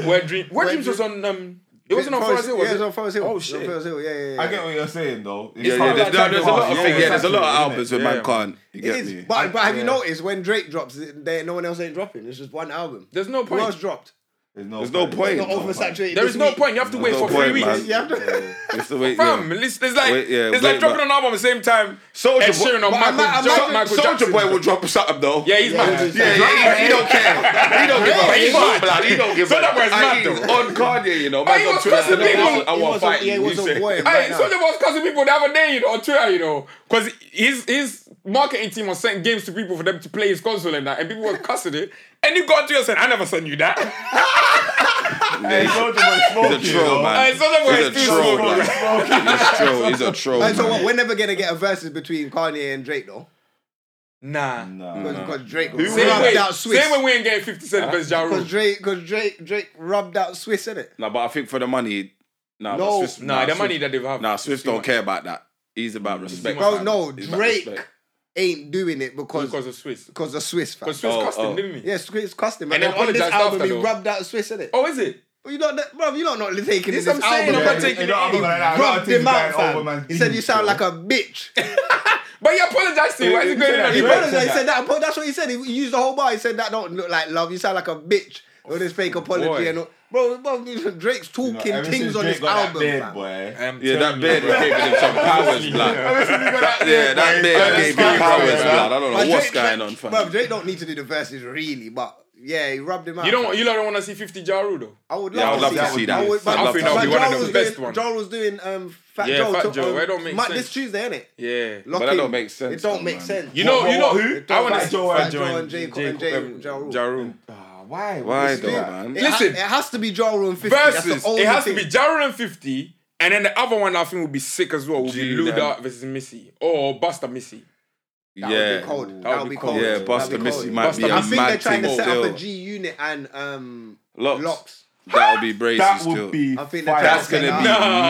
Where Dream, Where Wet Dreams was on. Um, it wasn't on Forest Forest- Hill, Yeah, it was was on it? Forest Hill. Oh, It was shit. On Forest Hill. Yeah, yeah, yeah. I get what you're saying though. It's Yeah, yeah, hard there's, to no, there's a lot tell. of things. Yeah, there's a lot of exactly, albums isn't where it? man can't. You It get is, me? but, but have you yeah. noticed when Drake drops, there no one else ain't dropping. It's just one album. There's no Who else point. dropped? There's no, There's no point. Not oversaturated. There this is no week. point. You have to wait no for point, three weeks. man. You have to- It's the way. Fam, yeah. it's, it's like Wait, yeah, it's wait, like dropping but- an album at the same time. Soldier Ed Boy- Sheeran or but Michael, I'm- I'm- Jo- I'm- Michael Soldier Jackson. Boy will drop something though. Yeah, he's mad. Yeah, yeah, he, he don't care. He don't give a He's he's mad. mad. blood. He don't give a Soulja Boy's mad, And he though. On Kanye, you know, But he man, was on Twitter, cussing I people. want- I He want was to a- fight yeah, he you. was you a say. boy. Hey, right now. Soldier was cussing people the other day, you know, on Twitter, you know, because his his marketing team was sending games to people for them to play his console and that, and people were cussing it. And he got to you and said, "I never sent you that." Hey, Soulja Boy He's a troll, man. Hey, Soulja Boy is He's a too troll, small, man. He's a troll. He's a troll. And Uh, so man. what, we're never gonna get a versus between Kanye and Drake though, Nah. Nah. because Drake Same rubbed way, out Swiss. same way we ain't getting 50 Cent versus Ja Rule. Because Drake, because Drake, Drake rubbed out Swiss in it. No, but I think for the money, nah, but No. Swift- Nah, the Swift- money that they've had. Nah, Swift don't care about that. He's about respect. Bro, man. no, He's about Drake respect. ain't doing it because Because of Swiss. because of Swiss fam. Because Swiss Oh, cussed him, oh. didn't he? Yeah, Swiss custom. And And then then on this apologised album, after, he though. rubbed out Swiss in it. Oh, is it? But you not, bro. You're not, not taking This this, I'm album. saying, I'm bro. not taking You know, it I'm not in. gonna lie, I rubbed think him that out, over fam. man's He said beans, you sound bro. like a bitch. But he apologized to him. Why is he going in He said and that. he Drake apologized. said He that. said that. apo- That's what he said. He he used the whole bar. He said that don't look like love. You sound like a bitch. All this fake apology boy. and all. Bro, bro, Drake's talking Ever since things on Drake his got that album. beard, fam. boy. Um, Yeah, that beard was giving him some powers, blood. That- Yeah, that beard That's gave him fine, powers, bro. blood. I don't But know what's Drake- going on, fam. Bro, Drake don't need to do the verses really, but yeah, he rubbed him out. You don't, you lot don't want to see 50 Ja Rule, though. I would love, Yeah, I would to, love see to it. see I that. would, but, I'd love I to think that would see be but one that. of Joel the was best doing, ones. Joel was doing um, Fat Yeah, Joe. Fat took, Joe, um, it don't make Ma- sense. This Tuesday, innit? Yeah. Lock But that in. don't make sense. It don't though, make man. sense. You know, What- you know what- who? what? I want to Fat Joe and Joe and J. Cole and J- Ja Rule. Ja Rule. Ah, Why? Why It's though, like- man? It ha- Listen. it has to be Joel Room 50. That's the Versus, only it has thing. to be Ja Rule and 50, and then the other one I think would be sick as well. Would be Gee, Luda that- versus Missy or Buster Missy. That would Yeah. be cold. That That would would be be cold. cold. Yeah, That'd Busta be Missy cold. might be Busta- a I I think they're mad trying to thing set still. up a G Unit and um, Locks. Locks. That would be braces That still. would be. I think they're fire. trying That's to gonna set be it up. Nah.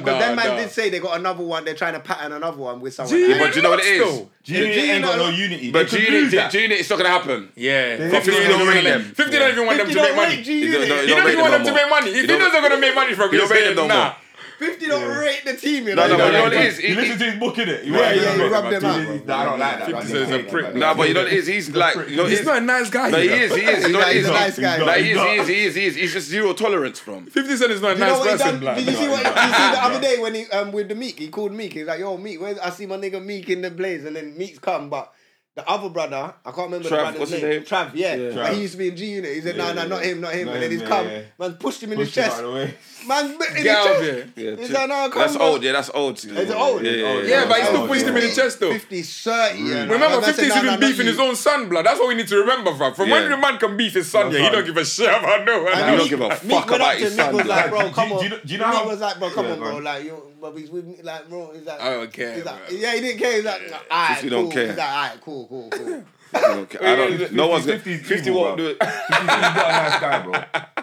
Because nah, them man Ah, nah. did say they got another one. They're trying to pattern another one with someone. G- Yeah, but do you know what it Locks, is? though. Genie Genie ain't got know- no unity. But They could do G-Unit, that. G-Unit, it's not gonna happen. Yeah. They But don't 50 even don't want even them. want them. 50 don't even want them to don't make rate money. G You don't- Unit. you He don't rate even want them no to more. make money. If he You don't- doesn't gonna make money from You you, don't rate them no nah. more. 50 don't rate the team, you No, know. They no, but don't you rate know what it is? You He- listen to his booking it. yeah, yeah, you rubbed them out. I don't like that. Fifty Cent's a prick. Nah, Nah, but you know what it is? He's like, you know, He's he's not a nice guy. No, you he know. is. He is. You know, He's he's a not. nice guy. No, he He's is. not. He is. He is. He is. He's just zero tolerance from. 50 Cent is not a You know nice what he person, done? blood. Did you see what did you see the other day when he um with the Meek? He called Meek. He's like, "Yo, Meek, where I see my nigga Meek in the blaze," and then Meek's come, but. The other brother, I can't remember Trav, the brother's what's his name. name? Trav, yeah. But Trav. he used to be in G Unit. He said, "No, Yeah, no, yeah, not yeah. him, not him." Not and then him, he's yeah, come, yeah. man, pushed him in his Pushed him out chest. of the way. Man, bit in Get his out of chest. here. Yeah, He's two- like, "No, come That's bro." old. Yeah, that's old. still. Is it old? Yeah, yeah, Yeah, Yeah, but he Oh, still yeah. pushed him in the chest, though. 50, 30. you know. Remember, Man said, 50 is "Nah, nah, even not beefing you." his own son, blood. That's what we need to remember, fam. From when Yeah. the man can beef his son, That's yeah, he right. don't give a shit about no one. And You else. don't give a Meek fuck went about up to his Meek son, was like, though. bro, Do- come do- on. do you know- do you know Meek how- was like, bro, come Yeah, on, bro. go on. Like, you, but he's with me, like, bro. He's like, I don't care, He's bro. like, yeah, he didn't care. He's like, all right, Since you cool. don't care. He's like, all right, cool, cool, cool. I don't care. I don't. No one's gonna. 50 is Fifty evil, won't do bro. it. He's not a nice guy, bro.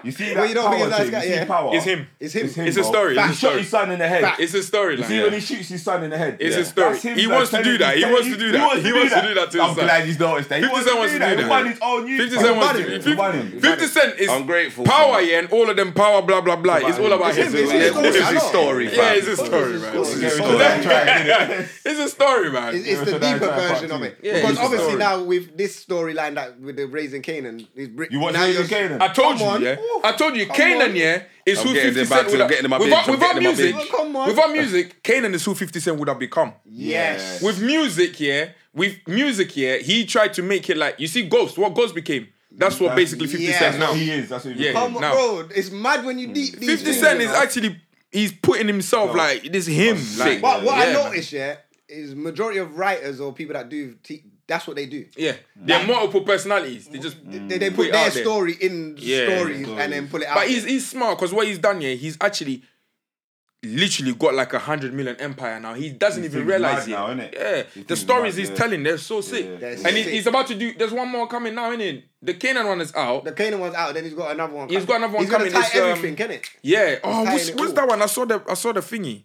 You see that Well, you don't think power he's a nice thing? guy, You yeah. see power. It's him. It's him. him, It's a bro. story, it's a He shot story. his son in the head. It's a storyline. You see when he shoots his son in the head? It's Yeah. his story. That's him, He like, wants to telling do that. He telling wants to do that. He wants to do that to his I'm son. glad he's noticed that. He 50 Cent wants to do He that. won his own youth. 50 Cent wants Ban to him. do Ban him. 50 Cent is I'm grateful for power, him. yeah, and all of them power, blah, blah, blah. It's all about This him. It's is his yeah, story, this is I his know. story, Yeah, fam. it's a story, man. It's his Gary story. Cole, I'm trying, innit? It's a story, It's, man. it's the Yeah, so deeper that's how version I of feel. it. Yeah, because it's a obviously story. now with this storyline that with the raising Canaan, is br- You watch now Raising you're- Kanan? I told Come on. you, yeah. Ooh. I told you, Come Kanan, on. yeah, is I'm who getting 50 them Cent back to- would I'm have getting them my without, bitch, I'm without getting them my music. bitch. Come on. Without music, Kanan is who 50 Cent would have become. Yes. With music, yeah, with music, yeah, he tried to make it like you see Ghost, what Ghost became. That's what That's- basically 50 yeah. Cent That's now. what he is. That's what he Yeah. is. Come on, now. bro. It's mad when you deep these 50 things, Cent you is know. actually he's putting himself like this is him. Sick. Like But what yeah, I man. noticed, yeah, is majority of writers or people that do t- that's what they do. Yeah, they're multiple personalities. They just They, they Put put it their out there. story in Yeah. stories and then pull it out. But he's he's smart because what he's done here, he's actually literally got like a hundred million empire now. He doesn't He even thinks realize mad now, it. innit? yeah, He the thinks stories mad, he's yeah. telling, they're so sick. yeah. They're And he, sick. he's about to do. There's one more coming now, innit? The Canaan one is out. the Kanan one's out, then he's got another one. He's got another one He's gonna coming, Tie it's, um, everything, can it? yeah. Oh, tying what's, it what's all. that one? I saw the I saw the thingy.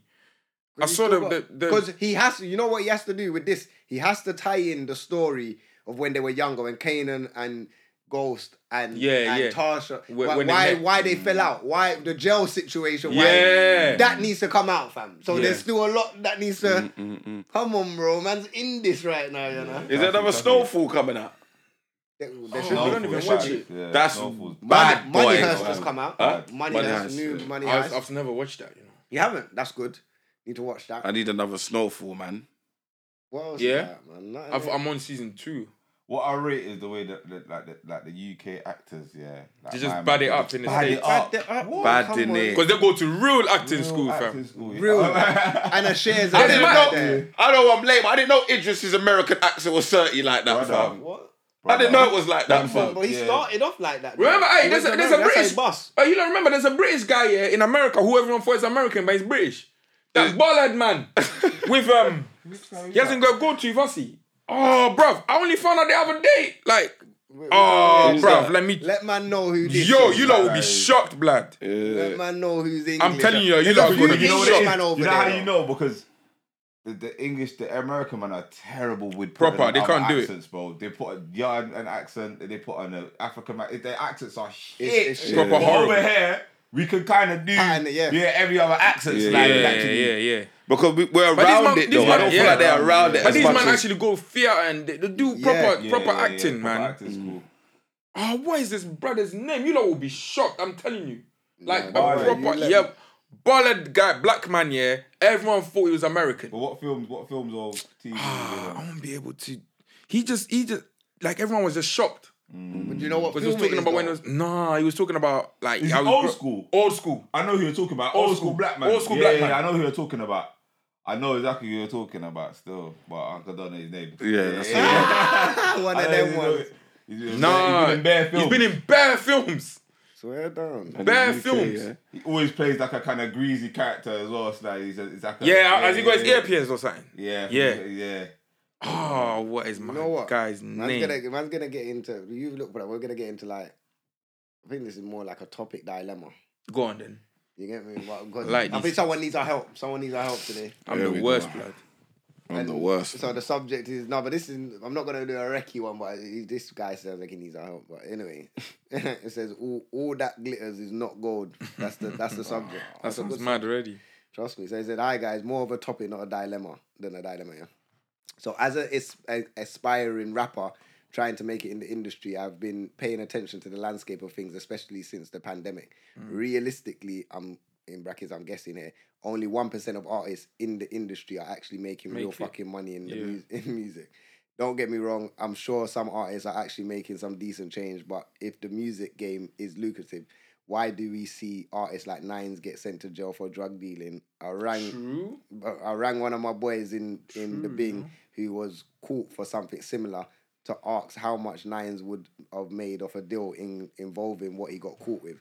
I saw the the, the because he has to. You know what he has to do with this? He has to tie in the story of when they were younger, when Kanan and Ghost and Yeah, and yeah. Tasha. Wh- why when they why, met. why they fell out? Why the jail situation? Why Yeah. that needs to come out, fam. So Yeah. Mm. there's still a lot that needs to Mm, come on, bro. Man's in this right now, you know. Is there another snowfall coming out? There- there should No, be. Oh, I don't even There watch should be. it. Yeah, That's Snowfall's bad, boy. Money Heist has come out. Huh? Money, Money Heist, Heist, new yeah. Money I've, Heist. I've never watched that. You know. You haven't? That's good. Need to watch that. I need another snowfall, man. what else? Yeah. Is that, man? Nothing I've, else. I'm on season two. What I rate is the way that, that like, the, like the UK actors, yeah, like They just man, bad it they up just in the bad States. it up. Bad it up. What? Bad Come in on. it. Because they go to real acting Real school, fam. acting school, yeah. Real. Right, and a shares. I out didn't there, know. out there. I know I'm lame. I didn't know Idris's American accent was dirty like that, Brother. fam. What? I didn't know it was like that, Brother. fam. But he Yeah. started off like that. though. Remember, hey, He there's a, went there's to a America, British. that's how he bust. Oh, you don't remember? There's a British guy here in America who everyone thought is American, but he's British. That bollard man with um, he hasn't got go to Vossi. Oh, bruv, I only found out the other day. Like, oh, who's bruv, that? let me. Let man know who this Yo, is. you lot will guy be is- shocked, blood. Let man know who's English. telling you, you There's lot a are few gonna be You know, English what it is? shocked. man over you know there, how you though. know because the, the English, the American man are terrible with Proper, putting they other can't do it. accents, bro. They put a yard an accent, they put on an African man. Their accents are shit. It's- it's Proper But horrible. over here, we can kind of do Pattern it, yeah. every other accent. Yeah, like, Yeah, actually. yeah, yeah. Because we, we're But these around man- these it, though. I man- don't yeah. feel like they're around it But as these much man as- actually go theater and they, they do Yeah, proper Yeah, proper yeah, yeah, acting, man. Proper acting's cool. Oh, what is this brother's name? You lot will be shocked. I'm telling you. Like Baller, a you proper, let yeah, bollard guy, black man. Yeah, everyone thought he was American. But what films? What films or TV? Ah, I won't be able to. He just, he just, like everyone was just shocked But you know what? because he was talking about when it was. Nah, he was talking about like Is I it was old gro- school? Old school. I know who you're talking about. Old Old, school. school, black man. Old school yeah, black yeah, man. I know who you're talking about. I know exactly who you're talking about still, but I don't know his name. Yeah, that's it. Ah, one I of know them he's ones. doing- he's doing- Nah, he's been in bare films. He's been in bare films. Swear down. Bare UK, films. yeah. He always plays like a kind of greasy character as well. So like he's, a, he's like a, Yeah, has he got his yeah, ear pierced or something? Yeah, Yeah. yeah. Oh, what is my You know what? guy's Man's name? gonna, man's gonna get into. You look for that. We're gonna get into like. I think this is more like a topic dilemma. Go on then. You get me? But- 'cause Like I these- think someone needs our help. Someone needs our help today. I'm There the we worst, go. blood. I'm the worst. So the subject is no, but this is I'm not gonna do a recce one, but he- this guy sounds like he needs our help. But anyway, it says all, all that glitters is not gold. That's the that's the subject. That That's a sounds good mad already. Trust me. So he said, "Hi guys, more of a topic, not a dilemma than a dilemma." Yeah. So as a, is- a aspiring rapper trying to make it in the industry, I've been paying attention to the landscape of things, especially since the pandemic. Mm. Realistically, I'm in brackets. I'm guessing here. Only one percent of artists in the industry are actually making Make real it. fucking money in the Yeah. mu- in music. Don't get me wrong. I'm sure some artists are actually making some decent change, but if the music game is lucrative, why do we see artists like Nines get sent to jail for drug dealing? I rang, True. I rang one of my boys in in the Bing who was caught for something similar to ask how much Nines would have made off a deal in involving what he got caught with,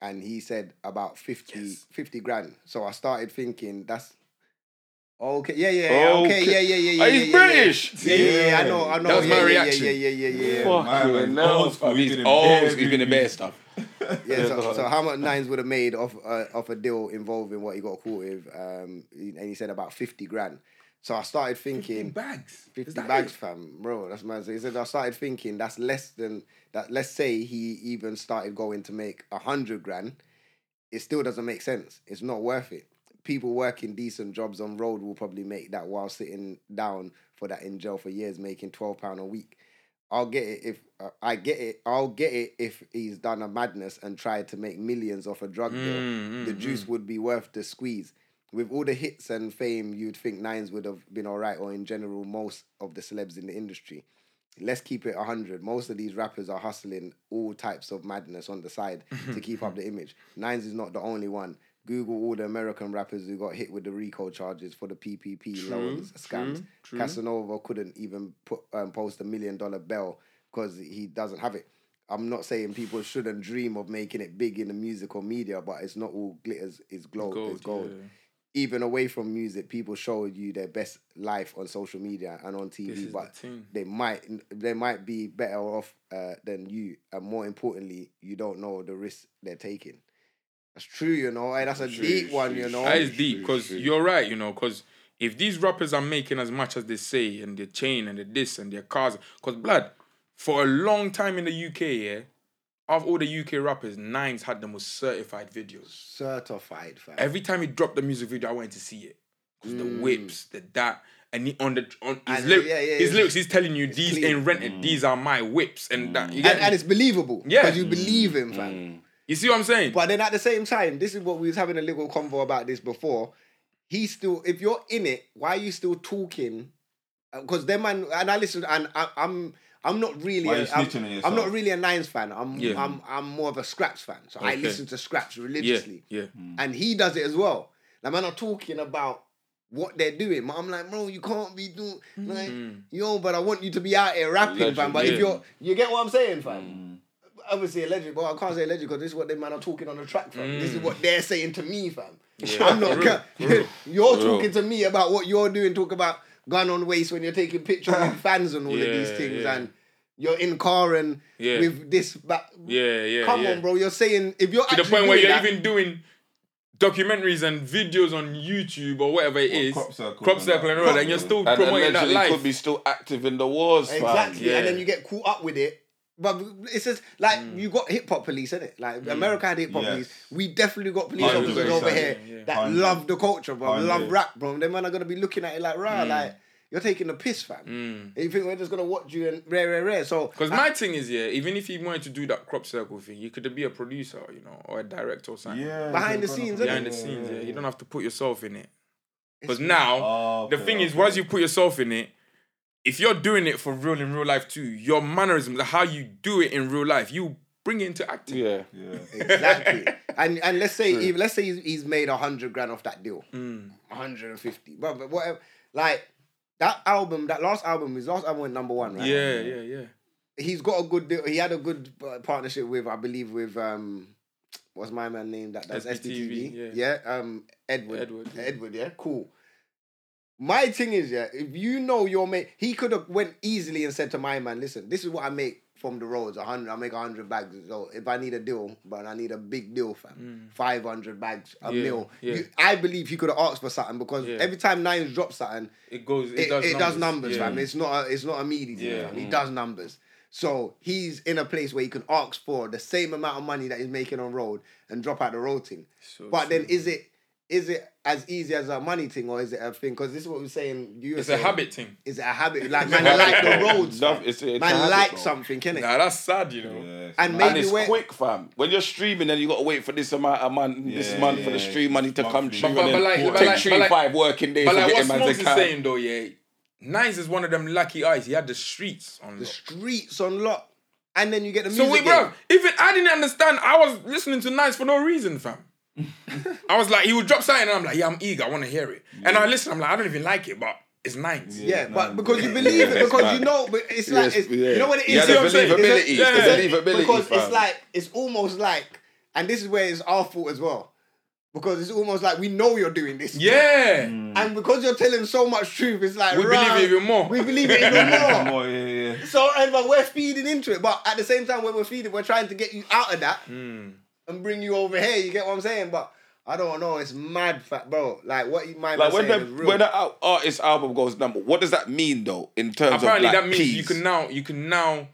and he said about 50, 50 grand. So I started thinking that's. Okay, yeah, yeah, yeah, okay, Okay. yeah, yeah, yeah, yeah. He's yeah, yeah, yeah. British. Yeah, yeah, yeah, I know, I know. That was yeah, my yeah, yeah, reaction. Yeah, yeah, yeah, yeah, yeah. Fuck. My man, no, old school, he's he's been in old, bare he's been in bare movies. stuff. Yeah, so, so how much Nines would have made off uh, off a deal involving what he got caught with, um, and he said about fifty grand. So I started thinking Bags. Is 50 that bags, it? fam, bro. That's mad. So he said I started thinking that's less than that. Let's say he even started going to make a hundred grand, it still doesn't make sense. It's not worth it. People working decent jobs on road will probably make that while sitting down for that in jail for years, making twelve pound a week. I'll get it if uh, I get it. I'll get it if he's done a madness and tried to make millions off a drug deal. the juice would be worth the squeeze. With all the hits and fame, you'd think Nines would have been all right, or in general, most of the celebs in the industry. Let's keep it 100. Most of these rappers are hustling all types of madness on the side to keep up the image. Nines is not the only one. Google all the American rappers who got hit with the RICO charges for the PPP loans scams. Casanova couldn't even put um, post a million dollar bill because he doesn't have it. I'm not saying people shouldn't dream of making it big in the music or media, but it's not all glitters is gold. Gold, is gold. yeah. Even away from music, people show you their best life on social media and on TV, This is the but thing. they might they might be better off uh, than you, and more importantly, you don't know the risks they're taking. That's true, you know. eh, that's a deep one, you know. That is deep because you're right, you know, because if these rappers are making as much as they say and their chain and the this and their cars, because blood, for a long time in the UK, yeah, of all the UK rappers, Nines had the most certified videos. certified, fam. Every time he dropped the music video, I wanted to see it. Because the whips, the that, and he on the on his, And, lyri- Mm. yeah, yeah, his yeah. lyrics, he's telling you these clean. Mm. ain't rented, these are my whips, and that. You, get and, me? and it's believable. Yeah. Mm. Because you believe him, fam. You see what I'm saying? But then at the same time, this is what we was having a little convo about this before. He still, if you're in it, why are you still talking? Because them man, and I listen, and I, I'm, I'm not really, Why a, you I'm, snitching on I'm not yourself? really a Nines fan. I'm, Yeah. I'm, I'm more of a Scraps fan. So I Okay. listen to Scraps yeah, religiously, Mm. yeah. and he does it as well. Now, man, I'm talking about what they're doing. But I'm like, bro, you can't be doing, like, yo, but I want you to be out here rapping, fam. Legend, But if yeah. you're, you get what I'm saying, fam obviously alleged, but I can't say alleged because this is what them man are talking on the track, fam. This is what they're saying to me, fam. I'm not. Mm. real, you're talking to me about what you're doing. Talk about gun on waist when you're taking pictures with fans and all of these Yeah, things, yeah. and you're in car and Yeah. with this. Back. Yeah, yeah. Come yeah. on, bro. You're saying if you're to actually the point where doing you're that, even doing documentaries and videos on YouTube or whatever it Or is, crop circle crop and circle that. and all that, and you're still And promoting that allegedly life. could be still active in the wars, fam. exactly, yeah. and then you get caught up with it. But it's just like you got hip hop police, innit? Like America had hip hop Yes. police. We definitely got police Hundred officers percent. over here Yeah, yeah. that Hundred. love the culture, bro. Hundred. Love rap, bro. Them man are gonna be looking at it like, rah, like you're taking the piss, fam. And you think we're just gonna watch you and rare, rare, rare. So Because my thing is, yeah, even if you wanted to do that crop circle thing, you could be a producer, you know, or a director or something. Yeah. Behind the it's scenes, gonna- Behind the scenes, yeah, you don't have to put yourself in it. Because It's- now, Oh, the okay, thing is, okay. once you put yourself in it, if you're doing it for real in real life too, your mannerisms, how you do it in real life, you bring it into acting. Yeah. Yeah. exactly. And and let's say even, let's say he's, he's made hundred grand off that deal, hundred and fifty, bro. But whatever, like. That album, that last album, his last album went number one, right? Yeah, yeah, yeah. he's got a good deal. He had a good uh, partnership with, I believe, with um, what's my man name that does SBTV, STTV? Yeah. um, Edward. Edward, yeah. Edward. Yeah. Cool. My thing is, yeah, if you know your mate, he could have went easily and said to my man, listen, this is what I make from the roads. A hundred, I make a hundred bags. So if I need a deal, but I need a big deal, fam. Five hundred bags, a Mm. Yeah, mil. yeah. You- I believe he could have asked for something because Yeah. every time Nines drops something, It goes, it, it, it does numbers. yeah. fam. It's not a, it's not a meaty deal, Yeah. fam. He does numbers. So he's in a place where he can ask for the same amount of money that he's making on road and drop out the road thing. but then is it is it as easy as a money thing or is it a thing? Because this is what we're saying. You were It's a saying, habit thing. Is it a habit? Like man, I like the roads. No, fam. it's- it's a man habit, like bro. something, can it? Nah, that's sad, you know. Yeah, it's And mad. maybe And it's where- quick, fam. When you're streaming, then you gotta wait for this amount of month, this Yeah, month for the yeah, stream money to monthly. come true. But- but- but and then like- take but like- three, but like- five working days But to like what get him Smokes as is a saying though, yeah, Nines is one of them lucky eyes. He had the streets on. The lock. streets on lock, and then you get the music. So we, game. bro, even I didn't understand. I was listening to Nines for no reason, fam. I was like, he would drop something, and I'm like, yeah, I'm eager, I want to hear it. And I listen, I'm like, I don't even like it, but it's Nines. Yeah, Yeah, but man. because you believe it, because you man. know, but it's like Yes, it's, yeah. you know what it is. You had see the what I'm saying? It's a- believability, it's it's the a- believability, Because it's fam. like it's almost like, and this is where it's our fault as well, because it's almost like we know you're doing this, Yeah, and because you're telling so much truth, it's like We believe rah, it even more. We believe it even Yeah, more. more, yeah, yeah. yeah. So and but we're feeding into it, but at the same time, when we're feeding, we're trying to get you out of that Hmm. and bring you over here. You get what I'm saying? But I don't know. It's mad, fat bro. Like what you might Like when saying the is real. when the al- artist album goes number, what does that mean though in terms apparently of like that means you peas? can now you can now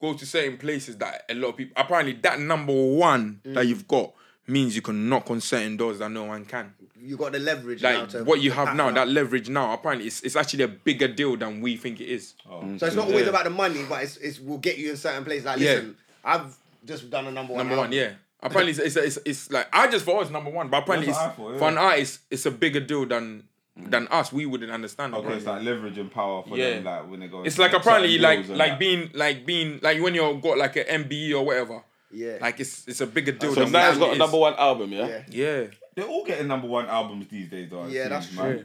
go to certain places that a lot of people. Apparently, that number one that you've got means you can knock on certain doors that no one can. you got the leverage now Like to what you have pack now, up. that leverage now. Apparently, it's it's actually a bigger deal than we think it is. Oh, So it's not always Yeah. about the money, but it's, it's will get you in certain places. Like, Yeah. listen, I've just done a number one. Number one, album. yeah. Apparently, it's, it's, it's, it's like I just thought it's number one, but apparently, That's what it's, I thought, yeah. for an artist, it's a bigger deal than than us. We wouldn't Oh, understand. Okay, apparently. it's like leveraging power for Yeah. them, like when they go. it's like certain apparently, deals like and like that. being like being like when you got like an MBE E or whatever. Yeah. Like it's it's a bigger deal. so than now we it's got a think it number is. one album, yeah. Yeah. Yeah, They're all getting number one albums these days, though. it Yeah, seems, that's man. true.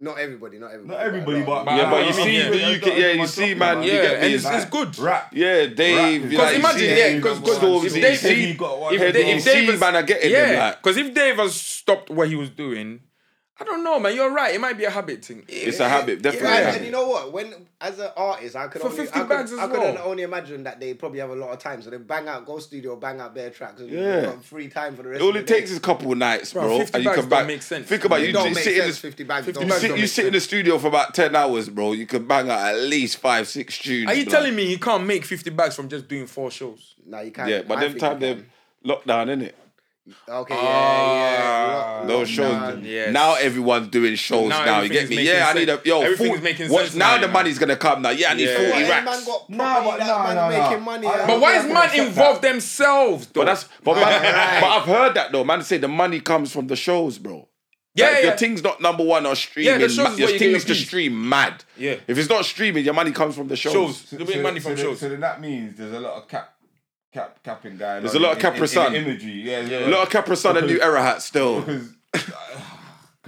Not everybody, not everybody. Not everybody, a lot. but Yeah, but you I mean, see yeah, the UK, yeah, you see, man, you Yeah, get and me. it's, it's good. rap. Yeah, Dave. Because like, you imagine, see yeah, Dave, 'cause- 'cause Stormzy, if Dave- see- you got one. If, Head they, on. if Dave See, has, man, I get it, then, yeah, like- because if Dave has stopped what he was doing, I don't know, man. You're right. It might be a habit thing. It's a habit, definitely. Right, a and you habit. know what? When as an artist, I could For only, 50 I could, bags as I could well. only imagine that they probably have a lot of time, so they bang out, go studio, bang out their tracks. and Yeah. you've got free time for the rest. All of it the takes day. is a couple of nights, Bro, bro, 50 and you bags come back. don't make sense. Think about It you don't sit make in sense, the 50 bags. 50 don't you bags make sit, don't you make sit in the studio for about ten hours, bro. You could bang out at least five, six tunes. Are you blood. telling me he can't make 50 bags from just doing four shows? Nah, you can't. Yeah, but I them think time you they lockdown, innit? can. Okay, yeah, yeah. No shows. lockdown. Uh, Yes. Now everyone's doing shows Now now. you everything's get me? making Yeah, I need a sense. yo. Everything's 40 making what- sense now, now, the man. money's gonna come now. Yeah, I need Yeah. But forty that man racks. got Nah, property, but that nah, man nah, nah. making money. I- out But of why that. is man involve themselves, though? But that's but, man, Alright. but I've heard that though. Man say the money comes from the shows, bro. Yeah, Like, if yeah. Your thing's not number one on streaming. Yeah, the shows ma- is your where you get thing's your to keys. stream mad. Yeah. If it's not streaming, your money comes from the shows. shows. So- They're making so- money so from then- shows. So then that means there's a lot of cap, cap, capping guy. There's a lot of in- in- Capra Sun. in Imagery, yeah. there's A lot of Capra Sun and New Era hat still. Because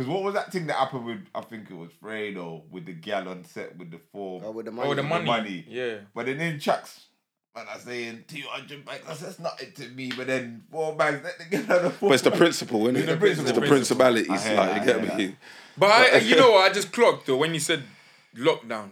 what was that thing that happened with, I think it was Fredo, with the gal on set with the four. Oh, with the money. Oh, the money. money. Yeah. But then in tracks, man, I saying 200 bags. That's, that's nothing to me. But then four bags, let the gal on the four. But it's the principle, innit? the principle. It's the principalities. I hear like, you that, I get hear me? But I, you know what? I just clocked, though, when you said lockdown.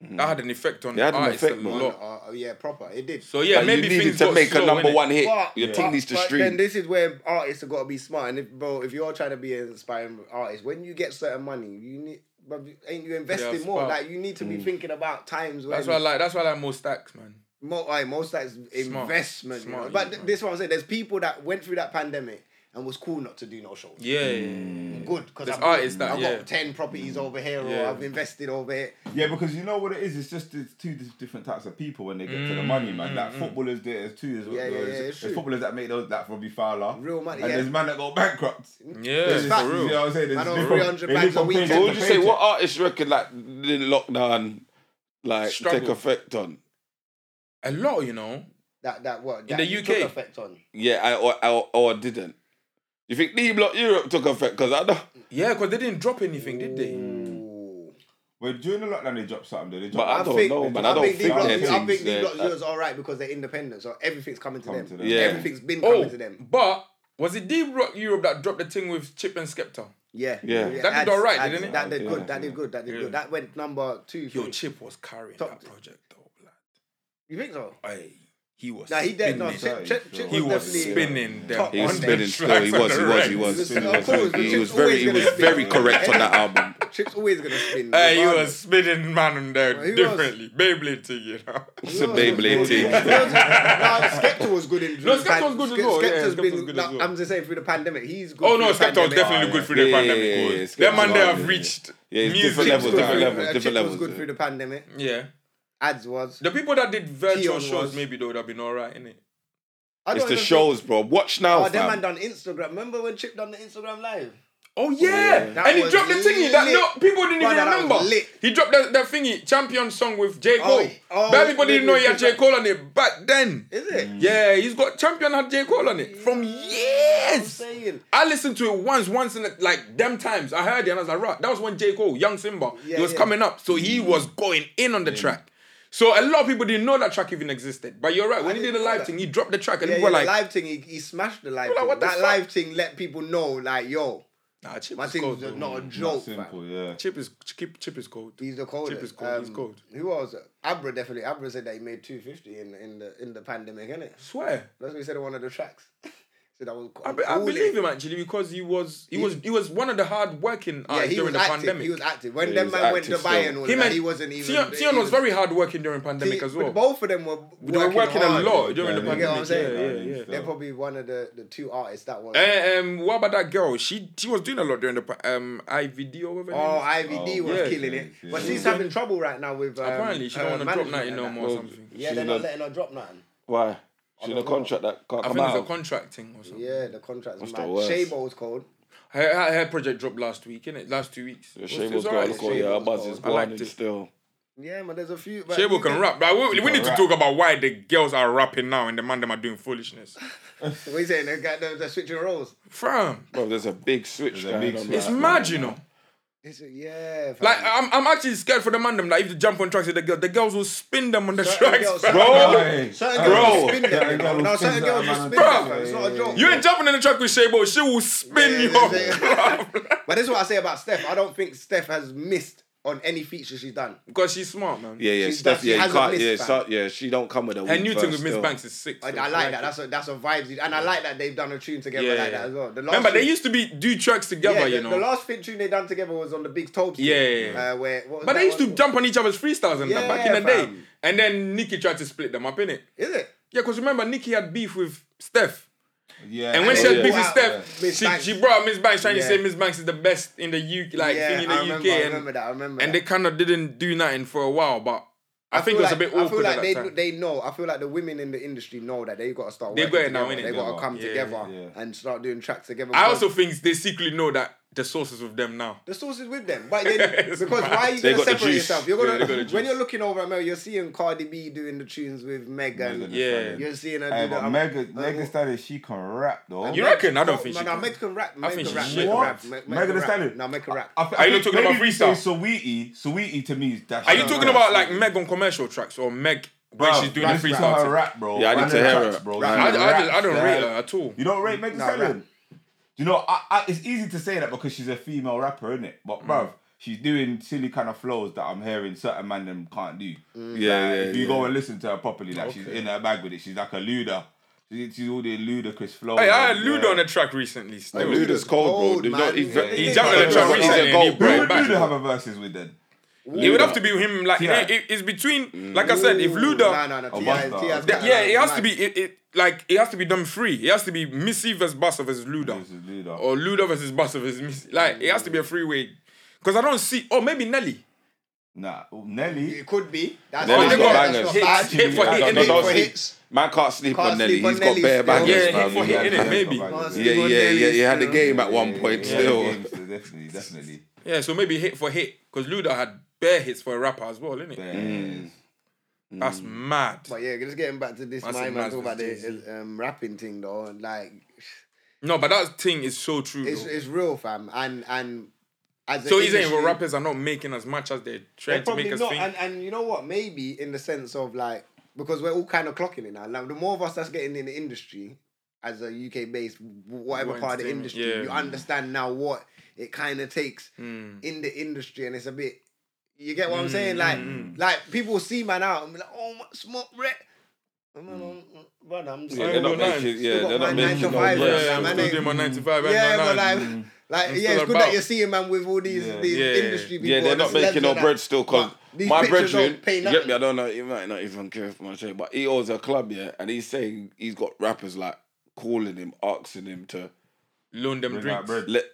That had an effect on Mm. It had an artists effect, a man. lot. Oh, oh, yeah, proper. It did. So, yeah, Like, maybe you things needed to got make slow, a number innit? one hit. But- your but- thing needs to but stream. Then this is where artists have got to be smart. And if bro, if you're trying to be an inspiring artist, when you get certain money, you need. But ain't you investing Yeah, more? smart. Like you need to be thinking about times when That's why I like. That's why I like more stacks, man. mo- aye, most of that's Smart. investment. you Smart know? But use, th- man. this is what I'm saying. There's people that went through that pandemic and was cool not to do no shows. Yeah. Mm. Good because There's I've, artists got- that, I've yeah. got ten properties over here, or Yeah. I've invested over here. Yeah, because you know what it is. It's just it's two dis- different types of people when they get to the money, man. Like footballers, do it as two. There's, Yeah, yeah, yeah, there's, it's there's true. footballers that make those that Robbie Fowler, Real money, and yeah. there's man that go bankrupt. Yeah. There's for facts, real. You know what I'm saying? There's Man on different- 300 they bags different a weekend. paycheck What would to you say? What paycheck. artists you reckon like the lockdown like take Struggle. effect on? A lot, you know. That that what In that the took UK. effect on. Yeah, I, or, or or didn't. You think D Block Europe took effect? Because I don't. Yeah, because they didn't drop anything, did they? Mm. Ooh. But during the lockdown, they dropped something. though. They But I dropped don't know, man. I don't think think D-Block- their I things, think D-Block uh, yours all right because they're independent, so everything's coming to Come them. to them. Yeah. Everything's been coming Oh, to them. but was it Deep Rock Europe that dropped the thing with Chip and Skepta? Yeah, Yeah. That did all right, that, didn't it? That did Yeah. good. That did good. That did Yeah. good. That went number two. Yo, three. Chip was carrying Top- that project though. Like, you think so? hey, he was. Nah, he did. spinning. No, Spinning. Chip, Chip, Chip he was definitely. uh, spinning. them top He was on spinning them still. He tracks was. He on the was. He right. was. Listen, He of was course, very- He Chip's was very. always He gonna was spin. very correct on that album. uh, Chip's always gonna spin. Hey, he was regardless. spinning man on there He was- differently. Beyblade thing, you know. It's a Beyblade He was- thing. Nah, Skepta was good in. No, Skepta was good as well, yeah, Skepta's Skepta been. was good as nah, well. I'm just saying through the pandemic, he's good. Oh through no, the Skepta was pandemic. definitely good for the Yeah, yeah, pandemic. yeah, yeah, Them man, they Skepta have was- reached Yeah, music. it's different Chip's levels, good different through- levels, uh, different Chip levels, was good yeah. through the pandemic. Yeah. Ads was. The people that did virtual Keon shows was. maybe though would have been alright, innit? I It's don't the even shows, bro. Watch now, Oh, that man fam. done Instagram. Remember when Chip done the Instagram live? Oh yeah. That And he was dropped the thingy that lit. no people didn't Brother, even that was remember. lit. He dropped that, that thingy, champion song with J. Cole. oh, but everybody didn't know he had maybe- J. Cole on it back then. Mm. Is it? Yeah, he's got champion had J. Cole on it. From I'm years. saying. I listened to it once, once in the, like them times. I heard it and I was like, right, that was when J. Cole, Young Simba, Yeah, he was yeah. Mm. coming up. So he was going in on the track. So a lot of people didn't know that track even existed. But you're right, when he didn't did the know live that. thing, he dropped the track and Yeah, yeah, people were the like, live thing, he, he smashed the live We're like, thing. what the that fuck? live thing let people know, like, yo, nah, Chip my is cold. thing's though. not a Not joke, simple, man. yeah. Chip is Chip, Chip is cold. He's the coldest. Um, Chip is cold, he's cold. Who else? Abra definitely. Abra said that he made 250 in, in the in the pandemic, innit? Swear. That's what he said on one of the tracks. said that was I, be- I believe him actually because he was he, was he was one of the hard working Yeah, artists he was during the active. pandemic. He was active. When Yeah, them he was man went to active Dubai still. and all He that, meant- he wasn't even. Tion, Tion he was very hard working during pandemic See, as well. but Both of them were They were working hard. a lot during the Yeah, You yeah, get what I'm pandemic. saying? Yeah, yeah, yeah. They're probably one of the, the two artists that was. Eh, um, what about that girl? She she was doing a lot during the pa- um IVD or whatever. her Oh, name is. IVD Oh, was yeah. killing it, Yeah, but yeah. she's having trouble right now with. Um, apparently she her don't want to drop management and nothing that. no more or something. Yeah, they're not letting her drop nothing. Why? She's in a don't know. contract that can't I come think it's a out. contract thing or something. Yeah, the contract's That's mad. the worst. Shabo's cold. Her, her, her project dropped last week, innit? Last two weeks. It was- Shame it was was alright. gone. Look at Shame your was buzz gone. is I liked gone and it. still. Yeah, man, there's a few. but Shabo you can get- rap, but we, we need to rap. talk about why the girls are rapping now and the man them are doing foolishness. What are you saying? They got them, they're switching roles. Fam, Bro, there's a big switch. There's a big switch. it's marginal. It's, yeah. fam. Like uh, I'm, I'm actually scared for the man them. Like if you jump on tracks with the girl, the girls will spin them on the Certain tracks, girls- bro. Bro, certain bro. girls will spin Certain them. you know. girls No, certain will spin girls that will spin man. them. fam. It's not a joke. You ain't jumping in the track with Shabo, she will spin Yeah, you up. yeah, But this is what I say about Steph. I don't think Steph has missed on any feature she's done. Because she's smart, man. Yeah, yeah, She's- Steph, she yeah, you hasn't can't, missed yeah, that. so, yeah, she don't come with a Her weak new verse thing with Miss still. Banks is sick. I, so I like that. it. That's a that's a vibe, and I like that they've done a tune together Yeah, like yeah. that as well. The last Remember, tune, they used to be do tracks together, yeah, the, you the know. last fit tune they done together was on the Big Tobes. Yeah, tune, yeah, yeah. Uh, where what was But that they used to one? jump on each other's freestyles and that back in the Yeah, day. fam. And then Nikki tried to split them up, innit? Is it? Yeah, because remember, Nikki had beef with Steph. Yeah. And when she Oh, had yeah. beef with Wow. Steph, Miss Banks. she, she brought up Miss Banks trying to Yeah. say Miss Banks is the best in the UK, like yeah, thing in the I UK. remember, and, I remember that. I remember. and that. they kind of didn't do nothing for a while, but I, think feel it was a like- bit awkward I feel like at they that time. they know. I feel like the women in the industry know that they got to start. They working got it now, together. innit? They got Yeah. to come Yeah, together yeah. and start doing tracks together. I because also think they secretly know that the source is with them now. The sauce is with them, but then It's because why are you They gonna got the separate juice. yourself? You're Yeah, gonna they got the when juice. you're looking over at Mel, you're seeing Cardi B doing the tunes with Megan. Yeah. You're seeing her. Hey, do but the, Megan, uh, Megan Stallion, she can rap though. You reckon? I don't No, think no, she no, can. Megan can rap. I think Megan she can rap. should. Megan What? rap. Me- Megan Thee rap. Stallion? No, Megan rap. I, think- Are you think not talking about maybe freestyle? say Saweetie, Saweetie to me, is that Are you talking about like Meg on commercial tracks or Meg when she's doing the that's freestyle? her thing? rap, bro. Yeah, I need Rap to the hear tracks, her. bro. Rap. I, I, Rap the just- I don't raps, rate yeah. her at all. You don't rate Meg Thee Nah, rap. Stallion? You know, I, I, it's easy to say that because she's a female rapper, isn't it? Mm. But bruv, she's doing silly kind of flows that I'm hearing certain man them can't do. Mm. Yeah, Like, yeah, if you yeah. go and listen to her properly, like she's in her bag with it. She's like a luda. She, she's all the ludicrous flows. Hey, I had like, Luda yeah. on a track recently. Still. Luda's cold, Cold, bro. They've man. not- he's Yeah, ve- he he's jumped on not- the track he's a recently and he brought gold, bro. Who it would back. Luda have a verses with then? It would have to be him. Like Yeah. it, it, it's between, like I said, if Luda, Nah, nah, nah. Oh, T.I. Busta. T.I.'s Th- got yeah, that it has mad- to be it, it like it has to be done free. It has to be Missy versus Buster versus Luda, Versus Luda. or Luda versus Buster versus Missy. Like it has to be a free way, because I don't see. Or maybe Nelly. Nah, oh, Nelly. It could be. That's Nelly's that's got that's bangers. not Hits, bad. hit for Yeah, that's hit, innit? not Hit for hits. Man can't sleep Can't on Nelly. sleep on He's got Nelly bare still. bangers, Yeah, hit man. for hit, innit? Maybe. Yeah, Yeah, yeah, yeah, yeah. He um, had the game at one point yeah, still. games, Definitely, definitely. Yeah, so maybe hit for hit, because Luda had bare hits for a rapper as well, Mm. innit? Yeah. That's mad. But yeah, just getting back to this, That's my a man, mad talk about versus the um, rapping thing though. and, Like No, but that thing is so true. it's though. it's real, fam. And and as a so he's saying, industry- well, rappers are not making as much as they're They're trying to make us think. And, and you know what? Maybe in the sense of like, because we're all kind of clocking it now. Like, the more of us that's getting in the industry, as a UK based, whatever More part of the entertainment, industry, yeah. Hmm. you understand now what it kind of takes in the industry. And it's a bit, you get what I'm saying? Like, hmm, like people see man out and be like, oh, my smoke red. I'm, Hmm. I'm, brother, I'm just Yeah, they're Still not got making. nine. Yeah, Still they're got not my nine making to no five, money. yeah. yeah, I'm man, still they- doing my 95. yeah, and but my like, nine. like yeah, It's Hmm. still it's good about- that you're seeing man with all these, Yeah. these Yeah. industry people. Yeah, they're and not the making celebs no and bread that. still because But these my pictures don't brethren, pay yeah, nothing. I don't know, he might not even care for my shit, but he owns a club, yeah, and he's saying he's got rappers like calling him, asking him to Loan them Bring out drinks. bread. let,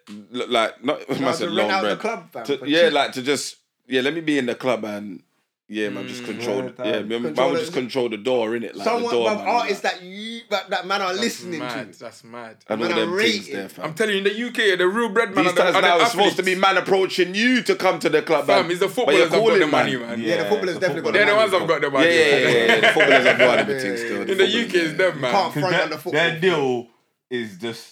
l- like, not, I to said rent loan out the bread. club, fam, To- for yeah, cheap. like to just, yeah, let me be in the club and, yeah, man, just control, Yeah, yeah, damn. man, man Mm, Control would it. just control the door, innit? Like, the Someone, door, bruv, man, artists like, that you that, that man are listening mad. to. That's mad. and all man, them are things rating. there, I'm fam. telling you, in the UK, the real bread man These are the, are times the now it's athletes. supposed to be man approaching you to come to the club, Fam, man, it's the but you're footballers that got calling, the money, man. Yeah, the footballers definitely got They're the money. ones that got the money. Yeah, yeah, yeah, yeah, yeah. The footballers have got everything Yeah, yeah, still. yeah. In the footballers, UK, it's yeah. them, man. Can't Because front on the their, their football. deal is just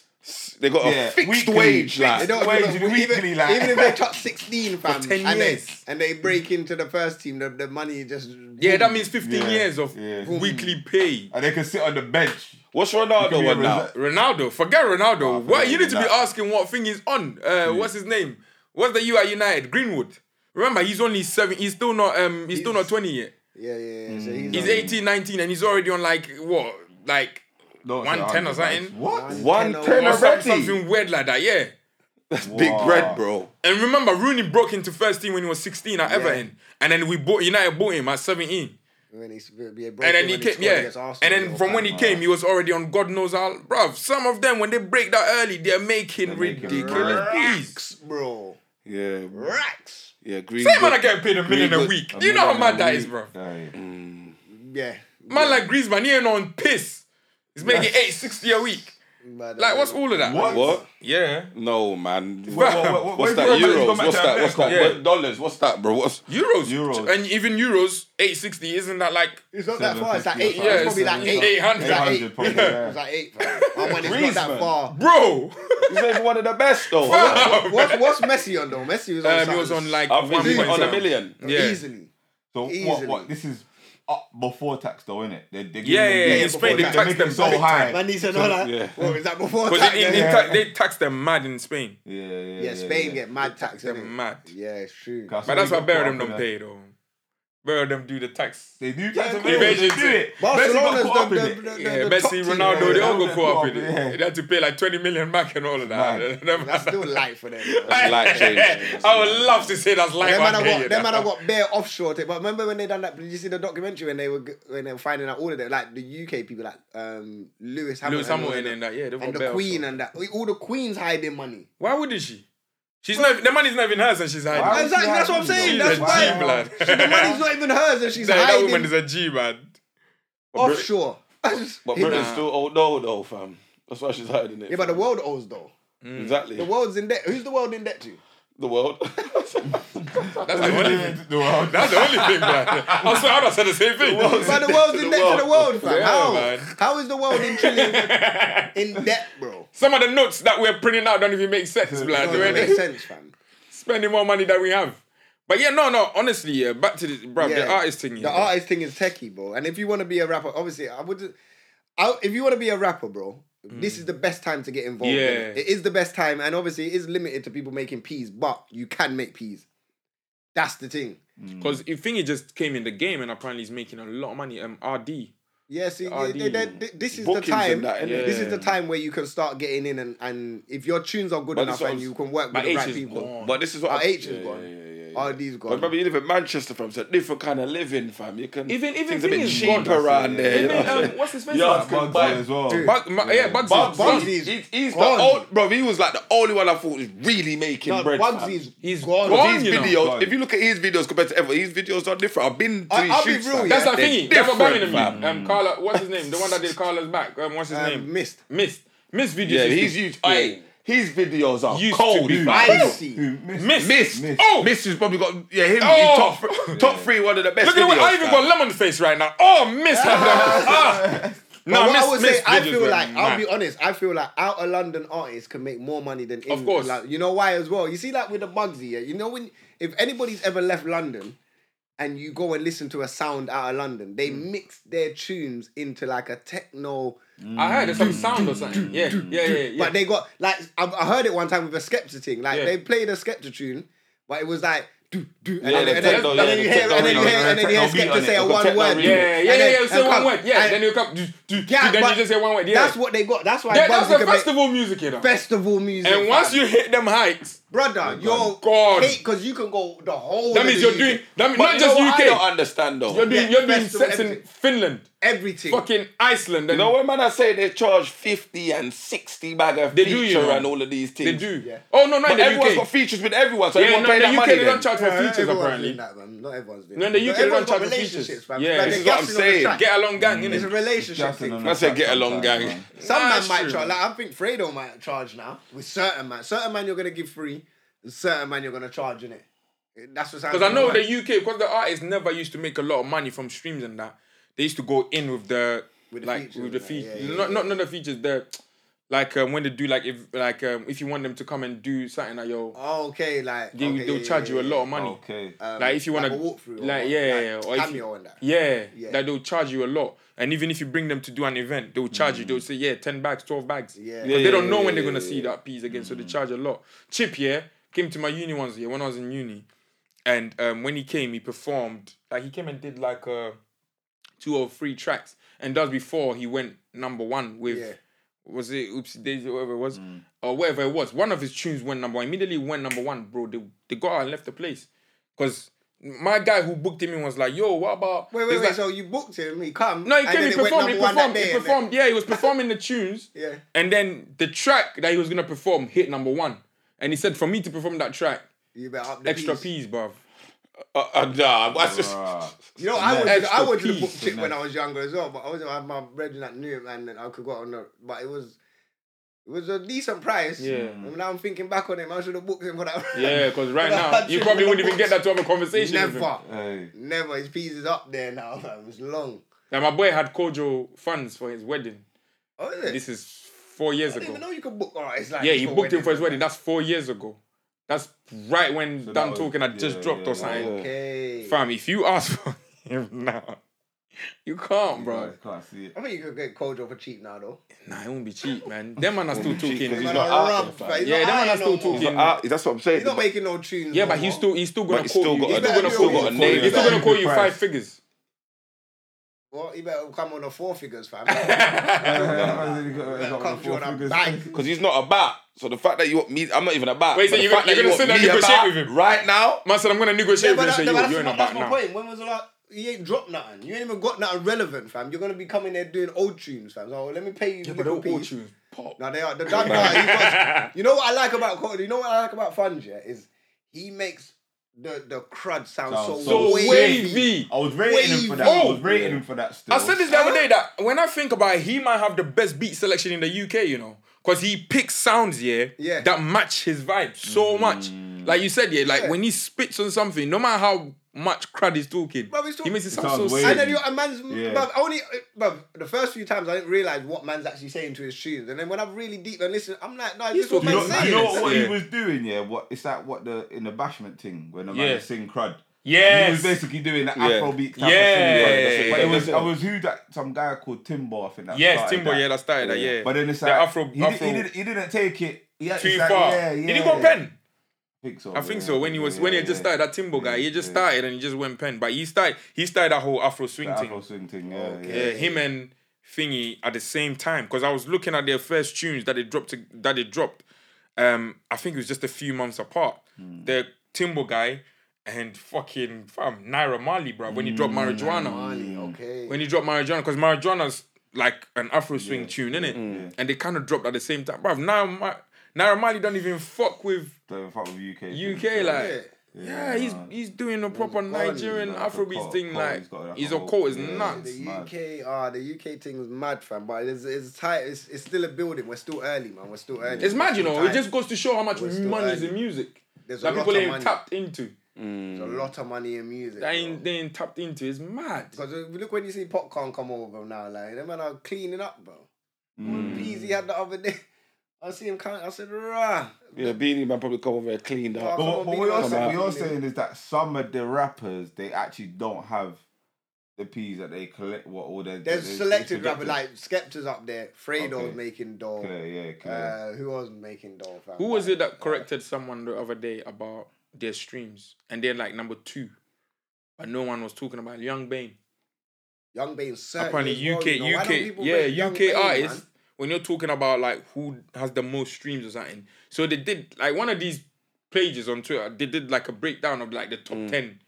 They got a Yeah, fixed weekly. wage, like. They don't Wait, even, you weekly, even, like- even if they touch 16, fam, 10 and, they, years. and they break into the first team, the, the money just. Yeah, that means 15 Yeah, years of yeah. weekly pay. and they can sit on the bench. What's Give Ronaldo me a on now? reserve. Ronaldo, Ah, forget Ronaldo. what you need to be Nah. asking what thing is on. Uh, What's his name? What's the U at United? Greenwood. Remember, he's only seven. He's still not. Um, he's still not He's- 20 yet. Yeah, yeah, yeah. So Mm. He's on- 18, 19, and he's already on like what, like No, it's 110 or not 100, something. What? One Ten ten or some- already. something weird like that. Yeah. That's big Wow. bread, bro. And remember, Rooney broke into first team when he was 16 at Everton. And then we bought United bought him at 17. When he's, and And then he came, yeah. And then from when he came, he was already on God knows how. Bruv, some of them, when they break that early, they're making making ridiculous beats. Racks, bro. Yeah, bro. Racks. yeah. Green. Same man are getting paid a million a Greenwood- week. you know how mad that is, bro. bro. Yeah. Man like Griezmann, he ain't on piss. He's making 860 a week. Mad, Like, what's man. all of that? What? What? Yeah. No, man. Wha- wha- wha- What's where's that? your money Euros? gone back What's to that? What's that? America? What- Dollars? What's that, bro? What's Euros. Euros. And even euros, 860 isn't that like. It's not that Seven far. It's like fifty or eight. it's something. probably Yeah, like it's eight. It's like 800 eight. probably, yeah. It's like eight. fam. My money's not that Griezmann. far. Bro! Um, He's even one of the best though. What's, what's Messi on though? Messi was on. um, he something. was on like. I've one been point on a something. million. Yeah. easily. So what? Easily. What? This is up before tax, though, isn't it? They, they give Yeah, them- yeah, yeah, they- in Spain they they tax make them them so big high. Man, he said all that. yeah. What was that before? Because tax, they, yeah? they, yeah. ta- they tax them mad in Spain. Yeah, yeah, yeah. Spain yeah. get mad tax. They're innit? mad. Yeah, it's true. Cause But that's why we got Barrow them caught don't up in pay though. Barrow them do the tax. that. They do tax Yeah, them. They do evasion. it. Messi got Barcelona's caught up the, in the, it. the, the, Yeah, the top Messi, team, Ronaldo, innit? they all yeah. got caught up in Yeah. it. They had to pay like 20 million mark and all of that. Mad. That's still life for them. man. That's life changing. I would love to say that's like Them man, one have day. got, you them know. man have got bare offshore. Tech. But remember when they done that? Did you see the documentary when they were g- when they were finding out all of that? Like the UK people, like um, Lewis Hamilton, Lewis all of Hamilton them. and that, yeah, they've got and the Barrow, Queen so. and that. All the Queens hiding money. Why wouldn't she? She's not. The money's not even hers, and she's hiding. Why it. would Exactly, she that's what I'm hiding saying. She's it? That's a why G, blood. the money's not even hers, and she's that, that hiding woman is a G, man. offshore. But yeah, Britain's still old no though, fam. That's why she's hiding it. uh, but the fam. world owes though. Exactly. The world's in debt. Who's the world in debt to? The world. That's the only thing. The world. That's the only thing, man. I swear, I'm not saying the same thing. But the world's in debt to the world, fam. Yeah, How? man. How is the world in trillions in debt, bro? Some of the notes that we're printing out don't even make sense, blood. No, The way it they- makes sense, fam. spending more money than we have. But yeah, no, no, honestly, yeah, back to this, bruv, Yeah. the artist thing. Yeah, The artist thing is techie, bro. And if you want to be a rapper, obviously, I would. I, if you want to be a rapper, bro, this is the best time to get involved. Yeah. in it. it is the best time, and obviously, it is limited to people making peas, but you can make peas. That's the thing. Because you think he just came in the game and apparently he's making a lot of money. Um, RD. Yeah, see, RD. they- they- they- this is the Bookings time. and that, innit? This is Yeah. the time where you can start getting in, and, and if your tunes are good But enough, this and was- you can work with But the H right is people, gone. but this is Our what H is Yeah, gone. yeah, yeah, yeah. RD's But gone. remember, you live in Manchester, fam. It's a different kind of living, fam. You can Even- even things a thing bit is cheap gone. around there. You know? Even, what I'm um, saying? what's his face? Yards like? can Bugs buy- as well. Dude. Bug, my, yeah, Bugs. Bugs. Bugs. Bugs. Bugsy's he's, he's the gone. old bro. He was like the only one I thought was really making No, bread. fam. Bugsy's He's gone. gone. His you know. videos, Gone. if you look at his videos compared to everyone, his videos are different. I've been to I- his I'll be shoots, real, fam. yeah. That's the They're thing. That's what different, Mm. Birmingham fam. mean. Um, Carla, what's his name? The one that did Carla's back. Um, what's his Um, name? Mist. Missed. Missed Yeah, videos. he's used. used. Aye, his videos are Used to cold. be. fam. I see. Who missed? Missed. Miss. Miss. Oh, Miss has probably got yeah him. Oh. He's top top three, one of the best. Look at the way videos, I even fam. got lemon face right now. Oh, Miss. ah. No, But what Miss- I would Miss say, I videos feel were like I'll mad. be honest. I feel like out of London artists can make more money than in, course. Like, you know why as well. You see, like with the Bugsy, yeah. You know when if anybody's ever left London, and you go and listen to a sound out of London, they Mm. mix their tunes into like a techno. I heard there's some sound or something. Yeah, yeah, yeah. yeah. But they got like I, I heard it one time with a Skepta thing. Like Yeah. they played a Skepta tune, but it was like. Do, do, and, Yeah, then, the and, then, techno, and yeah, then the you hear, techno and then you remix. hear, and then you hear Techno beat on Skepta it. say a Got one techno word. remix. Yeah, yeah, yeah, and yeah. then- You say and one come- word. Yeah, and- then you come. Do, do, Yeah, do, then you but just say one word. Yeah, That's what they got. That's why Yeah, Bugsy that's the can make festival music, you know. festival music. And once fam. you hit them heights, brother, you're God. because you can go the whole. that of means the you're UK, doing. That means But not you just know what I don't UK. understand though. You're doing. Yeah, You're doing festival sets in everything. Finland, everything. fucking Iceland, You and know when man I say they charge fifty and sixty bag of They do, feature you know. and all of these things. they do. Yeah. Oh no, no, in But the everyone's got UK. features with everyone, so Yeah, everyone no, in paying that the UK money. they don't Then. charge for Yeah, features everyone's apparently. doing that, man. Not everyone's doing No, in that. the But UK they everyone's don't got charge for features. relationships, fam. Yeah, Like, this they're is what I'm gassing on the saying. track. Get along, gang, It's a innit? relationship thing. on fam. the I said get track along, sometimes, gang. man. Some man That's might true, charge. Like man. I think Fredo might charge now with certain man. Certain man you're gonna give free. and Certain man you're gonna charge in it. That's what's Because I know the UK, because the artists never used to make a lot of money from streams and that. They used to go in with the With the like features with the and that, yeah, features, yeah, not not not the features. The like um, when they do like if like um, if you want them to come and do something at your, oh, Okay, like they okay, they'll yeah, charge yeah, you a yeah. lot of money. Okay. Um, Like if you want like a to, walkthrough or like what, yeah, like yeah, or if cameo you, and that. yeah, Yeah. like they'll charge you a lot. And even if you bring them to do an event, they'll charge you. They'll say yeah, ten bags, twelve bags. Mm. Yeah. Mm. 'Cause Yeah, they don't yeah, know yeah, when they're yeah, gonna yeah, see that piece again, so they charge a lot. Chip yeah came to my uni once yeah when I was in uni, and um, when he came, he performed like he came and did like uh, two or three tracks, and that was before he went number one with Yeah. was it Oopsie Daisy or whatever it was, or whatever it was. One of his tunes went number one. Immediately went number one, bro. They, they got out and left the place. Because my guy who booked him in was like, yo, what about. Wait, He wait, was wait. like- so you booked him, he come. no, he and came, then it he went performed, he number one that performed, day, he innit? performed. Yeah, he was performing the tunes. Yeah. And then the track that he was going to perform hit number one. And he said, for me to perform that track, You better up the extra piece. P's, bruv. Uh, uh, nah, that's just. Bruh. You know, I would Extra I would have piece, booked it innit? when I was younger as well, but I was I had my brethren that knew him and then I could go on the but it was It was a decent price. Yeah. And now I'm thinking back on him. I should have booked him for that. Yeah, because right now Hundred you probably wouldn't even bucks. get that to have a conversation. with him. Never. Hey. Never. His piece is up there now. man. It's long. Like my boy had Kojo funds for his wedding. Oh, is it? This is four years I didn't ago. even know you could book artists like Yeah, this he booked him for his wedding. weddings. That's four years ago. That's right when So that Dan was- Talking had just yeah, dropped yeah, or something. yeah. Okay. Oh. Fam, if you ask for him now, you can't, bro. Bro, can't see it. I think you could get Kojo for cheap now, though. Nah, it won't be cheap, man. Them man are still cheap, talking. 'cause he's Man, not a out rump, there, but he's fam. Yeah, not them out man there are still no more. talking. Ah, that's what I'm saying. He's not making no tunes. Yeah, no but he's more. still he's still But gonna he's call still you. got He's a- still gonna he's call still you. got a name He's still there. gonna call you Price. five figures. Well, he better come on the four figures, fam. Better come to you on a bike. because he's not about. So the fact that you want me, I'm not even about. Wait, so But the you're fact gonna- that you're gonna you want sit down me and negotiate about with him? right now. Man said I'm gonna negotiate but with that- you and say, that's yo, you're in my- about That's my now. point. When was the last? You ain't dropped nothing. You ain't even got nothing relevant, fam. You're gonna be coming there doing old tunes, fam. So let me pay you. Yeah, But they'll all choose pop. No, they are. The dad guy, he does- you know what I like about Cody? You know what I like about Funge, yeah, is he makes the, the crud sound so, Sounds so So wavy. wavy. I was rating him for that. I was rating him for that still. I said this the other day that when I think about it, he might have the best beat selection in the UK, you know, because he picks sounds, yeah, Yeah. that match his vibe so much. Like you said, yeah, like Yeah. when he spits on something, no matter how much crud he's talking, Bruv, he's he talking- makes it It sound so sounds wavy. sick. And then you, and man's, Yeah. bruv, I only, bruv, the first few times I didn't realize what man's actually saying to his tunes, and then when I'm really deep and listen, I'm like, no, is He's this what talking- You know, man's Makes you saying? know sense. what Yeah. he was doing, yeah? What it's that what the in the bashment thing when the Yeah. man sing crud. Yes. He was basically doing the Yeah. Afrobeat Yeah. Yeah, type of thing. yeah, but yeah, it was yeah. I was who that some guy called Timbo, I think that Yes, started Timbo, yeah, that started that, yeah. But then it's The like Afro- he, Afro- Did, he, did, he didn't take it. Yeah, Too it's like, far. Yeah, yeah, Did he go yeah. pen? I think so. I think yeah. so. When he was when he Yeah, had just yeah. started that Timbo guy, he just started and he just went pen. But he started he started that whole Afro swing The thing. Afro swing thing, yeah. Yeah, yeah. uh, him and Thingy at the same time because I was looking at their first tunes that they dropped. to- that they dropped. Um, I think it was just a few months apart. Hmm. The Timbo guy and fucking fam Naira Marley, bro. When he Hmm, dropped Marijuana, Okay. when he dropped Marijuana, because Marijuana's like an Afro swing tune, innit? Hmm. And they kind of dropped at the same time, bro. Now Ma- Naira Marley don't even fuck with Don't fuck with UK. UK, Yeah. like. Yeah. Yeah, he's nah. he's doing a proper He's a cult, Nigerian he's like a Afrobeat cult, thing, cult, like he's got like a he's a whole- cult, it's yeah. nuts. The mad. UK, ah, the UK thing is mad, fam. But it's it's tight. It's, it's still a building. We're still early, man. We're still early. It's mad, you We're still know. It tight. just goes to show how much We're still money is early. in music There's a that lot people of ain't money. tapped into. There's Mm. a lot of money in music. They ain't, they ain't tapped into. It's mad. Because look when you see popcorn come over now, like them man are cleaning up, bro. Mm. Beezy had the other day. I see him kind. I said, rah. Yeah, Beanie Man probably come over and cleaned up. But, what- but what you're, Come saying, out. what you're saying is that some of the rappers they actually don't have the P's that they collect. What all their There's they- they selected projected. rapper like Skepta's up there. Fredo's Okay. making dough. Clear, yeah, clear. Uh, who was making dough? Fam? Who was it that corrected someone the other day about their streams and they're like number two, but no one was talking about Young Bane. Young Bane certainly Apparently, as well, you know. Why UK, don't people UK, rate yeah, Young UK Bane, artists. man? When you're talking about like who has the most streams or something, so they did like one of these pages on Twitter. They did like a breakdown of like the top ten,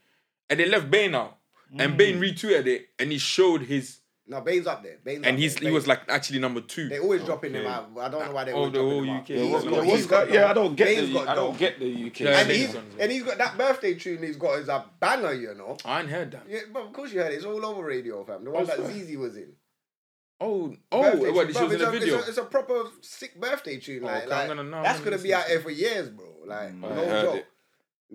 and they left Bane out, and Bane retweeted it, and he showed his No, Bane's up there. Bane's and up he's there. he Bane. was like actually number two. They always dropping him out. I don't know why they Oh, always the dropping whole him out. UK. Yeah, He's what- got- yeah, he's what's got that? Yeah, dough. I don't get Bane's the got I dough. don't get the UK. Yeah, And, Bane's he's, on it. and he's got that birthday tune he's got is a banger, you know. I ain't heard that. Yeah, but of course you heard it. It's all over radio, fam. The one that swear. ZZ was in. Oh, oh, Birthday what tune. this Bruv, was in it's the a, video. It's a, it's a proper sick birthday tune. Oh, Like, okay, like, I'm gonna- now I'm that's gonna gonna be listen out there for years, bro. Like, I no heard joke. it.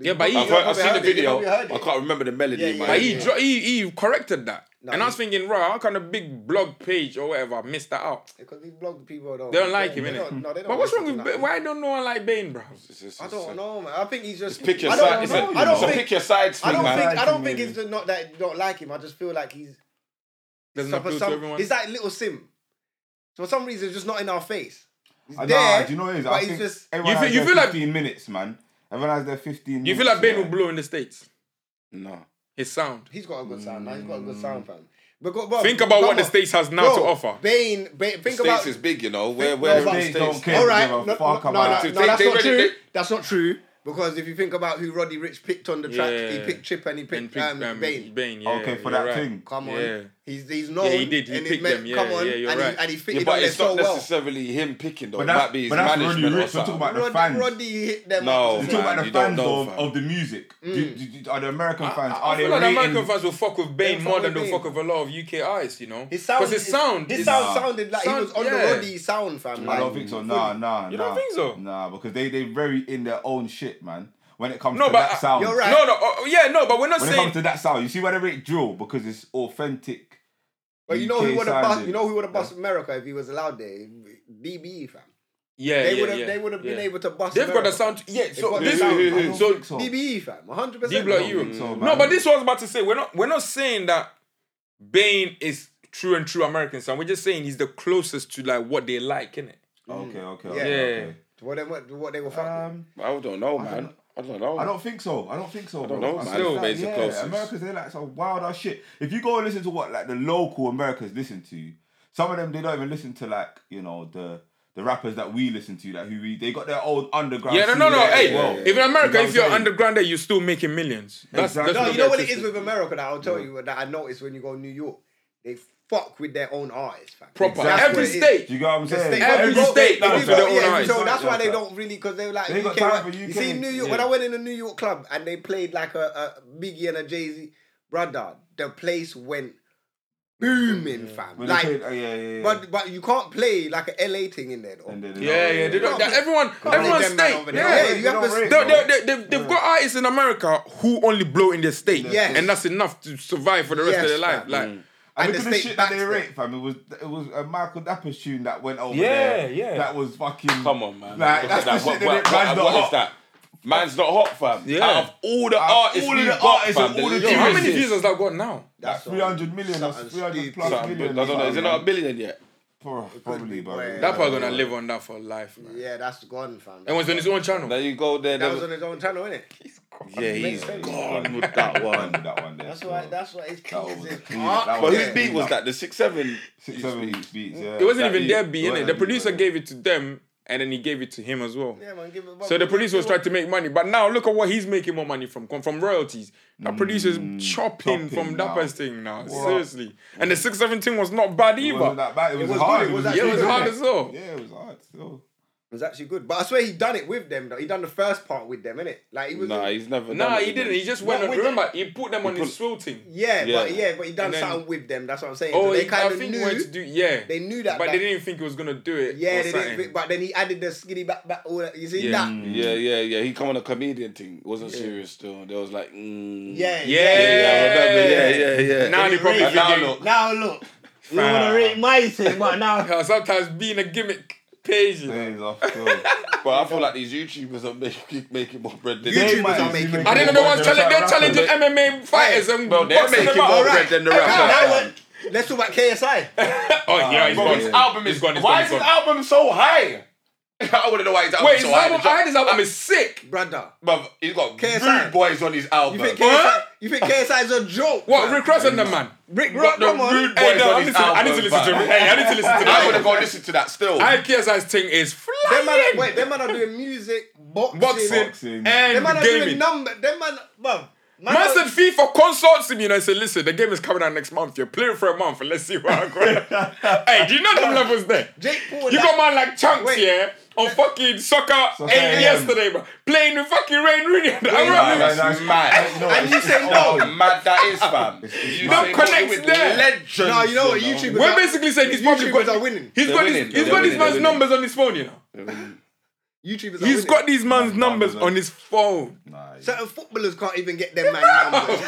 Yeah, but he- I've, heard, I've probably seen the heard it, you video. probably heard I it. can't remember the melody. Yeah, in yeah, my But head. he, yeah. dro- he he corrected that, No, and I he- was thinking, right, how can a big blog page or whatever I missed that out? Because these blogged people don't. They don't like him, they innit? don't- No, they don't But what's listen wrong with to nothing. ba- why don't no one like Bane, bro? It's- it's- I it's don't a- know, man. I think he's just. Pick your I don't side. It's know. a, I don't it's a think- pick your side I thing, don't man. think. I don't Maybe. think it's the- not that don't like him. I just feel like he's Doesn't So for appeal to some- everyone. It's like little sim. For some reason, it's just not in our face. He's Uh, there, nah, do you know what it is? but I he's think just. everyone You has feel- you their feel like- 15 minutes, man. Everyone has their 15 You feel minutes, like Bane yeah. will blow in the states? No. His sound. He's got a good sound. man. He's got a good sound, fam. But go- bro, Think about come what the on. States has now Bro, to offer. Bane, Bane think States about. is big, you know. Where Think- where no, the but- States don't States? care. All right, Give no, a no, fuck no, no, about no, it. that's They- not they- true. they- that's not true. Because if you think about who Roddy Rich picked on the track, he Yeah. picked Chip and he picked pick, um, Bane. Bane, yeah, okay, for you're that right. thing. Come on, Yeah. he He's he's known. he did. He and picked meant, them. Yeah, come on, yeah, you're and right. He, and he Yeah, fitted but on there it's not so well. necessarily him picking though. But It that's- might be his but that's Roddy management or Ricks. We're something. talking about the Roddy, fans. Roddy hit them. No, up. to You talk man, about the you don't fans know, of, fam. of the music. Do, do, do, are the American fans? I are they feel like the rating? American fans will fuck with Bane They more fuck with than they'll Bane. fuck with a lot of UK artists, you know? His sound, Because his sound, his is- sound sounded like he was on yeah. the Roddy sound, fam. I like, don't think so. Nah, nah, You nah. don't think so? Nah, because they they very in their own shit, man. When it comes No, to but that I- sound, You're right. No, no, oh, yeah, no, but we're not when it saying. comes to that sound, you see why they rate drill because it's authentic. But you know UK who would have bust? sounding. You know who would have bust America if he was allowed there? DBE, fam. yeah, They yeah, would have. yeah, They would have been yeah. able to bust. They've got America. the sound. Yeah, so got the this. sound. I I don't so think so. DBE, fam. 100. Deep percent Blood don't Europe. think so, no, man. but this was about to say we're not we're not saying that Bane is true and true American sound. We're just saying he's the closest to like what they like, innit? Okay, okay, Yeah. okay, What they, what, what they were okay. fucking. Um, I don't know, man. I don't know. I don't think so. I don't think so. don't bro. know, man. think Still, that- Bane's the yeah, closest. Americans, they like some wild ass shit. If you go and listen to what like the local Americans listen to, some of them they don't even listen to like you know the the rappers that we listen to, like who we they got their own underground. Yeah, no, scene no, no. there as hey, well. if in America, You know if what you're I'm saying? underground, there, you're still making millions. That's, Exactly. that's No, Yeah, you know what it that's is with America that I'll tell you that I noticed when you go to New York, they fuck with their own artists, fam. proper. Exactly. what Every it is. state. Do you get what I'm The saying? state- Every bro, state they does do their got- own yeah, artists. So that's why they Yeah. don't really because they were like They ain't got UK, time rap- for You UK. see, in New York when Yeah. I went in a New York club and they played like a, a Biggie and a Jay Z, brother, the place went booming, fam. When they like, played- oh, yeah, yeah, yeah. but but you can't play like a LA thing in there though. And they- they Yeah, don't- yeah, they don't. Yeah. that- everyone, everyone's them man state. over there. Yeah, Yeah, you have don't to- rate, They, bro. they, they, they've, they've got artists in America who only blow in their state, Yes. and that's enough to survive for the rest Yes, of their life. fam. Like, And And look the at the state shit that they backs rate, fam. It was it was a Michael Dapper tune that went over Yeah, there. yeah. That was fucking. Come on, man. Like, Look that's at the that. shit What- that what- it- man's what- not what is hot. that? Man's not hot, fam. Yeah. Out of all the Out of artists, all of we've the got, artists fam, and all the the yo, how Seriously. many views has that got now? That's 300 million. That's Something 300 stupid. plus Something, million. I don't know. Is it not a bit? billion yet? Probably, bro. That That part gonna live on that for life, man. Yeah, that's gone, fam. And was on his own channel. Now you go there. that then- was on his own channel, innit? yeah, he's sense. gone with that one. That one there. That's so. why. That's why it's That one was crazy. clean. That But was whose clean. beat was that? The six seven. Six, seven beats. Yeah. It wasn't That even you- their beat, innit? The that you- producer gave it to them, and then he gave it to him as well. Yeah, man, give it So the producer was trying to make money, but now look at what he's making more money from com- from royalties. Mm, That producer's chopping chopping from now. Dapper's thing now, What? seriously. And the six seventeen was not bad It wasn't either. that bad. It was was hard. good, it was Yeah, it was good, hard innit? as well. Yeah, it was hard still. It was actually good. But I swear he done it with them though. He done the first part with them, innit? Like he was Nah, he's never. Nah, done it he didn't. He just Not went. On, with remember, he put them on put- his swill team. Yeah, but Yeah. yeah, but he done And then- something with them, that's what I'm saying. Oh, so they he, I kind of think he wanted to knew do. Yeah, they knew that but that- they didn't think he was gonna do it. Yeah, or they something. didn't but then he added the skinny back back all that you see Yeah. that? Yeah, yeah, yeah. He come on a comedian thing. It wasn't serious still. There was like, mm. Yeah, Yeah. yeah, I remember. yeah, yeah, yeah. Now they probably And now thinking- look, Now look. You wanna rate my thing, but now Hell, Sometimes being a gimmick pays you. Days off still. but I feel like these YouTubers are making making more bread than YouTubers might are be making- making I didn't know more the ones bread challenge. than They're rappers. challenging MMA fighters and Bro, they're boxing making them up. more bread than the rapper. let's talk about KSI. Oh yeah, he's Bro, gone. his album He's is gone. he's Why gone, is he's his gone. album so high? I wouldn't know why his album Wait, so his high. album. I heard his album is sick. Brother. Bruv, he's got KSI. rude boys on his You album. think Huh? KSI you think KSI is a joke? What man? Rick Ross and the man? Rick Got Ross, the come on. rude Hey, boys no, on I, his listen, I need to album, listen to. bruv. Hey, I need to listen to. I would have that. gone listen to that still. I KSI's thing is Them man, are- flying. wait, them man are doing music, boxing, Boxing, Boxing. Them and man are doing gaming. number. Them man, bruv. Man Man are- said FIFA consults him, you know, and said, listen, the game is coming out next month. You're playing for a month, and let's see where I go. hey, do you know them levels there? Jake Paul. You like- got man like Chunks, Wait. yeah, on fucking soccer, Soccer eight AM. yesterday, bro, playing with fucking Rain Rooney. I Nah, remember that's no, it's- mad. No, And you it's- say How no. mad that is, fam. it's You mad. say No connects with there. Legends. No, you know what? know. YouTubers. We're are- basically saying he's probably YouTubers got, are winning. He's They're got winning, his, he's they're got his winning, man's they're numbers on his phone, you know. YouTubers. Are He's winning. got these man's numbers numbers on- on his phone. Nah, it's- certain footballers can't even get their man numbers.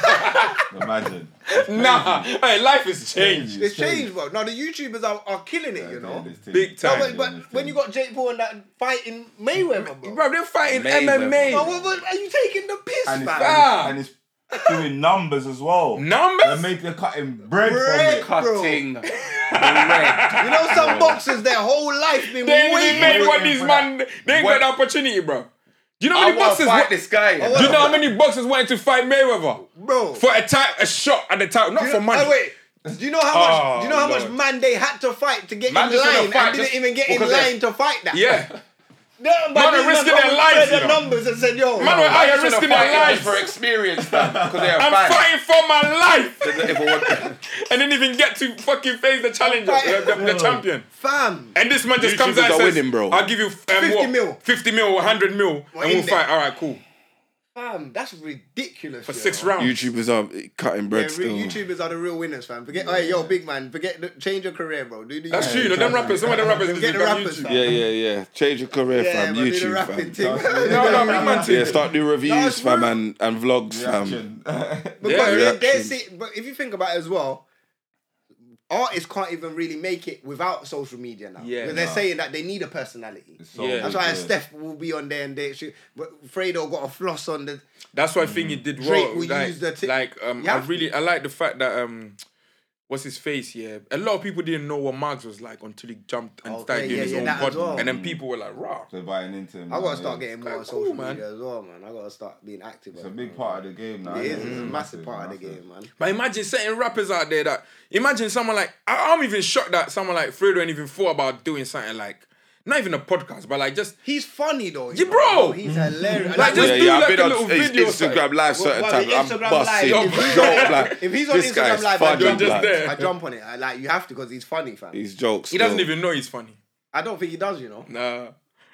Imagine. Nah, hey, life has changed. It's changed, bro. No, the YouTubers are, are killing it. You know. Big No, time. but, but when you got Jake Paul and that fighting Mayweather, bro. Bro, they're fighting Mayweather. MMA. No, what, what- are you taking the piss, and it's, man? Ah. and, it's, and it's doing numbers as well. They're Numbers? making they're cutting bread, Bread. from it. Cutting the red. You know, some boxers their whole life been They ain't waiting. even made what these for man. They ain't got What- the opportunity, bro. Do you know how I many want to boxers? fight wa- this guy. I Do wanna- you know how many boxers wanted to fight Mayweather Bro. for a ti- a shot at the title, not You for know- money? Oh, wait. Do you know how much? Oh, do you know how much Lord. man they had to fight to get Man in just wanna line fight and didn't just even get in because they- line to fight that? Yeah, No, Man but are these risking man their come lives, with you the know. numbers and said, yo, Man are out here risking their lives. for experience, because they I'm have five. fighting for my life If I want- and didn't even get to fucking face the challenger, the, the- the champion. fam. And this man just comes YouTubers out and are says, winning, bro. I'll give you um, 50 what, mil. 50 mil, 100 mil, We're and in we'll there. fight. All right, cool. Fam, that's ridiculous. For yo. six rounds. YouTubers are cutting Yeah, bread re- still. YouTubers are the real winners, fam. Forget, hey, yo, big man, forget, the, change your career, bro. Do the That's YouTube. true, you know, them rappers, some of them rappers just Get the become rappers, YouTube. fam. Yeah, yeah, yeah. Change your career, Yeah, fam. but do the YouTube, rapping fam. thing. No, no, big man Yeah, thing. start doing No, reviews, it's fam, real. and, and vlogs, fam. Because Yeah, they're- they're reaction. see- but if you think about it as well, artists can't even really make it without social media now. Yeah. Because they're Nah. saying that they need a personality. Yeah. That's why Steph will be on there and they shoot. But Fredo got a floss on the. That's why I think he did well. Mm-hmm. Drake will like, use the ti- like um, Yeah. I really I like the fact that um, what's his face? Yeah, a lot of people didn't know what Marx was like until he jumped and Oh, started yeah, doing yeah, his yeah, own that as pod, well. Mm. and then people were like, "Raw." They're buying into him. I now, gotta yeah. start getting more Like, on cool, social man. media as well, man. I gotta start being active. It's a big part of the game now. It is. innit? It's a massive part of the massive. game, man. But imagine certain rappers out there that imagine someone like I, I'm even shocked that someone like Fredo ain't even thought about doing something like not even a podcast, but like just He's funny though. you Yeah, know. bro. He's hilarious. Like, Yeah, just do yeah, like I've been a on little his video Instagram live certain Well, well, times. the Instagram I'm busting. live, if he's- joke, like, if he's on this Instagram guy's live, I funny, jump, just like, there. I jump on it. I, like you have to because he's funny, fam. He's jokes. He doesn't still. even know he's funny. I don't think he does, you know. Nah,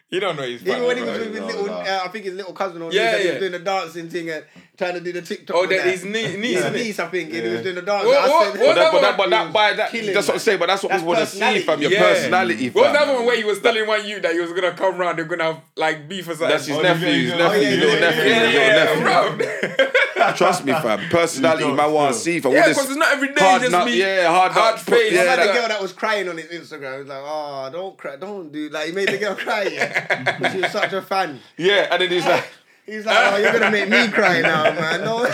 he don't know he's funny. Even when he bro. was with his no, little, no. Uh, I think his little cousin on Yeah, yeah, he yeah. was doing the dancing thing and trying to do the TikTok. oh, and that his knee, knee, His innit? niece, I think, and he was doing the dance. What- I what- said- what But that, but that, That but that, by that, killing, that's what I'm man. saying. But that's what That's people want to see personality. from your Yeah. personality. What was fam. the other one where he was telling one you that he was gonna come round, they're gonna like beef or something? That's his Oh, nephew, his yeah, yeah, nephew, yeah, little yeah, nephew, yeah, little nephew. bro. Trust me, fam. Personality, He's man, jokes, want to still. see, fam. yeah, All this because it's not every day hard just nut- me. yeah, hard nut- hard face. yeah, It's like that- the girl that was crying on his Instagram. It's like, oh, don't cry, don't do like he made the girl cry. Yeah. But she was such a fan. Yeah, and then he's like, He's like, oh, you're gonna make me cry now, man. No,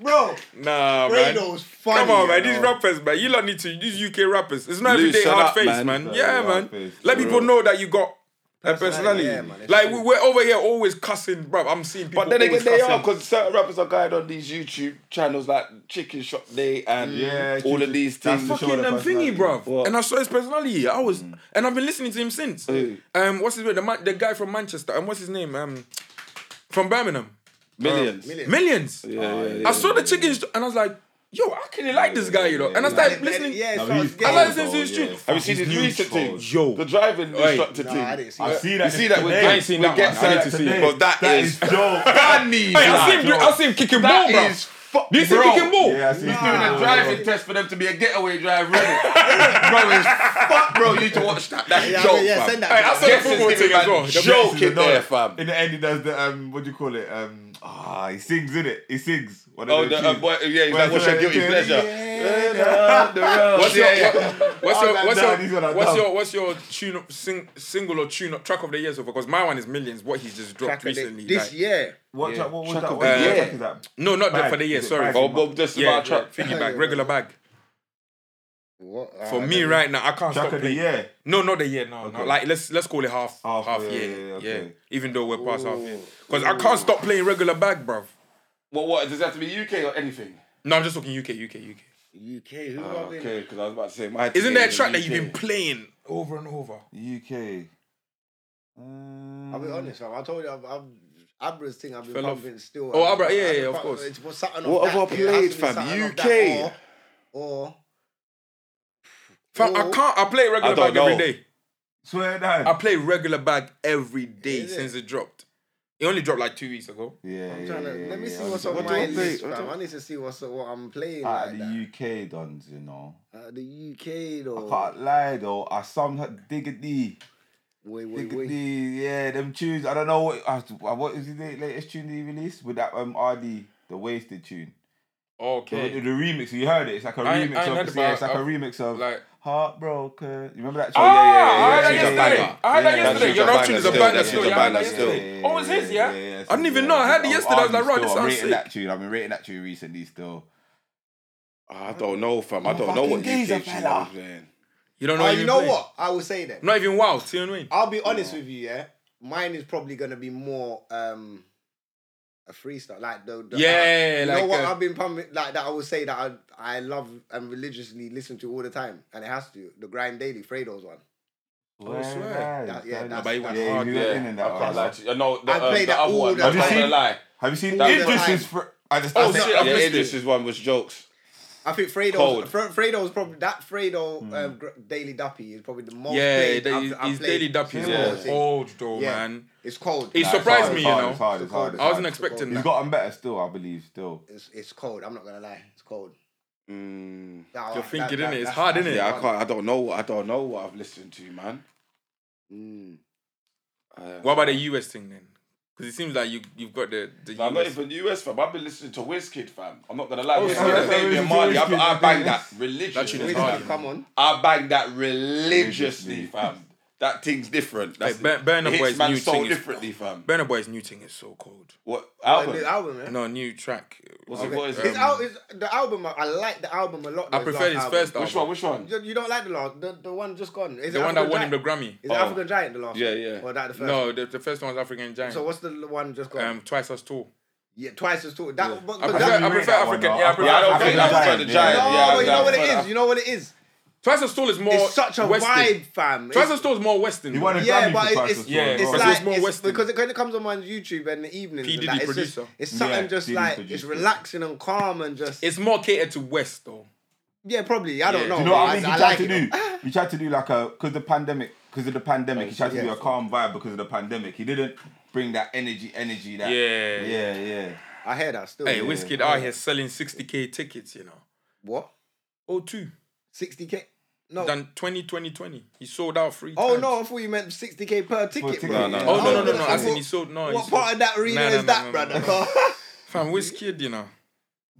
bro, Nah, man. Fredo was funny. Come on, man. you These know. rappers, man. You lot need to. These UK rappers. It's not every Loosen day hard up, face, man. man. Yeah, hard man. face, Let for people real. know that you got a personality. yeah, man, it's like we, we're over here always cussing, bro. I'm seeing people. but then again, always they are cussing. because certain rappers are going on these YouTube channels like Chicken Shop Day and Yeah, all of Chicken- these that's things. the show. fucking their um, thingy, personality. bro. What? And I saw his personality. I was, Mm. and I've been listening to him since. Who? Um, what's his name? The, man, the guy from Manchester. And what's his name? Um, from Birmingham. Millions. Millions. Millions. Yeah, yeah, yeah. I saw the chicken, st- and I was like, yo, I actually like this guy, you know. And I started And- and- listening. Yeah, No, so I was he's getting- I like this is true. yeah. Have you seen his He's recent thing? huge, Yo. The driving instructor No, thing. I didn't see I that. see You that. see that with today. I ain't seen that Get one. I need to Sal- see it. But that That is is dope. funny. Hey, I like. seen, I seen kicking ball, bro. That is fuck. Do you see bro. kicking ball? Yeah, I see He's doing a driving test for them to be a getaway driver. innit? bro, it's fuck, bro. You need to watch that. That's Yeah, I joke, mean, yeah, fam. send that. Hey, I saw the Yes, football it's thing giving as well. man The- joke. This is in the there, note. fam. In the end, he does the um, what do you call it? Um, ah, he sings in it. He sings. One of Oh, those the, uh, tunes. boy, yeah, he's Well, like, what's your so- guilty yeah, pleasure? What's your, Yeah, yeah. what- what's your, I was what's like, your, nah, these are like what's dumb. your, what's your tune up, sing, single or tune up track of the year so far? Because my one is Millions, what he's just Crack dropped of recently. it. This like- year. What, track- what was Track that? of What the track year. is that? No, not Bag. for the year, Is it sorry. bag? Oh, Bob, just Yeah, about yeah, track. thingy bag, regular bag. What? For Ah, me right now, I can't Track stop of the playing. year. No, not a year. No, no. Okay. Like let's let's call it half half, Half, yeah, year. Yeah, yeah, yeah, okay. even though we're past half year, because I can't stop playing regular bag, bruv. Well, what, does it have to be UK or anything? No, I'm just talking UK, UK, UK. UK. Who Oh, are we? okay, because I was about to say my Isn't there a team track in that you've been UK. playing over and over? UK. I'll be honest, fam. I told you, I've, I've, Abra's thing, I've been Fell off. pumping still. Oh, I've- Abra, yeah, I've been yeah, of pump- course. It's was something What of have that, I yeah, it has to be played, fam? something of that, UK. Or, Fam, I Oh. can't. I play regular I don't bag every know. day. Swear I down. play regular bag every day Is it? since it dropped. It only dropped like two weeks ago. Yeah, I'm yeah, trying to, yeah, let me yeah, see I'm what's sorry. on What do I my play? list, What do fam. I- I need to see what's what I'm playing Out like of that. Ah, the UK dons, you know. Uh, the UK I though. can't lie though. I somehow diggity, Wait, wait, wait. diggity, yeah. Them tunes. I don't know what. I, I- what is the latest tune they released with that um RD the wasted tune. The, Okay. the remix. You heard it. It's like a I ain't- remix I ain't heard of. Yeah, it's like about- a remix of like- heartbroken. You remember that? Ah, tune? I yeah, heard that yeah, yeah, yesterday. yeah. I heard that Yeah, yesterday. she's Your a love tune is a banger banger still, still. yeah, Yeah, I heard that she's a banger yesterday. Oh, it's his, yeah. yeah, I didn't even yeah, know. I heard it I'm yesterday. I was like, right, arguing still. this I'm sounds rating sick. that tune. I've been rating that tune recently still. Ah, I don't know, fam. I Oh, don't know what UK fucking geezer, tune I'm fella. playing. You don't know. Oh, even you know play. what? I will say that. Not even wild. See what I mean? I'll be honest with you, yeah. Mine is probably gonna be more um a freestyle, like the, the Yeah, I- you like, know what uh, I've been pumping, like that. I would say that I I love and religiously listen to all the time, and it has to the Grime Daily Fredo's one. Where swear. lies That- yeah, the- that's- But he went Yeah, hard he went there. in in I that can't one. lie to you. No, the, I uh, played the that other all one. the I'm not time. gonna lie. Have you seen All the Idris's? time. Fr- I just, Oh I just- shit! I Yeah, missed it. Idris's one was jokes. I think Fredo. Cold. Fre- Fredo was probably that Fredo um, gr- Daily Duppy is probably the most. Mm. Yeah, played they, I've- I've his played daily dappies since yeah. I've seen. old though, Yeah. man. It's cold. He Nah, Nah, it's surprised hard, me, it's you hard, know. It's hard, it's It's hard, hard. it's I wasn't Nah, expecting He's that. gotten better still, I believe. Still, It's, it's cold. I'm not gonna lie. It's cold. Mm. That- You're that- thinking, that- innit? It's that's- hard, that's innit? the Yeah, I one. can't. I don't know. what- I don't know what I've listened to, man. Mm. Uh, What about the US thing then? Because it seems like you you've got the the I'm not US. even US fam. I've been listening to WizKid fam. I'm not gonna lie. Oh, Wizkid sorry. and Damian Marley. I, I banged that That tune religiously. is Really, hard. fam. Come on. I banged that religiously, fam. That thing's different. That's Hey, Burn- Burna it hits Boy's man new so thing is- differently, fam. Burner Boy's new thing is so cold. What The new album? album, man. No, new track. What's it called? Is His it- al- his- the album. I- I like the album a lot. though, I prefer his last first album. Which one? Which one? You, you don't like the last, the, the one just gone. Is The it one that African won him the Giant? Grammy. Is it Oh. African Giant the last? Yeah, one? yeah. Or that the first? No, the, the first one's African Giant. So what's the l- one just gone? um, twice as tall. yeah, twice as tall. That, but, I but prefer, that, I remake prefer that one, African. though. yeah, I prefer Yeah, I don't African think Giant, that's the yeah. giant. no, Yeah, but you know what that's- it is. You know what it is. Twice as tall is more. It's such a Western. vibe, fam. Twice It's- as tall is more Western. he won a though. Yeah, Grammy but for it- Price it's- as well, yeah, bro. It's Because like it's more it's- Western. because it, when it comes on my YouTube and the evenings, P. and Diddy that, it's, just, producer. it's something Yeah, just Diddy like it's producer. relaxing and calm and just It's more catered to West though. yeah, probably. I don't Yeah. know. Do You know what I but think he I tried like to it. do? He tried to do like a because the pandemic, because of the pandemic, he tried to yeah. do a calm vibe because of the pandemic. He didn't bring that energy, energy that Yeah. yeah, yeah. I hear that still. Hey, yeah. Wizkid out here selling 60k tickets, you know. What? Oh, two. Sixty k? No. Done 20, 2020. He sold out three Oh times. no, I thought you meant sixty k per ticket, ticket, bro. yeah. Oh, no, no, I no, was no. gonna say, I seen what- he sold. No, he What sold- part of that arena Nah, nah, is nah, that, nah, brother? nah. Fam, Wizkid, you know.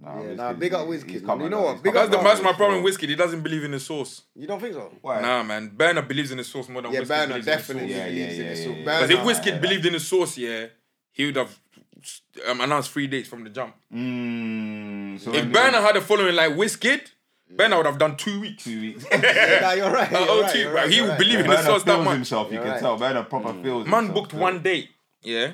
Nah, Yeah, Wizkid, nah, big up he- Wizkid, he's man. come You on know up, what? he's Big come up That's the on that's up, my bro. problem with Wizkid. He doesn't believe in the source. You don't think so? Why? Nah, man. Burner believes in the source more than Yeah, Wizkid Burner believes definitely in the source. Yeah, believes yeah, in yeah, this. yeah, Because Burner- if Nah, Wizkid yeah. believed in the source, yeah, he would have um, announced three dates from the jump. Mm, so If Burner had a following like Wizkid, Burner would have done two weeks. two weeks. Yeah, nah, you're right. Uh, you're OT, you're bro, he you're would believe in Burner the source that feels much. himself, you You're can right. Mm. tell. Burner proper feels Man himself, booked still. one date, yeah.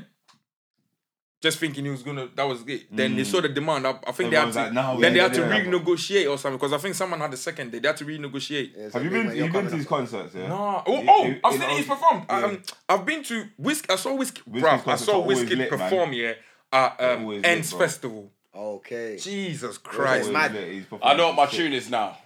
Just thinking he was gonna, that was it. Then they saw the demand. I, I think Everyone's they had to, like, "Nah, we then they had ain't to gonna do that." renegotiate or something. Because I think someone had the second day. They had to renegotiate. It's Have a you big been? man, You you're been coming to his up. concerts? Yeah. Nah. Oh, In- oh in- I've in seen he's Oz- performed. I, yeah. um, I've been to Whisk. I saw Whisk. Wizkid's Bruv, I concerts saw are always Whiskey lit, man. perform. Yeah, at um, Always lit, Ends bro. Festival. Okay. Jesus Always Christ. It's mad. lit, he's I know performing what my shit. tune is now.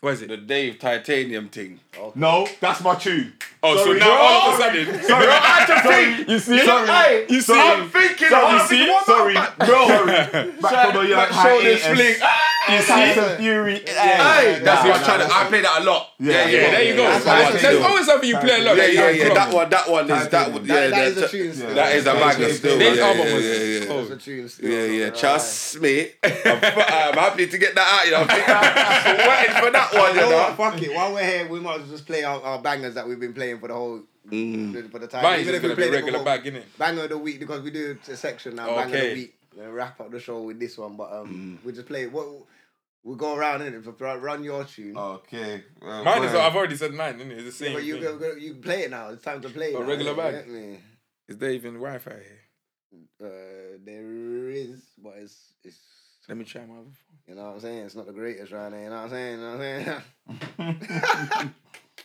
Where is The it? Dave Titanium thing. No, that's my tune. Oh, so Sorry, now bro. all of a sudden, Sorry, I had to think. You see? Sorry. Hey, you see? I'm thinking. Sorry, I'm you thinking, see? what the Sorry, fuck? bro. Back from the Back shoulders fling. Ah, You see? Fury. Hey, that's nah, what I'm nah, trying to. that's- I play that a lot. Yeah, Yeah, yeah. yeah, There you go. that's That's what I There's do. always something you play a lot. Yeah, That's yeah, what I yeah. do. That one. That one is that. one. Titanium. Yeah, That- that yeah, is a that- tune still. That is a Titanium. banger still. Dave's Yeah, album yeah, was oh, yeah, yeah. cold. That's a tune still. Yeah, yeah, You're trust me. I'm, I'm happy to get that out, you know. I'm waiting for that one, right. You you know what? know. Fuck it. While we're here, we might as well just play our, our bangers that we've been playing for the whole for the time. Mine's Even if just we gonna played be it regular before- bag, innit? Banger of the week because we do a section now. Banger of the Okay. Mm. week. And wrap up the show with this one, but um, we just play. What we go around in it. Run your tune. Okay. uh, Mine is. where? I've already said mine. Isn't it? It's the Yeah, Oh, same but you thing. go, go, you play it now. It's time to play. A now, regular you bag. get me? Is there even Wi-Fi here? Uh, there is, but it's it's Let me try my other phone. you know what I'm saying. It's not the greatest right now. You know what I'm saying. You know what I'm saying.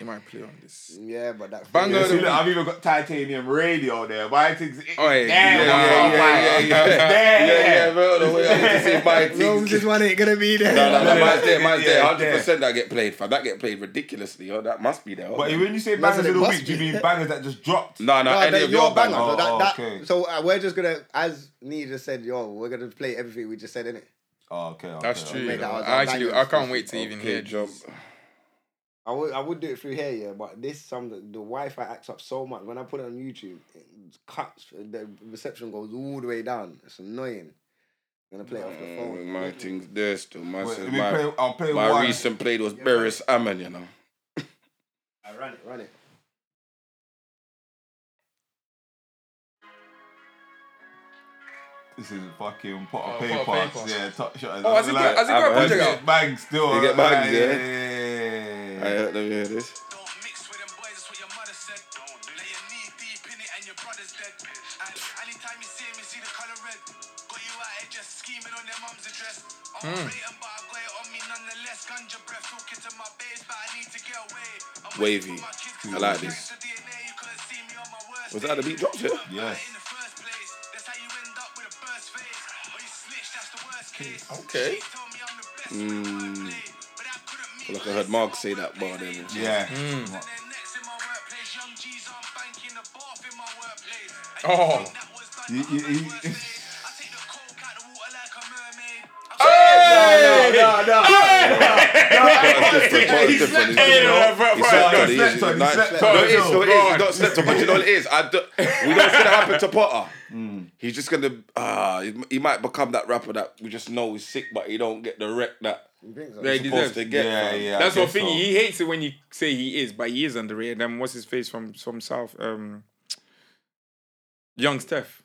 It might play on this. Yeah, but that Banger Yeah, of see, the look, I've even got titanium radio there. Why it's ex- Oh, yeah, Damn, yeah, that's yeah, all yeah, fire. yeah, yeah. Damn. Yeah, yeah, bro. The way I need to say my Rooms things. this one ain't gonna be there. No, no, no, mine's there, mine's there. Yeah, 100% that get played, fam. That get played ridiculously, oh, that must be there. oh. But when you say That's what bangers of the it week, must do you be. mean bangers that just dropped? No, no, No, any they're of your your banger. bangers. So, that, Oh, that, okay. so uh, we're just gonna, as Nee just said, yo, we're gonna play everything we just said in it. Oh, okay. okay, That's okay. true. made you that know. was I a actually, banger. I can't wait to even Okay, hear jump. jump. I would, I would do it through here, yeah, but this some the Wi-Fi acts up so much. When I put it on YouTube, it cuts. The reception goes all the way down. It's annoying. I'm gonna play it off the Mm, phone. My things there still. My, Wait, let me my, play, I'll play my one. recent played was Beres Ammon, you know. I run it, run it. This is fucking pot Oh, of pot of paper. paper. Yeah, top shot. Oh, has it got, has it got a I've heard project it. out? get bangs still. You get bangs, yeah. yeah? I yeah, yeah, yeah. heard them hear this. Don't mix with them boys, that's what your mother said. Now you're knee deep in it and your brother's dead. And anytime you see him, you see the color red. Got you out here just scheming on their mum's address. I'm Hmm. rating, but I got it on me nonetheless. Ganja breath talking to my base, but I need to get away. I'm Wavy. waiting for my kids to I like come this. back to DNA, you couldn't see me on my worst Was that the day. beat drops here? Yeah. In the first place, that's how you end up with a burst face. Or you snitch, that's the worst case. Okay. She told me I'm the best with wordplay, but that couldn't mean Like I heard Mark say that bar there. man. Yeah. Mm. and then next in my workplace, young G's on bank in the bath in my workplace. And you Oh. think that was bad, You- but I'm you- the you- worst mate. I take the coke out the water like a mermaid. I'm Hey! No, no, Bar is different, bar is different, it's Hey, different. no, bro, He bro, slept no, on, he slept is, on, he no, slept no, on. it is, no, it Oh, is. He's not slept on, but you know what it is. I don't, we don't see that happen to Potter. He's just gonna, ah, he, he might become that rapper that we just know is sick, but he don't get the wreck that You think so? They he's supposed deserve. to get. Yeah, fam. yeah. I That's what guess so. thingy. He hates it when you say he is, but he is underrated. And what's his face from from South? Um, Young Steph.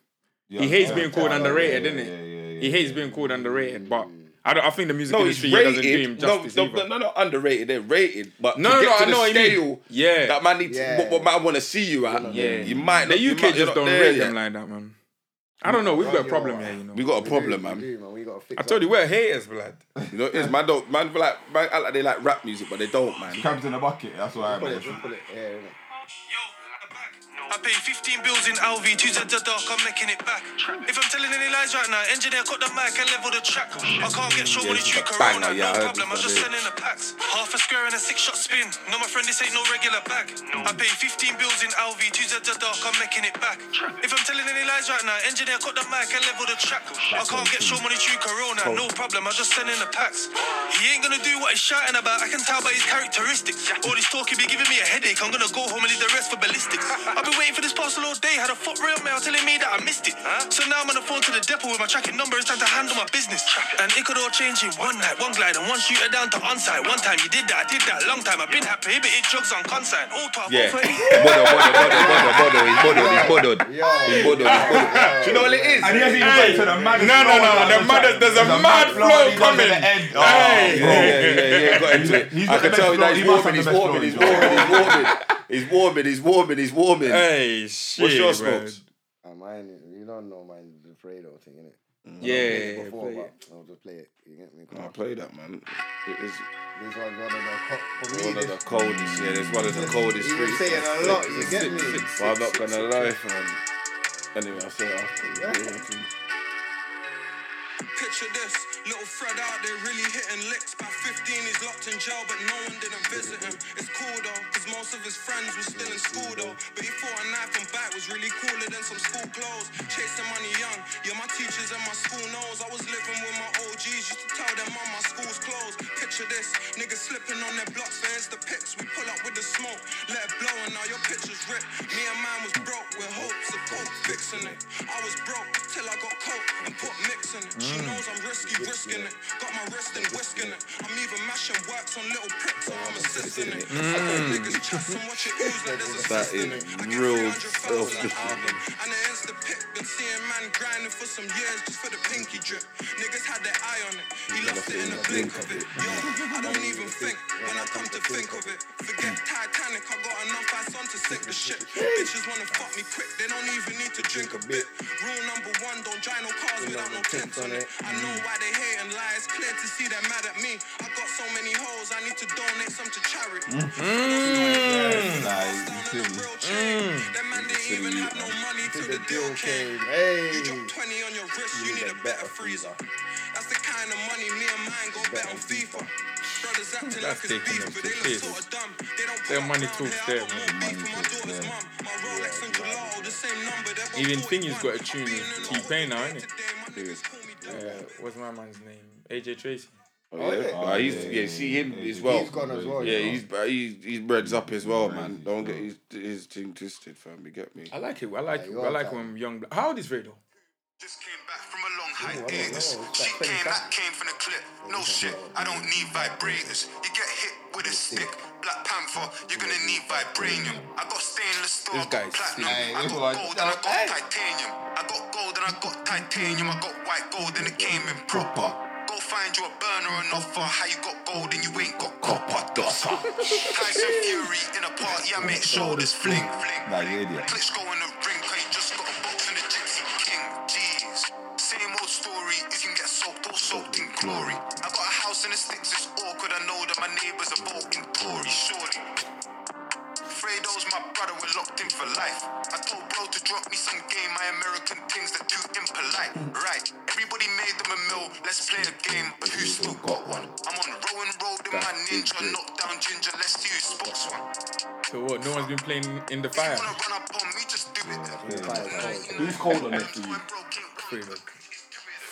Yeah, he hates yeah. being called Yeah, underrated, yeah, doesn't yeah, it? yeah, yeah, He hates yeah. being called underrated, but I don't. I think the music No, he's industry here doesn't do him rated. No, justice no, either. no, no, not underrated. They're rated, but No, to no, get no, to I the know what you mean. scale Yeah. that man needs, Yeah. what, what man want to see you at. Yeah. you might. The not- you UK might- you're just not don't there rate yet. them like that, man. I don't know. We've got a you're problem right. here, you know. We got a We do, problem, We man. do, man. We gotta fix I told you up. we're haters, blood. You know, it is man. Don't man like man act like they like rap music, but they don't, man. Crabs in a bucket. That's what I Pull mean. it, pull it. Yeah, innit? I pay 15 bills in LV, two to the dark, I'm making it back. If I'm telling any lies right now, engineer cut the mic and level the track. I can't get shown on the this is a true banger, corona, yeah, I no heard problem, I'm this just one, sending the packs. Half a square and a six shot spin. No, my friend, this ain't no regular bag. I pay 15 bills in LV, two to the dark, I'm making it back. If I'm telling any lies right now, engineer cut the mic and level the track. I can't get shown on the true corona, no problem, I'm just sending the packs. He ain't gonna do what he's shouting about, I can tell by his characteristics. All this talk he be giving me a headache, I'm gonna go home and leave the rest for ballistics. I've been waiting for this parcel all day. Had a foot rail mail telling me that I missed it. So now I'm on the phone to the depot with my tracking number. It's time to handle my business. And it could all change in one night. One glide and one shooter down to onside. One time you did that, I did that. Long time I've been happy. Prohibited drugs on consign. All 12 Yeah. for eight. Bodo, bodo, bodo, bodo, bodo. He's bodo, he's bodo. He's bodo, he's bodo. Do you know what it is? And he hasn't even Hey. got to the No, maddest no, no, flow on the other maddest- side. there's a mad flow and he comes to coming. the end. Oh, Hey. bro. Yeah, yeah, yeah, yeah, got into it. He's got I the can best tell you that flow. He he's must warming, have he's the best warming, he's flow, warming, he's warming. He's warming, he's warming, he's warming. Hey, shit. What's bro. your smokes? Oh, mine, you don't know mine, the Fredo thing, innit? Yeah. Before, play it. but I'll just play it. You get me? I play that, man. It is This one's one of the hot for me. one of this- the coldest, yeah. It's one of the coldest. You were streets. saying a lot, you get me? But I'm not gonna lie, fam. Anyway, I'll say it after. Picture this, little Fred out there really hitting licks. By 15, he's locked in jail, but no one didn't visit him. It's cool though, because most of his friends were still in school though. But he thought a knife and back was really cooler than some school clothes. Chasing money young, yeah, my teachers and my school knows. I was living with my OGs, used to tell them on my school's closed. Picture this, niggas slipping on their blocks for Insta pics. We pull up with the smoke, let it blow, and now your pictures rip. Me and mine was broke with hopes of coke fixing it. I was broke till I got coke and put mix in it. She Mm. knows I'm risky, risking it. Got my wrist and whisking it. I'm even mashing works on little pricks or I'm assisting it. I got niggas chest and watch it ooze like there's a Mm. That cyst in is it. I get real 300,000 an selfish. album. And the insta pic been seeing man grinding for some years just for the pinky drip. Niggas had their eye on it. He lost it in a blink of it. Mm. Yo, I don't even think when I come to think of it. Forget Titanic, I got enough ass on to sink the ship. Bitches wanna fuck me quick, they don't even need to drink a bit. Rule number one, don't drive no cars without no tints on it. Mm. I know why they hate and lie, it's clear to see they're mad at me. I got so many hoes, I need to donate some to charity. Nah, you feel me? Mm. Them man didn't even have no money till the deal came. You Hey. dropped 20 on your wrist, you need a better freezer. That's the kind of money me and mine go bet on FIFA. Brothers acting like it's taking beef, them but to they look pieces. sort of dumb. They don't Their pull up money round talks here, I there, got man. more beef for my daughter's mum. My Rolex and Gelato, the same number, they're both Even 41. Thingy's got a tune I've been with in the T-Pain now, hood innit? today, my niggas call me dumb. Uh, what's my man's name? AJ Tracy. Oh, yeah. Oh, Nah, he's, yeah, yeah, see him yeah, as well. He's gone as well. Yeah, you know. he's he's he's breads up as well, man. Crazy, Don't get bro. his his thing twisted, fam. You get me? I like it. I like it. you're I like tight. when young. Bla- How old is Fredo? Just came back from a long don't know, it's hiatus. like She came, 25. that came from the clip. No shit, I don't need vibrators. You get hit with a stick. Black Panther, you're gonna need vibranium. I got stainless steel, I This guy's got sick. platinum. I Hey, got look like- gold and I got Hey. titanium. I got gold and I got titanium. I got white gold and it came in proper. Go find you a burner and offer. How you got gold and you ain't got copper, dosser. Tyson Fury in a party, I make shoulders fling, fling. Nah, you idiot. Let's go in the ring, cause you just got a brother, we're locked in for life. I told bro to drop me some game, my American things that too impolite. Right, everybody made them a mill, let's play a game, but who still got one? I'm on row and road in my ninja, knock down ginger, let's see who spots one. So what? No one's been playing in the If you fire. wanna run up on me, just do it. Who's cold on this for you? Freedom.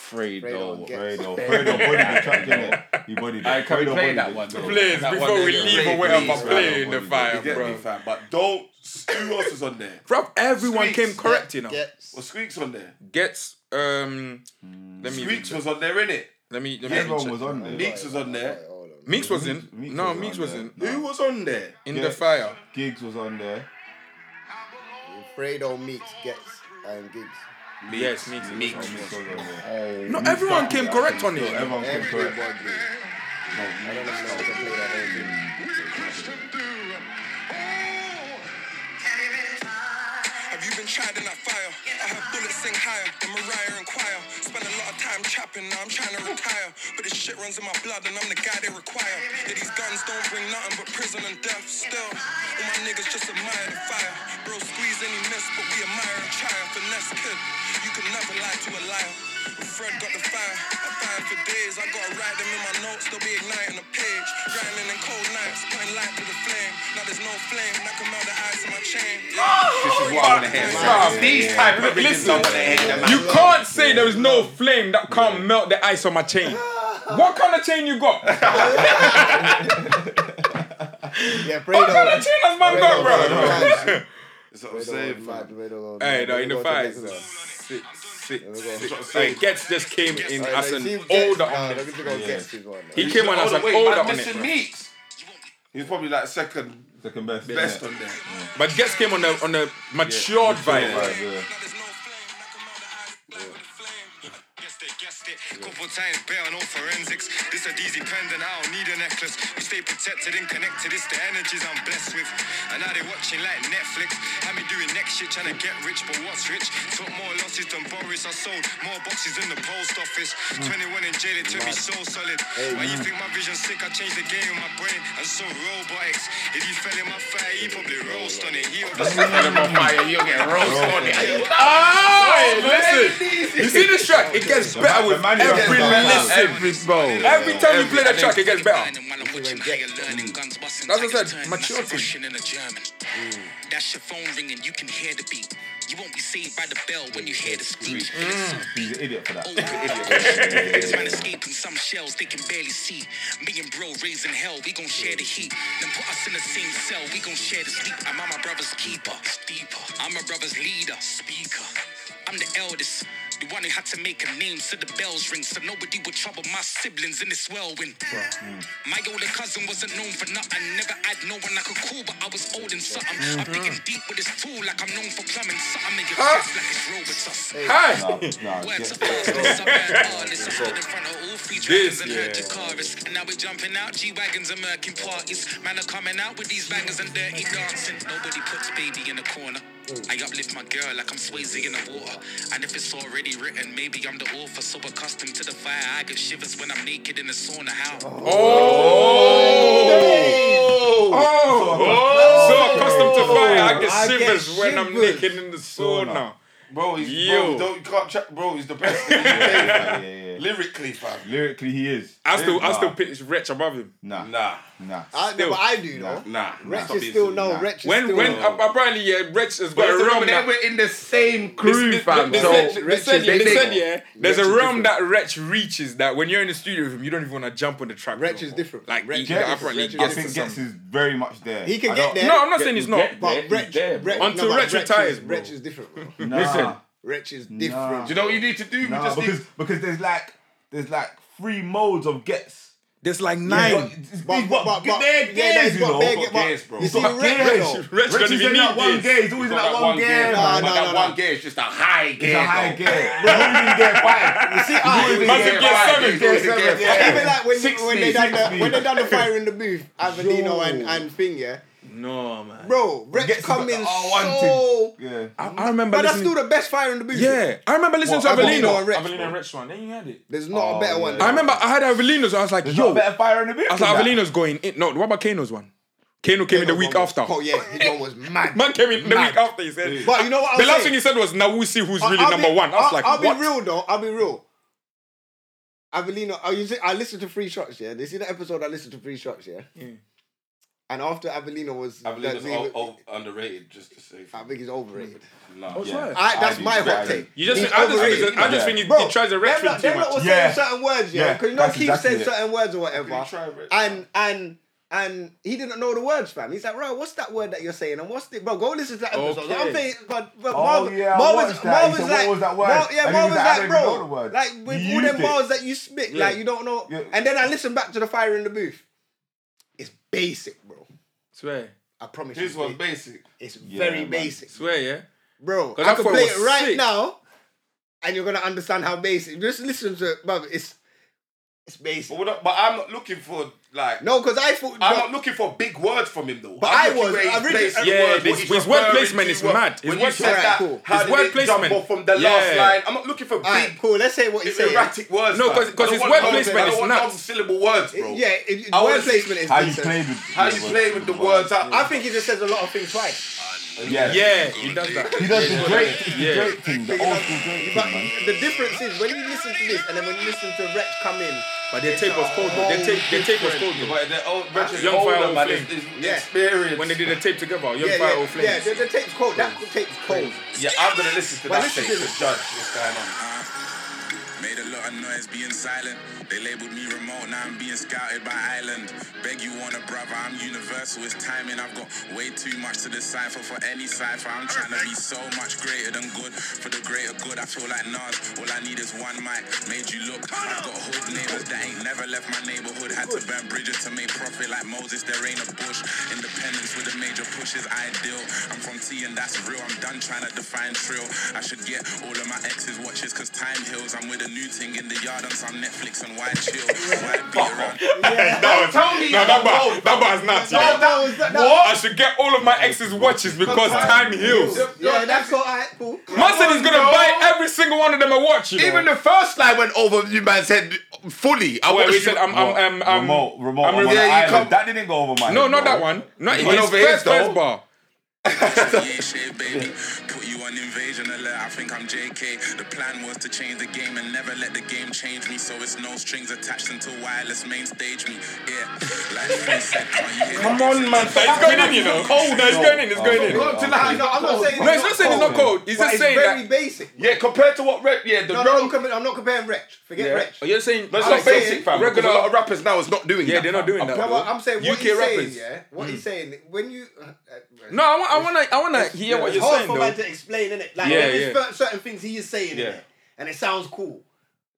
Fredo. get- Fredo, Fredo bodied the track, innit? He bodied it. All right, can we Fredo play bodied that it. one? though? Please, That before we yeah. leave Play, or whatever, please, bro. play in the Please, fire, You get me, bro. fam? But don't. Who else is on there? Bro, everyone Squeaks. came correct, you know. Well, Squeaks on there. Gets um, let me even Squeaks check. was on there, innit? let me let me even Everyone check. was on there. Meeks was on there. Hold on. Meeks wasn't. Meeks No, was Meeks on there. wasn't. Who was on there? In the Gets. fire. Giggs was on there. Fredo Meeks gets and gigs. Yes, Meeks. Meeks was on there. No, everyone came correct on So it. everyone came Everybody. correct. I don't know if I can play that whole thing. Have you been tried in that fire? I have bullets sing higher than Mariah and Choir. Spend a lot of time trapping, now I'm trying to retire. But this shit runs in my blood and I'm the guy they require. Yeah, these guns don't bring nothing but prison and death still. All my niggas just admire the fire. Bro, squeeze any miss, but we admire and try. Finesse kid, you can never lie to a liar. Fred got the fire, I fire for days. I gotta write them in my notes, they'll be igniting a page. Grinding in cold nights, putting light to the flame. Now there's no flame, I can melt the ice in my chain. This is what I want to hear. Fam, These type of niggas I Listen, want to hear. man. you can't say there is no flame that can't melt the ice on my chain. What kind of chain you got? What Yeah, kind of Fredo. chain has man got, bro? That's what I'm saying, fam. Hey, no, in the fire. All Six, six, go. six. Hey, Gets just came in right, as they an seem older Nah, on they're it. gonna go Gets is one. He came on as an Wait, older man, on it. missing bro. Meeks. He was probably like second Second best. best innit? on there. But Gets came on a on a matured vibe. Right, yeah. Now there's no flame, I can melt the ice, black with the flame. Guessed it, guessed it. Couple times bare, no forensics. This a DZ pendant, I don't need a necklace. We stay protected and connected, it's the energies I'm blessed with. And now they watching like Netflix. Had me doing next shit, trying to get rich, but what's rich? Took more losses than Boris, I sold more boxes than the post office. 21 in jail, it took me so solid. Why you think my vision's sick? I changed the game in my brain, and so robotics. If you fell in my fire, he probably roast on it. He obviously Hey, listen. You see this track? It gets better with The man is every on fire. listen. Every bro. Every time we play that track, it gets better. That's mm. That's what I said, Mm. maturity. That's your phone ringing. You can hear the beat. You won't be saved by the bell when you hear the screech. Mm. He's an idiot for that. This man escaping some shells they can barely see. Me and bro raising hell, we gon' share the heat. Then put us in the same cell, we gon' share the sleep. I'm my brother's keeper, it's deeper. I'm my brother's leader, speaker. I'm the eldest, the one who had to make a name so the bells ring, so nobody would trouble my siblings in this whirlwind. My older cousin wasn't known for nothing. Never had no one I could call, but I was old and something. I'm digging deep with this tool, like I'm known for plumbing. Something make it Huh? fast like it's real with us. Hi. Nah, Words get- of art, it's a bad art, it's a hood in front of all three dragons and yeah. her Jacaras. And now we're jumping out G-Wagons and murking parties. Man are coming out with these bangers and dirty dancing. Nobody puts baby in the corner. I uplift my girl like I'm Swayze in the water. And if it's already written, maybe I'm the author. So accustomed to the fire, I give shivers when I'm naked in the sauna. How? Oh, so accustomed to fire, I I get get shivers when I'm shivers. naked in the sauna. Bro, he's Yo. bro, don't you can't check, bro. He's the best. in the yeah, UK, yeah, fam. yeah, yeah. Lyrically, fam. Lyrically, he is. I still, I Nah, still pitch Wretch above him. Nah, nah, Nah, nah. I know, but I do though. nah. Wretch Stop is being still silly. no. nah. Wretch is When, still when no. ap- apparently, yeah, Wretch has got But a remember, realm they that. were in the same crew, They- fam. they so said- they said, yeah, they- they said, yeah, there's Wretch a is realm that Wretch reaches that when you're in the studio with him, you don't even want to jump on the track. Wretch no is more. different. Like, Wretch he- is- apparently, Wretch is I gets think to Gets some. is very much there. He can I get don't- there. No, I'm not saying he's not. But But Wretch, there, bro. Wretch, Until no, but Wretch Wretch retires, is, bro. Wretch is different. Bro. Nah, Listen. Wretch is Do you different. know what you need to do? nah, we just because need. because there's like there's like three modes of Gets. There's like But, nine. but, but, they're Gets, you know. they're- but- but- Gaze, bro. You see, But Wretch, Gaze. though. Wretch Rich gonna is be in that need one this. gear. He's always in Got that one gear. Nah, man. but nah, that nah. one gear is just a high gear. It's a high though. gear. Bro, he's in gear five. You see, I, He's in Man's in gear gear five. seven. He's always in Gear gear seven. five. even like when, Six when feet, they done six the, feet. when they done the fire in the booth, Avelino Yo. and, and thing, yeah, No, man. bro, Wretch Gets come the in unwanted. so. Yeah. I, I remember But that's listening. still the best fire in the booth. Yeah, I remember listening What, to Avelino Avelino. and Wretch, Avelino bro? and Wretch one. Then you had it. there's not Oh, a better one. yeah. I remember I had Avelino, so I was like, There's yo. not better fire in the booth. I was than like, that. Avelino's going in. No, what about Kano's one? Kano came in the week one was- after. Oh yeah, his one was mad. Man came in the Mad. week after. He said. But you know what? the I'll last say? thing he said was Nawusi, who's I- really I'll be- number one. I was I'll- like, I'll what? be real though. I'll be real. Avelino, I, used to- I listened to Free Shots. Yeah, they see the episode. I listened to Free Shots. Yeah, and after Avelino was, Avelino's that- all, all underrated, just to say. I think he's overrated. Nah. Yeah. I, that's I do, my yeah, I hot do. take. You just, He's I just think, overrated. it's- I just Yeah. think he, Bro, he tries to them retro lot- too them lot much. was Yeah. saying certain words, yeah, Yeah, because you know that's Keith exactly said it. certain words or whatever, try, bro. and and and he didn't know the words, fam. He's like, right, what's that word that you're saying, and what's the bro? Go listen to that episode. Okay. I'm saying, but but Oh, Marvin, yeah, I Marvin's, watched that. He Marvin's said, like, what was that word? Mar- And yeah, he was Marvin's like, like, I don't even know bro, the word. like with He all used them it. bars that you spit, like you don't know. Yeah. And then I listen back to the fire in the booth. It's basic, bro. Swear, I promise This you, was it's basic. it's Yeah, very man. basic swear, yeah. bro. 'Cause I I can thought play it it was right sick. now, and you're gonna understand how basic. Just listen to it, bro. It's it's basic. But, we're not- but I'm not looking for like. No, because I thought. I'm not looking for big words from him though. But I'm I looking was, where he's I really- placing the Yeah, words, this- what he's his referring word placement to, is what- mad. His When you word- said Alright, that, cool. how His did word it jump placement. off from the last Yeah. line? I'm not looking for all right, big cool. Let's say what you It's say. erratic words. No, man. 'cause- 'cause I don't his want word long- placement I is don't want nuts. long syllable words, bro. Yeah, it, I word was- placement is How you decent. play with How you play with the words out? I think he just says a lot of things twice. Yeah. Yeah, he does that. He does the great, the Yeah. great thing, the old school great But thing, man. Mm. the difference is when you listen to this, and then when you listen to Rex come in, But their tape was cold. Though. Their tape, their tape was cold. Though. But the old Richard Young Fire, Holder, Old man, Flame. is, is Yeah. experience. When they did a tape together, Young yeah, Fire yeah, Old yeah, Flames. the, the tape's cold. That tape's cold. yeah, I'm gonna listen to But that listen shit to to this. judge what's going on. Made a lot of noise being silent. They labeled me remote, now I'm being scouted by Island. Beg you on a brother, I'm universal, it's timing. I've got way too much to decipher for any cipher. I'm trying to be so much greater than good. For the greater good, I feel like Nas. All I need is one mic, made you look. I've got hood neighbors that ain't never left my neighborhood. Had to burn bridges to make profit like Moses, there ain't a bush. Independence with a major push is ideal. I'm from T and that's real. I'm done trying to define trill. I should get all of my exes watches cause time heals. I'm with a new thing in the yard on some Netflix and why chill. Why be around? No, Tell me, no, that bar, no, that bar's nuts. you no, know. that was- that- I what? should get all of my ex's watches because time heals. Yeah, that's cool. Alright, cool. Man said he's gonna No. buy every single one of them a watch. You know? Even the first line went over. You man said fully. I where watched he you- said, "I'm, I'm, I'm, I'm remote, remote. I'm I'm on yeah, an you island. come- That didn't go over my No, head, not bro. that one. Not One his over his, first, though. first bar. yeah, shit, baby. Put you on invasion alert. I think I'm JK. The plan was to change the game and never let the game change me. So it's no strings attached until wireless main stage me. Yeah, like Finn said, can't you hear Come the on, man. But it's going in, you know. Cold. Oh, No, it's going in. It's going in. Go No, to the No, I'm not saying. it's not saying it's not cold. He's but just it's saying very that. basic. Yeah, compared to what rep, yeah, the No, no, no, I'm, compa- I'm not comparing Rex. Forget Yeah. Rex. Oh, you're saying That's like not basic, fam. because Regular a lot of rappers now is not doing Yeah, that. they're not fam. doing that. No, bro. but I'm saying what UK he's saying. rappers. Hmm. Yeah, what he's saying when you. uh, uh, No, I want, I want to, I want to hear what it's you're hard saying for man though. to explain, innit? Like Yeah, there's yeah. cer- certain things he is saying, Yeah. innit? And it sounds cool.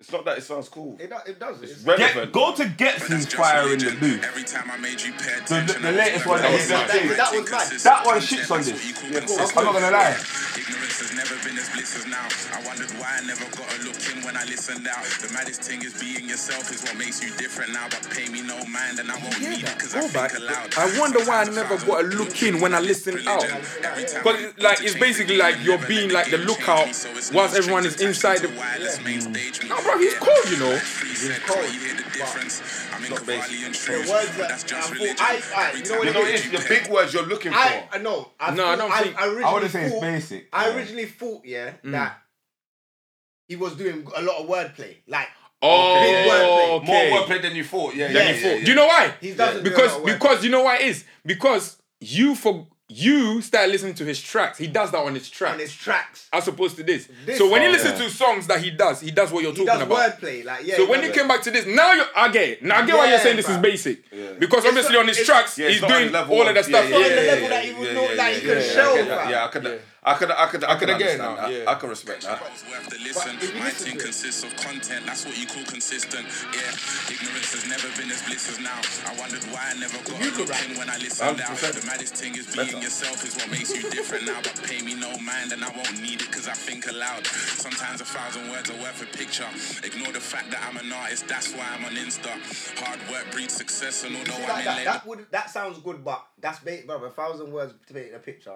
It's not that it sounds cool. It, do- it does. It's Get, go to Getson's That's just fire in the religion. booth. Every time I made you pay The- attention, the I was latest better. one that he was did. like That- great that was and mad. consistent That one shits on content, this. that's what you call Yeah, cool. consistent. I'm not gonna lie. Ignorance has never been as bliss as now. I wondered why I never got a look in when I listened out. The maddest thing is being yourself is what makes you different now. But pay me no mind and I won't need it because I Go think back. aloud. I wonder why I Sometimes never thousand got a look in when I listened out. religion. Every time I Because like it's interchange basically the like game, you're never being let like the game change lookout me, so it's whilst no everyone is strings inside attached the. to wireless main stage me. No, bro, he's cold, you know. The words that- I thought- I- I- you know what You it know, is? it's the big words you're looking for. I, I know. I No, I don't I, think- Hmm. I, originally I wouldn't say it's thought- basic. I yeah. originally thought, yeah, that he was doing a lot of wordplay, like Oh, More okay. wordplay than you thought. Yeah, than yeah, he yeah, thought. yeah. Do you know why? He doesn't do because that work. because you know why it is because you for you start listening to his tracks. He does that on his tracks. on his tracks. as opposed to this. This so when you one, listen to songs that he does, he does what you're He does talking about. wordplay, like yeah. So he when does you it. came back to this, now you I get it. Now I get why you're Yeah, saying this is bruv. basic. Because obviously not- on his it's- tracks, Yeah, it's he's not on doing level all of- of that yeah, stuff. yeah, Not on the yeah, level yeah, that he would yeah, know- yeah, that he yeah, could yeah, show, I get that. fam. Yeah, I could, I could, I could, I could I get it understand now, that. yeah. I can respect that. It's worth the listen. if you My listen team to it- consists of content, that's what you call consistent. Yeah, ignorance has never been as bliss as now. I wondered why I never got a look in when I listened out. 100%. The maddest thing is being yourself is what makes you different now. But pay me no mind and I won't need it because I think aloud. Sometimes a thousand words are worth a picture. Ignore the fact that I'm an artist, that's why I'm on Insta. Hard work breeds success, and although I'm Like in that, labor. Hmm. that would that sounds good, but that's bait, brother. A thousand words to paint a picture.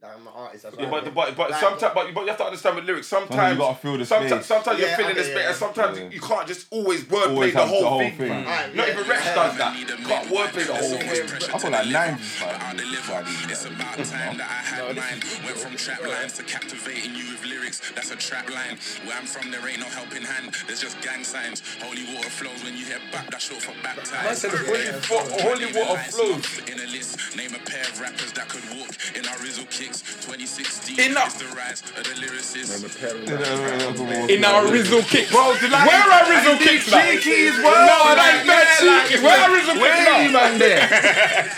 Like, I'm an artist. That's Yeah, but, but, but sometimes, but, but you have to understand with lyrics. Sometimes, Sometimes you gotta feel the sometimes, space. sometimes you're Yeah, feeling the okay, space, yeah. and sometimes Yeah. you can't just always wordplay Always the have whole, the whole thing. thing. man. Alright, Not yeah, even yeah. Rex does that. Can't wordplay the whole thing. I feel like 90s like, It's about time that I had mine. Went from trap lines to captivating you with lyrics. That's a trap line. Where I'm from, there ain't no helping hand. There's just gang signs. Holy water flows when you hear back. That's short for baptized. said holy fo- holy water flows. In a list, name a pair of rappers that could walk in our Rizzle kicks. 2016 Enough. is the rise of the lyricists. In our Rizzo kicks. Bro, like- Where are Rizzo kicks now? Cheeky as No, well. I like that Yeah, like, cheeky. Where are Rizzo kicks Where you now? man there?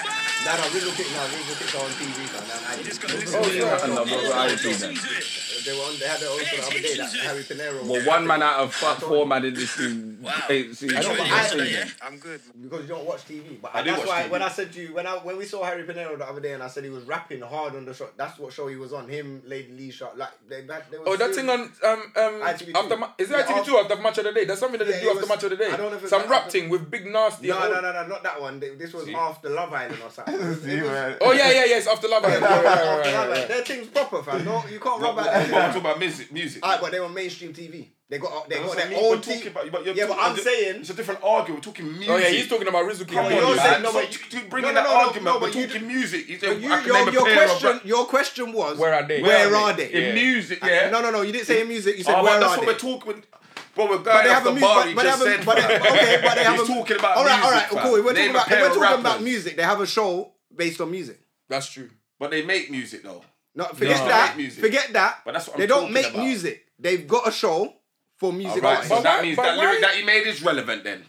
Nah, nah, Rizzo Kicks, nah, Rizzo Kicks are on TV, man. nah, I just- No, bro, I ain't seen that. They were on, they had their own show the other day, that Harry Panero. Well, one man out of fuck four man in this team. Hey, see, I know, but I seen I, it. I'm good. because you don't watch TV. But I do that's watch why TV. when I said to you, when I when we saw Harry Panero the other day, and I said he was rapping hard on the show. That's what show he was on. Him, Lady Lee, shot like they. that- they was Oh, that serious. thing on um um ITV2. after ma- is it Yeah, ITV two after match of the day? There's something that Yeah, they it do after was- match of the day. I don't know if it's Some that- rap thing with big nasty. No, and no, all- no, no, not that one. They- This was after Love Island or something. It was- it was- uh, Oh yeah, yeah, yeah. It's after love. Island. Yeah, it Right, was right, after right, Love right, Island. right. Their thing's proper, fam. No, you can't rob We're out talking that. about music. Music. Alright, but they were mainstream TV. They got they got That's what I their mean, we're own talking TV. about- but you're Yeah, but talking- I'm saying it's a different argument. We're talking music. Oh yeah, he's talking about Rizzo kicks. Come on, you're you saying- man. no, So but you- you- you bring no, in no, that no, no, argument. no, we're but you talking d- music. You, But think- you, I can your, name a your pair of question, rap- your question was Where are they? Where are they? in music. Yeah. No, no, no. You didn't say in music. You said Oh, where but that's are what they? we're talking. Bro, we're going But they off have a the mu- bar. but, he but they just have a, said, but they, fam. okay, but they have He's a, talking about all right, music, all right, fam. cool. We're Name talking a about, if pair we're of talking about rappers. music. They have a show based on music. That's true. But they make music though. No, forget No. that. Make music. Forget that. But that's what I'm they don't talking make about. music. They've got a show for music. Right, artists. so But that why- means but that why- lyric that he made is relevant then.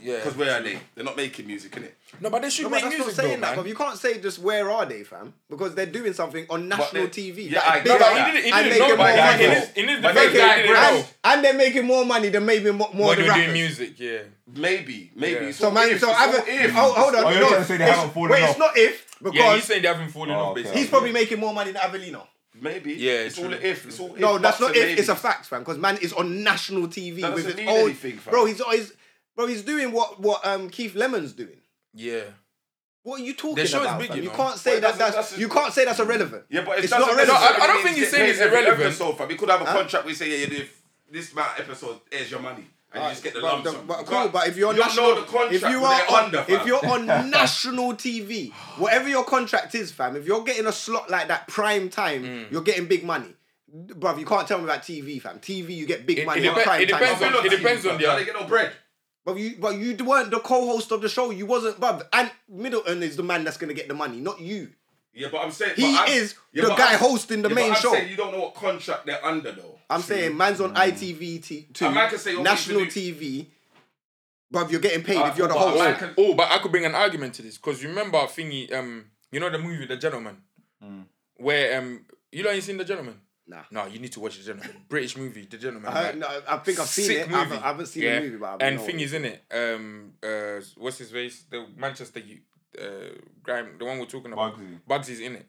Yeah. Because where are they? They're not making music, innit? No, but they should No, but make that's music not saying though, that. man. But you can't say just where are they, fam? Because they're doing something on national they- TV. yeah, that I is get bigger that. He didn't- he and making didn't know, more but that money. guy is- in his But that defense, guy he didn't grabbed- know. And, and they're making more money than maybe mo- more When than they're doing rappers. music, yeah. Maybe, maybe. Yeah. It's So all man, if, so it's I've all if. oh, hold on. Oh, you're no, trying to say they it's- haven't fallen Wait, off. it's not if Yeah, he's because saying they haven't fallen Oh, off okay. basically. he's probably making more money than Avelino. Maybe. Yeah, it's true. all an if. It's all No, if, that's buts not and if. It's a maybes. fact, fam. Because man is on national TV That with doesn't his mean own. anything, fam. bro, he's always, bro, he's doing what what um Keith Lemon's doing. Yeah. What are you talking show is about? big, fam? you you know. can't say But that. that's- That's, that's- you can't say that's irrelevant. Yeah, but it's not No, I- irrelevant. I don't think he's saying it's irrelevant. So fam, he could have a contract where you say, yeah, you do if this amount of episodes, here's your money. And you just get the But lump the- sum. but You cool, can't- but if you're you don't national, know the contract if you where are they're on, under, fam. if you're on national TV, whatever your contract is, fam, if you're getting a slot like that prime time, Mm. you're getting big money, bruv. You can't tell me about TV, fam. TV, you get big It- money. it on depe- prime it time. depends We're on- not it depends TV, on fam. the- How they get no bread. But you, but you weren't the co-host of the show. You wasn't, bruv. And Middleton is the man that's gonna get the money, not you. Yeah, but I'm saying He but I'm- is yeah, the but guy I'm- hosting the yeah, but main I'm show. saying you don't know what contract they're under though. I'm saying man's on ITV t- two, Mm. A man can say, "Oh, national we should TV, bruv. You're getting paid Uh, if you're the but a host. man Oh, oh, but I could bring an argument to this because remember thingy, um, you know the movie The Gentleman, Mm. where um, you know you seen The Gentleman. Nah. No, you need to watch The Gentleman. British movie, The Gentleman. I, right? no, I think I've seen Sick it. I, movie. haven't, I haven't seen yeah. the movie, but I and know thing it. is, in it, um, uh, what's his face? The Manchester, U- uh, Grime, the one we're talking about. Bugsy. Bugsy's in it,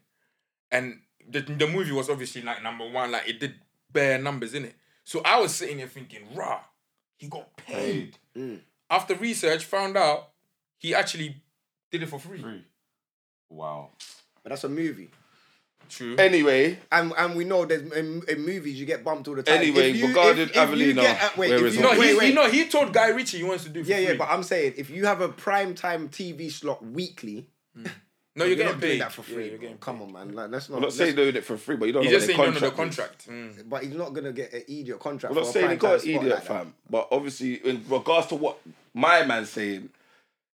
and the the movie was obviously like number one. Like it did bare numbers in it. So I was sitting here thinking, rah, he got paid. After research, found out he actually did it for free. Wow. but that's a movie. True. Anyway, And and we know there's in, in movies you get bumped all the time. Anyway, regarding you Avelino, get, wait, where if is you, it? no, wait, he, wait. he no, he told Guy Ritchie he wants to do it for yeah, yeah, free. but I'm saying if you have a prime time TV slot weekly, no, you're you're, getting not doing paid that for Yeah, free. you're bro. getting Come on, man. Like, let's not. I'm not let's- saying doing it for free, but you don't He's know just what saying the no, no, the contract is. contract. Mm. but he's not gonna get an idiot contract. I'm not for a saying prime he got time spot idiot, like that. fam. But obviously, in regards to what my man's saying,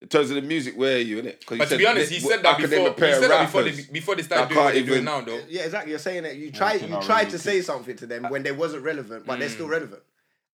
in terms of the music, where are you, innit? 'Cause he But to said be honest, this- he said that I can name before. a He pair of said that before rappers they, before they that started doing what can't they're doing even- now, though. Yeah, exactly. You're saying that you tried can you I tried really to say something to them when they wasn't relevant, but they're still relevant.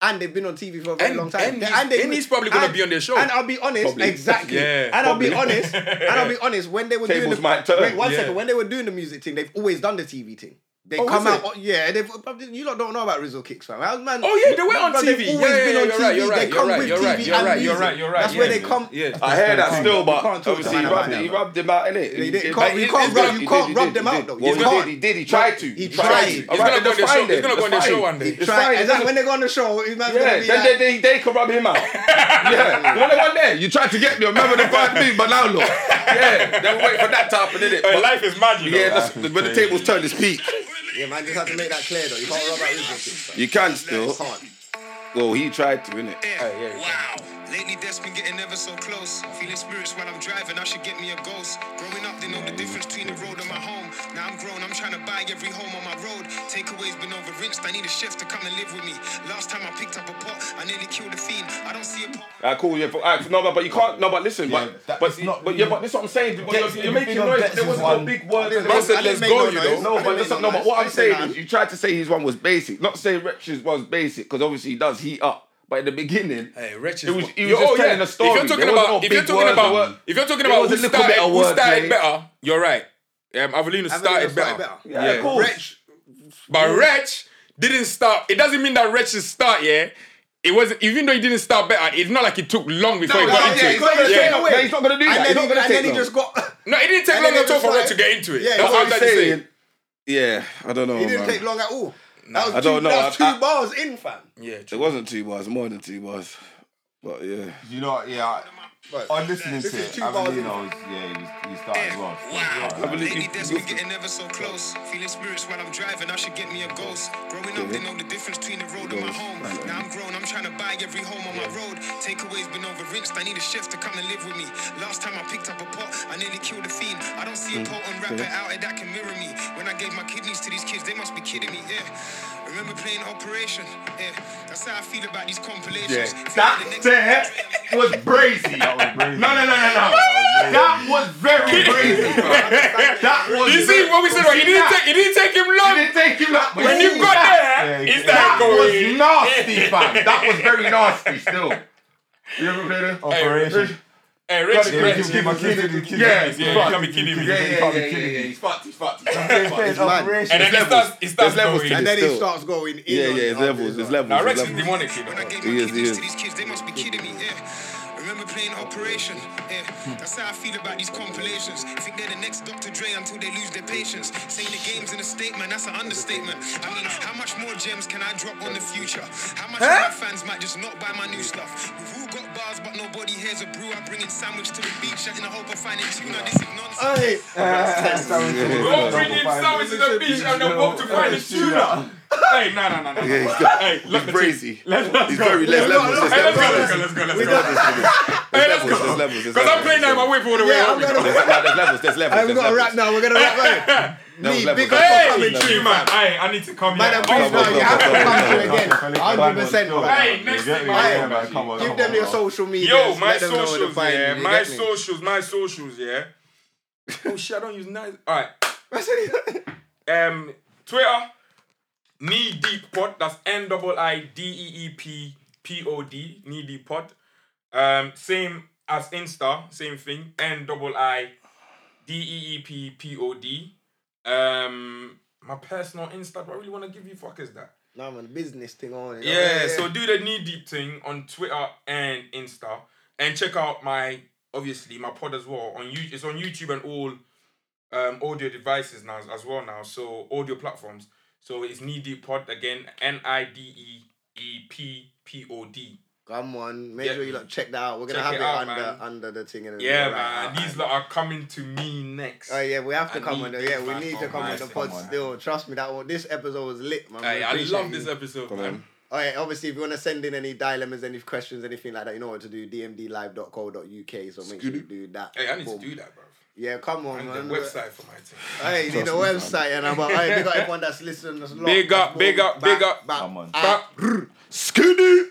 And they've been on TV for a very Mm. And- long time. and They- he's- they- and he's probably gonna be on their show. And I'll be honest, Probably. exactly. Yeah. and I'll be Probably. honest. And I'll be honest. When they were doing Tables the might turn. wait one second. Yeah. When they were doing the music thing, they've always done the TV thing. They Oh, come has out, oh, yeah. They've, but you lot don't know about Rizzo Kicks, fam. How's man? Oh, yeah, they were on But TV. They've always Yeah, yeah, been yeah, on you're TV. right, you're they right, come you're with TV right, you're and right, music. you're right, you're right, That's where yeah, they man. come. Yeah. I hear that still, but can't talk to obviously man he about rubbed, that, he bro. rubbed them out, you innit? He didn't- did, can't- but you he can't did, rub- he you did, can't he rub did, them he out, did. though. You Well, he did, can't. he did, he He tried to. tried. tried to. He's All gonna go on right, that's the show. fine He's then, gonna go on that's the show fine. one day. Try, It's fine, and it then doesn't- when they go on the show, his man's gonna Yeah, be then like, they, they, they can rub him out. yeah, you know the one there. You tried to get me. Remember the fight me, but now look. Yeah, they were waiting for that to happen, didn't it? life is mad, you yeah, that's, Life is when the crazy. tables turn, it's peak. Yeah, man, just have to make that clear though. You can't rub out Rizzo. You can still. Can't. Well, he tried to, innit? Oh, yeah, Wow. Lately, that's been getting ever so close. Feeling spirits while I'm driving. I should get me a ghost. Growing up, they know the difference between the road and my home. Now I'm grown. I'm trying to buy every home on my road. Takeaways been overrinsed. I need a chef to come and live with me. Last time I picked up a pot, I nearly killed a fiend. I don't see a pot. Ah, cool. Yeah, but ah, no, but, but you can't. No, but listen, Yeah, but that- but, it's not- but yeah, but this is what I'm saying. But Dex- you're, you're the making thing on noise. Dex There is wasn't one. no big word. didn't- Man I said didn't let's make go, no you noise. know. I No, didn't but make listen, no no, but noise. what I'm Listen, saying man. is you tried to say his one was basic. Not say Wretched's one was basic because obviously he does heat up. But in the beginning, Hey, wretched. It was- one. he was just telling a oh, story. If you're There talking wasn't about, no if you're big talking words about, or- if you're talking There about was a who little bit started, of who wordplay. started better, you're right. Um, Avelino started better. Yeah. Yeah, of course. Wretch. But Wretch didn't start. It doesn't mean that Wretch should start, yeah. It wasn't, even though he didn't start better, it's not like it took long before he no, got yeah, into he's not it. gonna Yeah. take away. he's not gonna do that. And He's then, not he, gonna and take then he long. just got. No, it didn't take And long then at all it's for Wretch like- to get into it. Yeah, That's that's what what I'm I'm trying to say. saying. Yeah, I don't know. He didn't man. take long at all. That was I don't two, know. That was two I- I- bars in, fam. Yeah, It true. wasn't two bars, more than two bars. But yeah. You know, what, yeah. But- I, on listening This to is it, two bars in. Avelino, was, yeah, he, was, he started well. He started I well. believe Lately, you- that's you- been getting ever so close. Feeling spirits while I'm driving. I should get me a ghost. Growing up, they know the difference between the road and my home. Now I'm grown. I'm trying to buy every home on my road. Takeaways been overrinsed. I need a chef to come and live with me. Last time I picked up a pot, I nearly killed a fiend. I don't see a potent rapper out there that can mirror me. When I gave my kidneys to these kids, they must be kidding me. Yeah. Remember playing Operation? Yeah. That's how I feel about these compilations. Feel like That the next- there was brazy. No, That was brazy. no, no, no, no. That was very brazy, bro. That was. You see what we said, right? It didn't take, it didn't take him It long. didn't take you that. When you got there, Yeah, it's that That was going. nasty, fam. That was very nasty. Still. You ever played it? Operation. Hey, Wretched, Yeah, Wretched. give- give my kid- give my Yeah, kid- Yeah, fuck. you can't be kidding me. Yeah, You yeah, can't be yeah, yeah, kidding yeah. me. He's fucked. He's fucked. He's It's fucked. it's mad. And operation. then it starts, it starts levels going. to And then Still. he starts going in. Yeah, on yeah, it it's after levels, that. it's levels. Now, Wretch it's is levels. demonic, you know. When I gave He my is, he kidneys is. to these kids, they must be kidding me. Yeah. Remember playing Operation? Yeah. That's how I feel about these compilations. Think they're the next Dr. Dre until they lose their patience. Saying the game's in a statement, that's an understatement. I mean, how much more gems can I drop on the future? How much of my fans might just not buy my new stuff? We've all got bars, but nobody hears a brew. I bring in sandwich to the beach in the hope of finding tuna. This is nonsense. Hey, Don't bring in sandwich to the beach and then walk to find a tuna. Hey, no, no, no, no. Yeah, he's got, Hey, he's look, crazy. let's He's very less No, no, levels. no, There's Hey, let's go, levels. let's go, let's go, let's we go. done this. Hey, let's levels, go. there's levels, there's Because I'm levels, playing there's now, my way for all the way Yeah, home. I'm gonna- There's, no, there's levels. There's levels. Hey, we there's got to levels. wrap now. We're gonna wrap right. That was Me, level. big up for Hey, Hey, coming. levels. true, man. Hey, I need to come Man, here. I'm pleased now. You have to come through again. Hundred percent. Hey, next thing, man. Give them your social media. Yo, my Let them know where to socials, find you, yeah. you My get me? socials, my socials, yeah. Oh shit, I don't use nice. All I said- right. Um, Twitter, knee deep pod. That's N double I D E E P P O D. Knee deep pod. Um, same as Insta, same thing. N double I D E E P P O D. Um, my personal Insta. Do I really want to give you fuckers that? Nah, man, business thing on. you know? Yeah, so do the knee deep thing on Twitter and Insta, and check out my obviously my pod as well on you. It's on YouTube and all um, audio devices now as well now. So audio platforms. So it's knee deep pod again. N I D E E P P O D. Come on, make Yeah. sure you lot check that out. We're gonna Check have it it, out, under man. under the thing. And then Yeah, we'll write man. it out. These lot are coming to me next. Oh yeah, we have to I come need on. the- this, Yeah, we man. need to Oh, come man. on the pod Come on. still. Trust me, that one. This episode was lit, man. Hey, We I appreciate love you. this episode, man. Alright, obviously, if you want to send in any dilemmas, any questions, anything like that, you know what to do. dmdlive.co.uk. So make sure you do that. Hey, I need to Boom. do that, bro. Yeah, come on, I need man. a website for my team. Hey, you need a website, and I'm like, hey, big up everyone that's listening. That's Big up, big up, big up. Come on. Back, Skinny.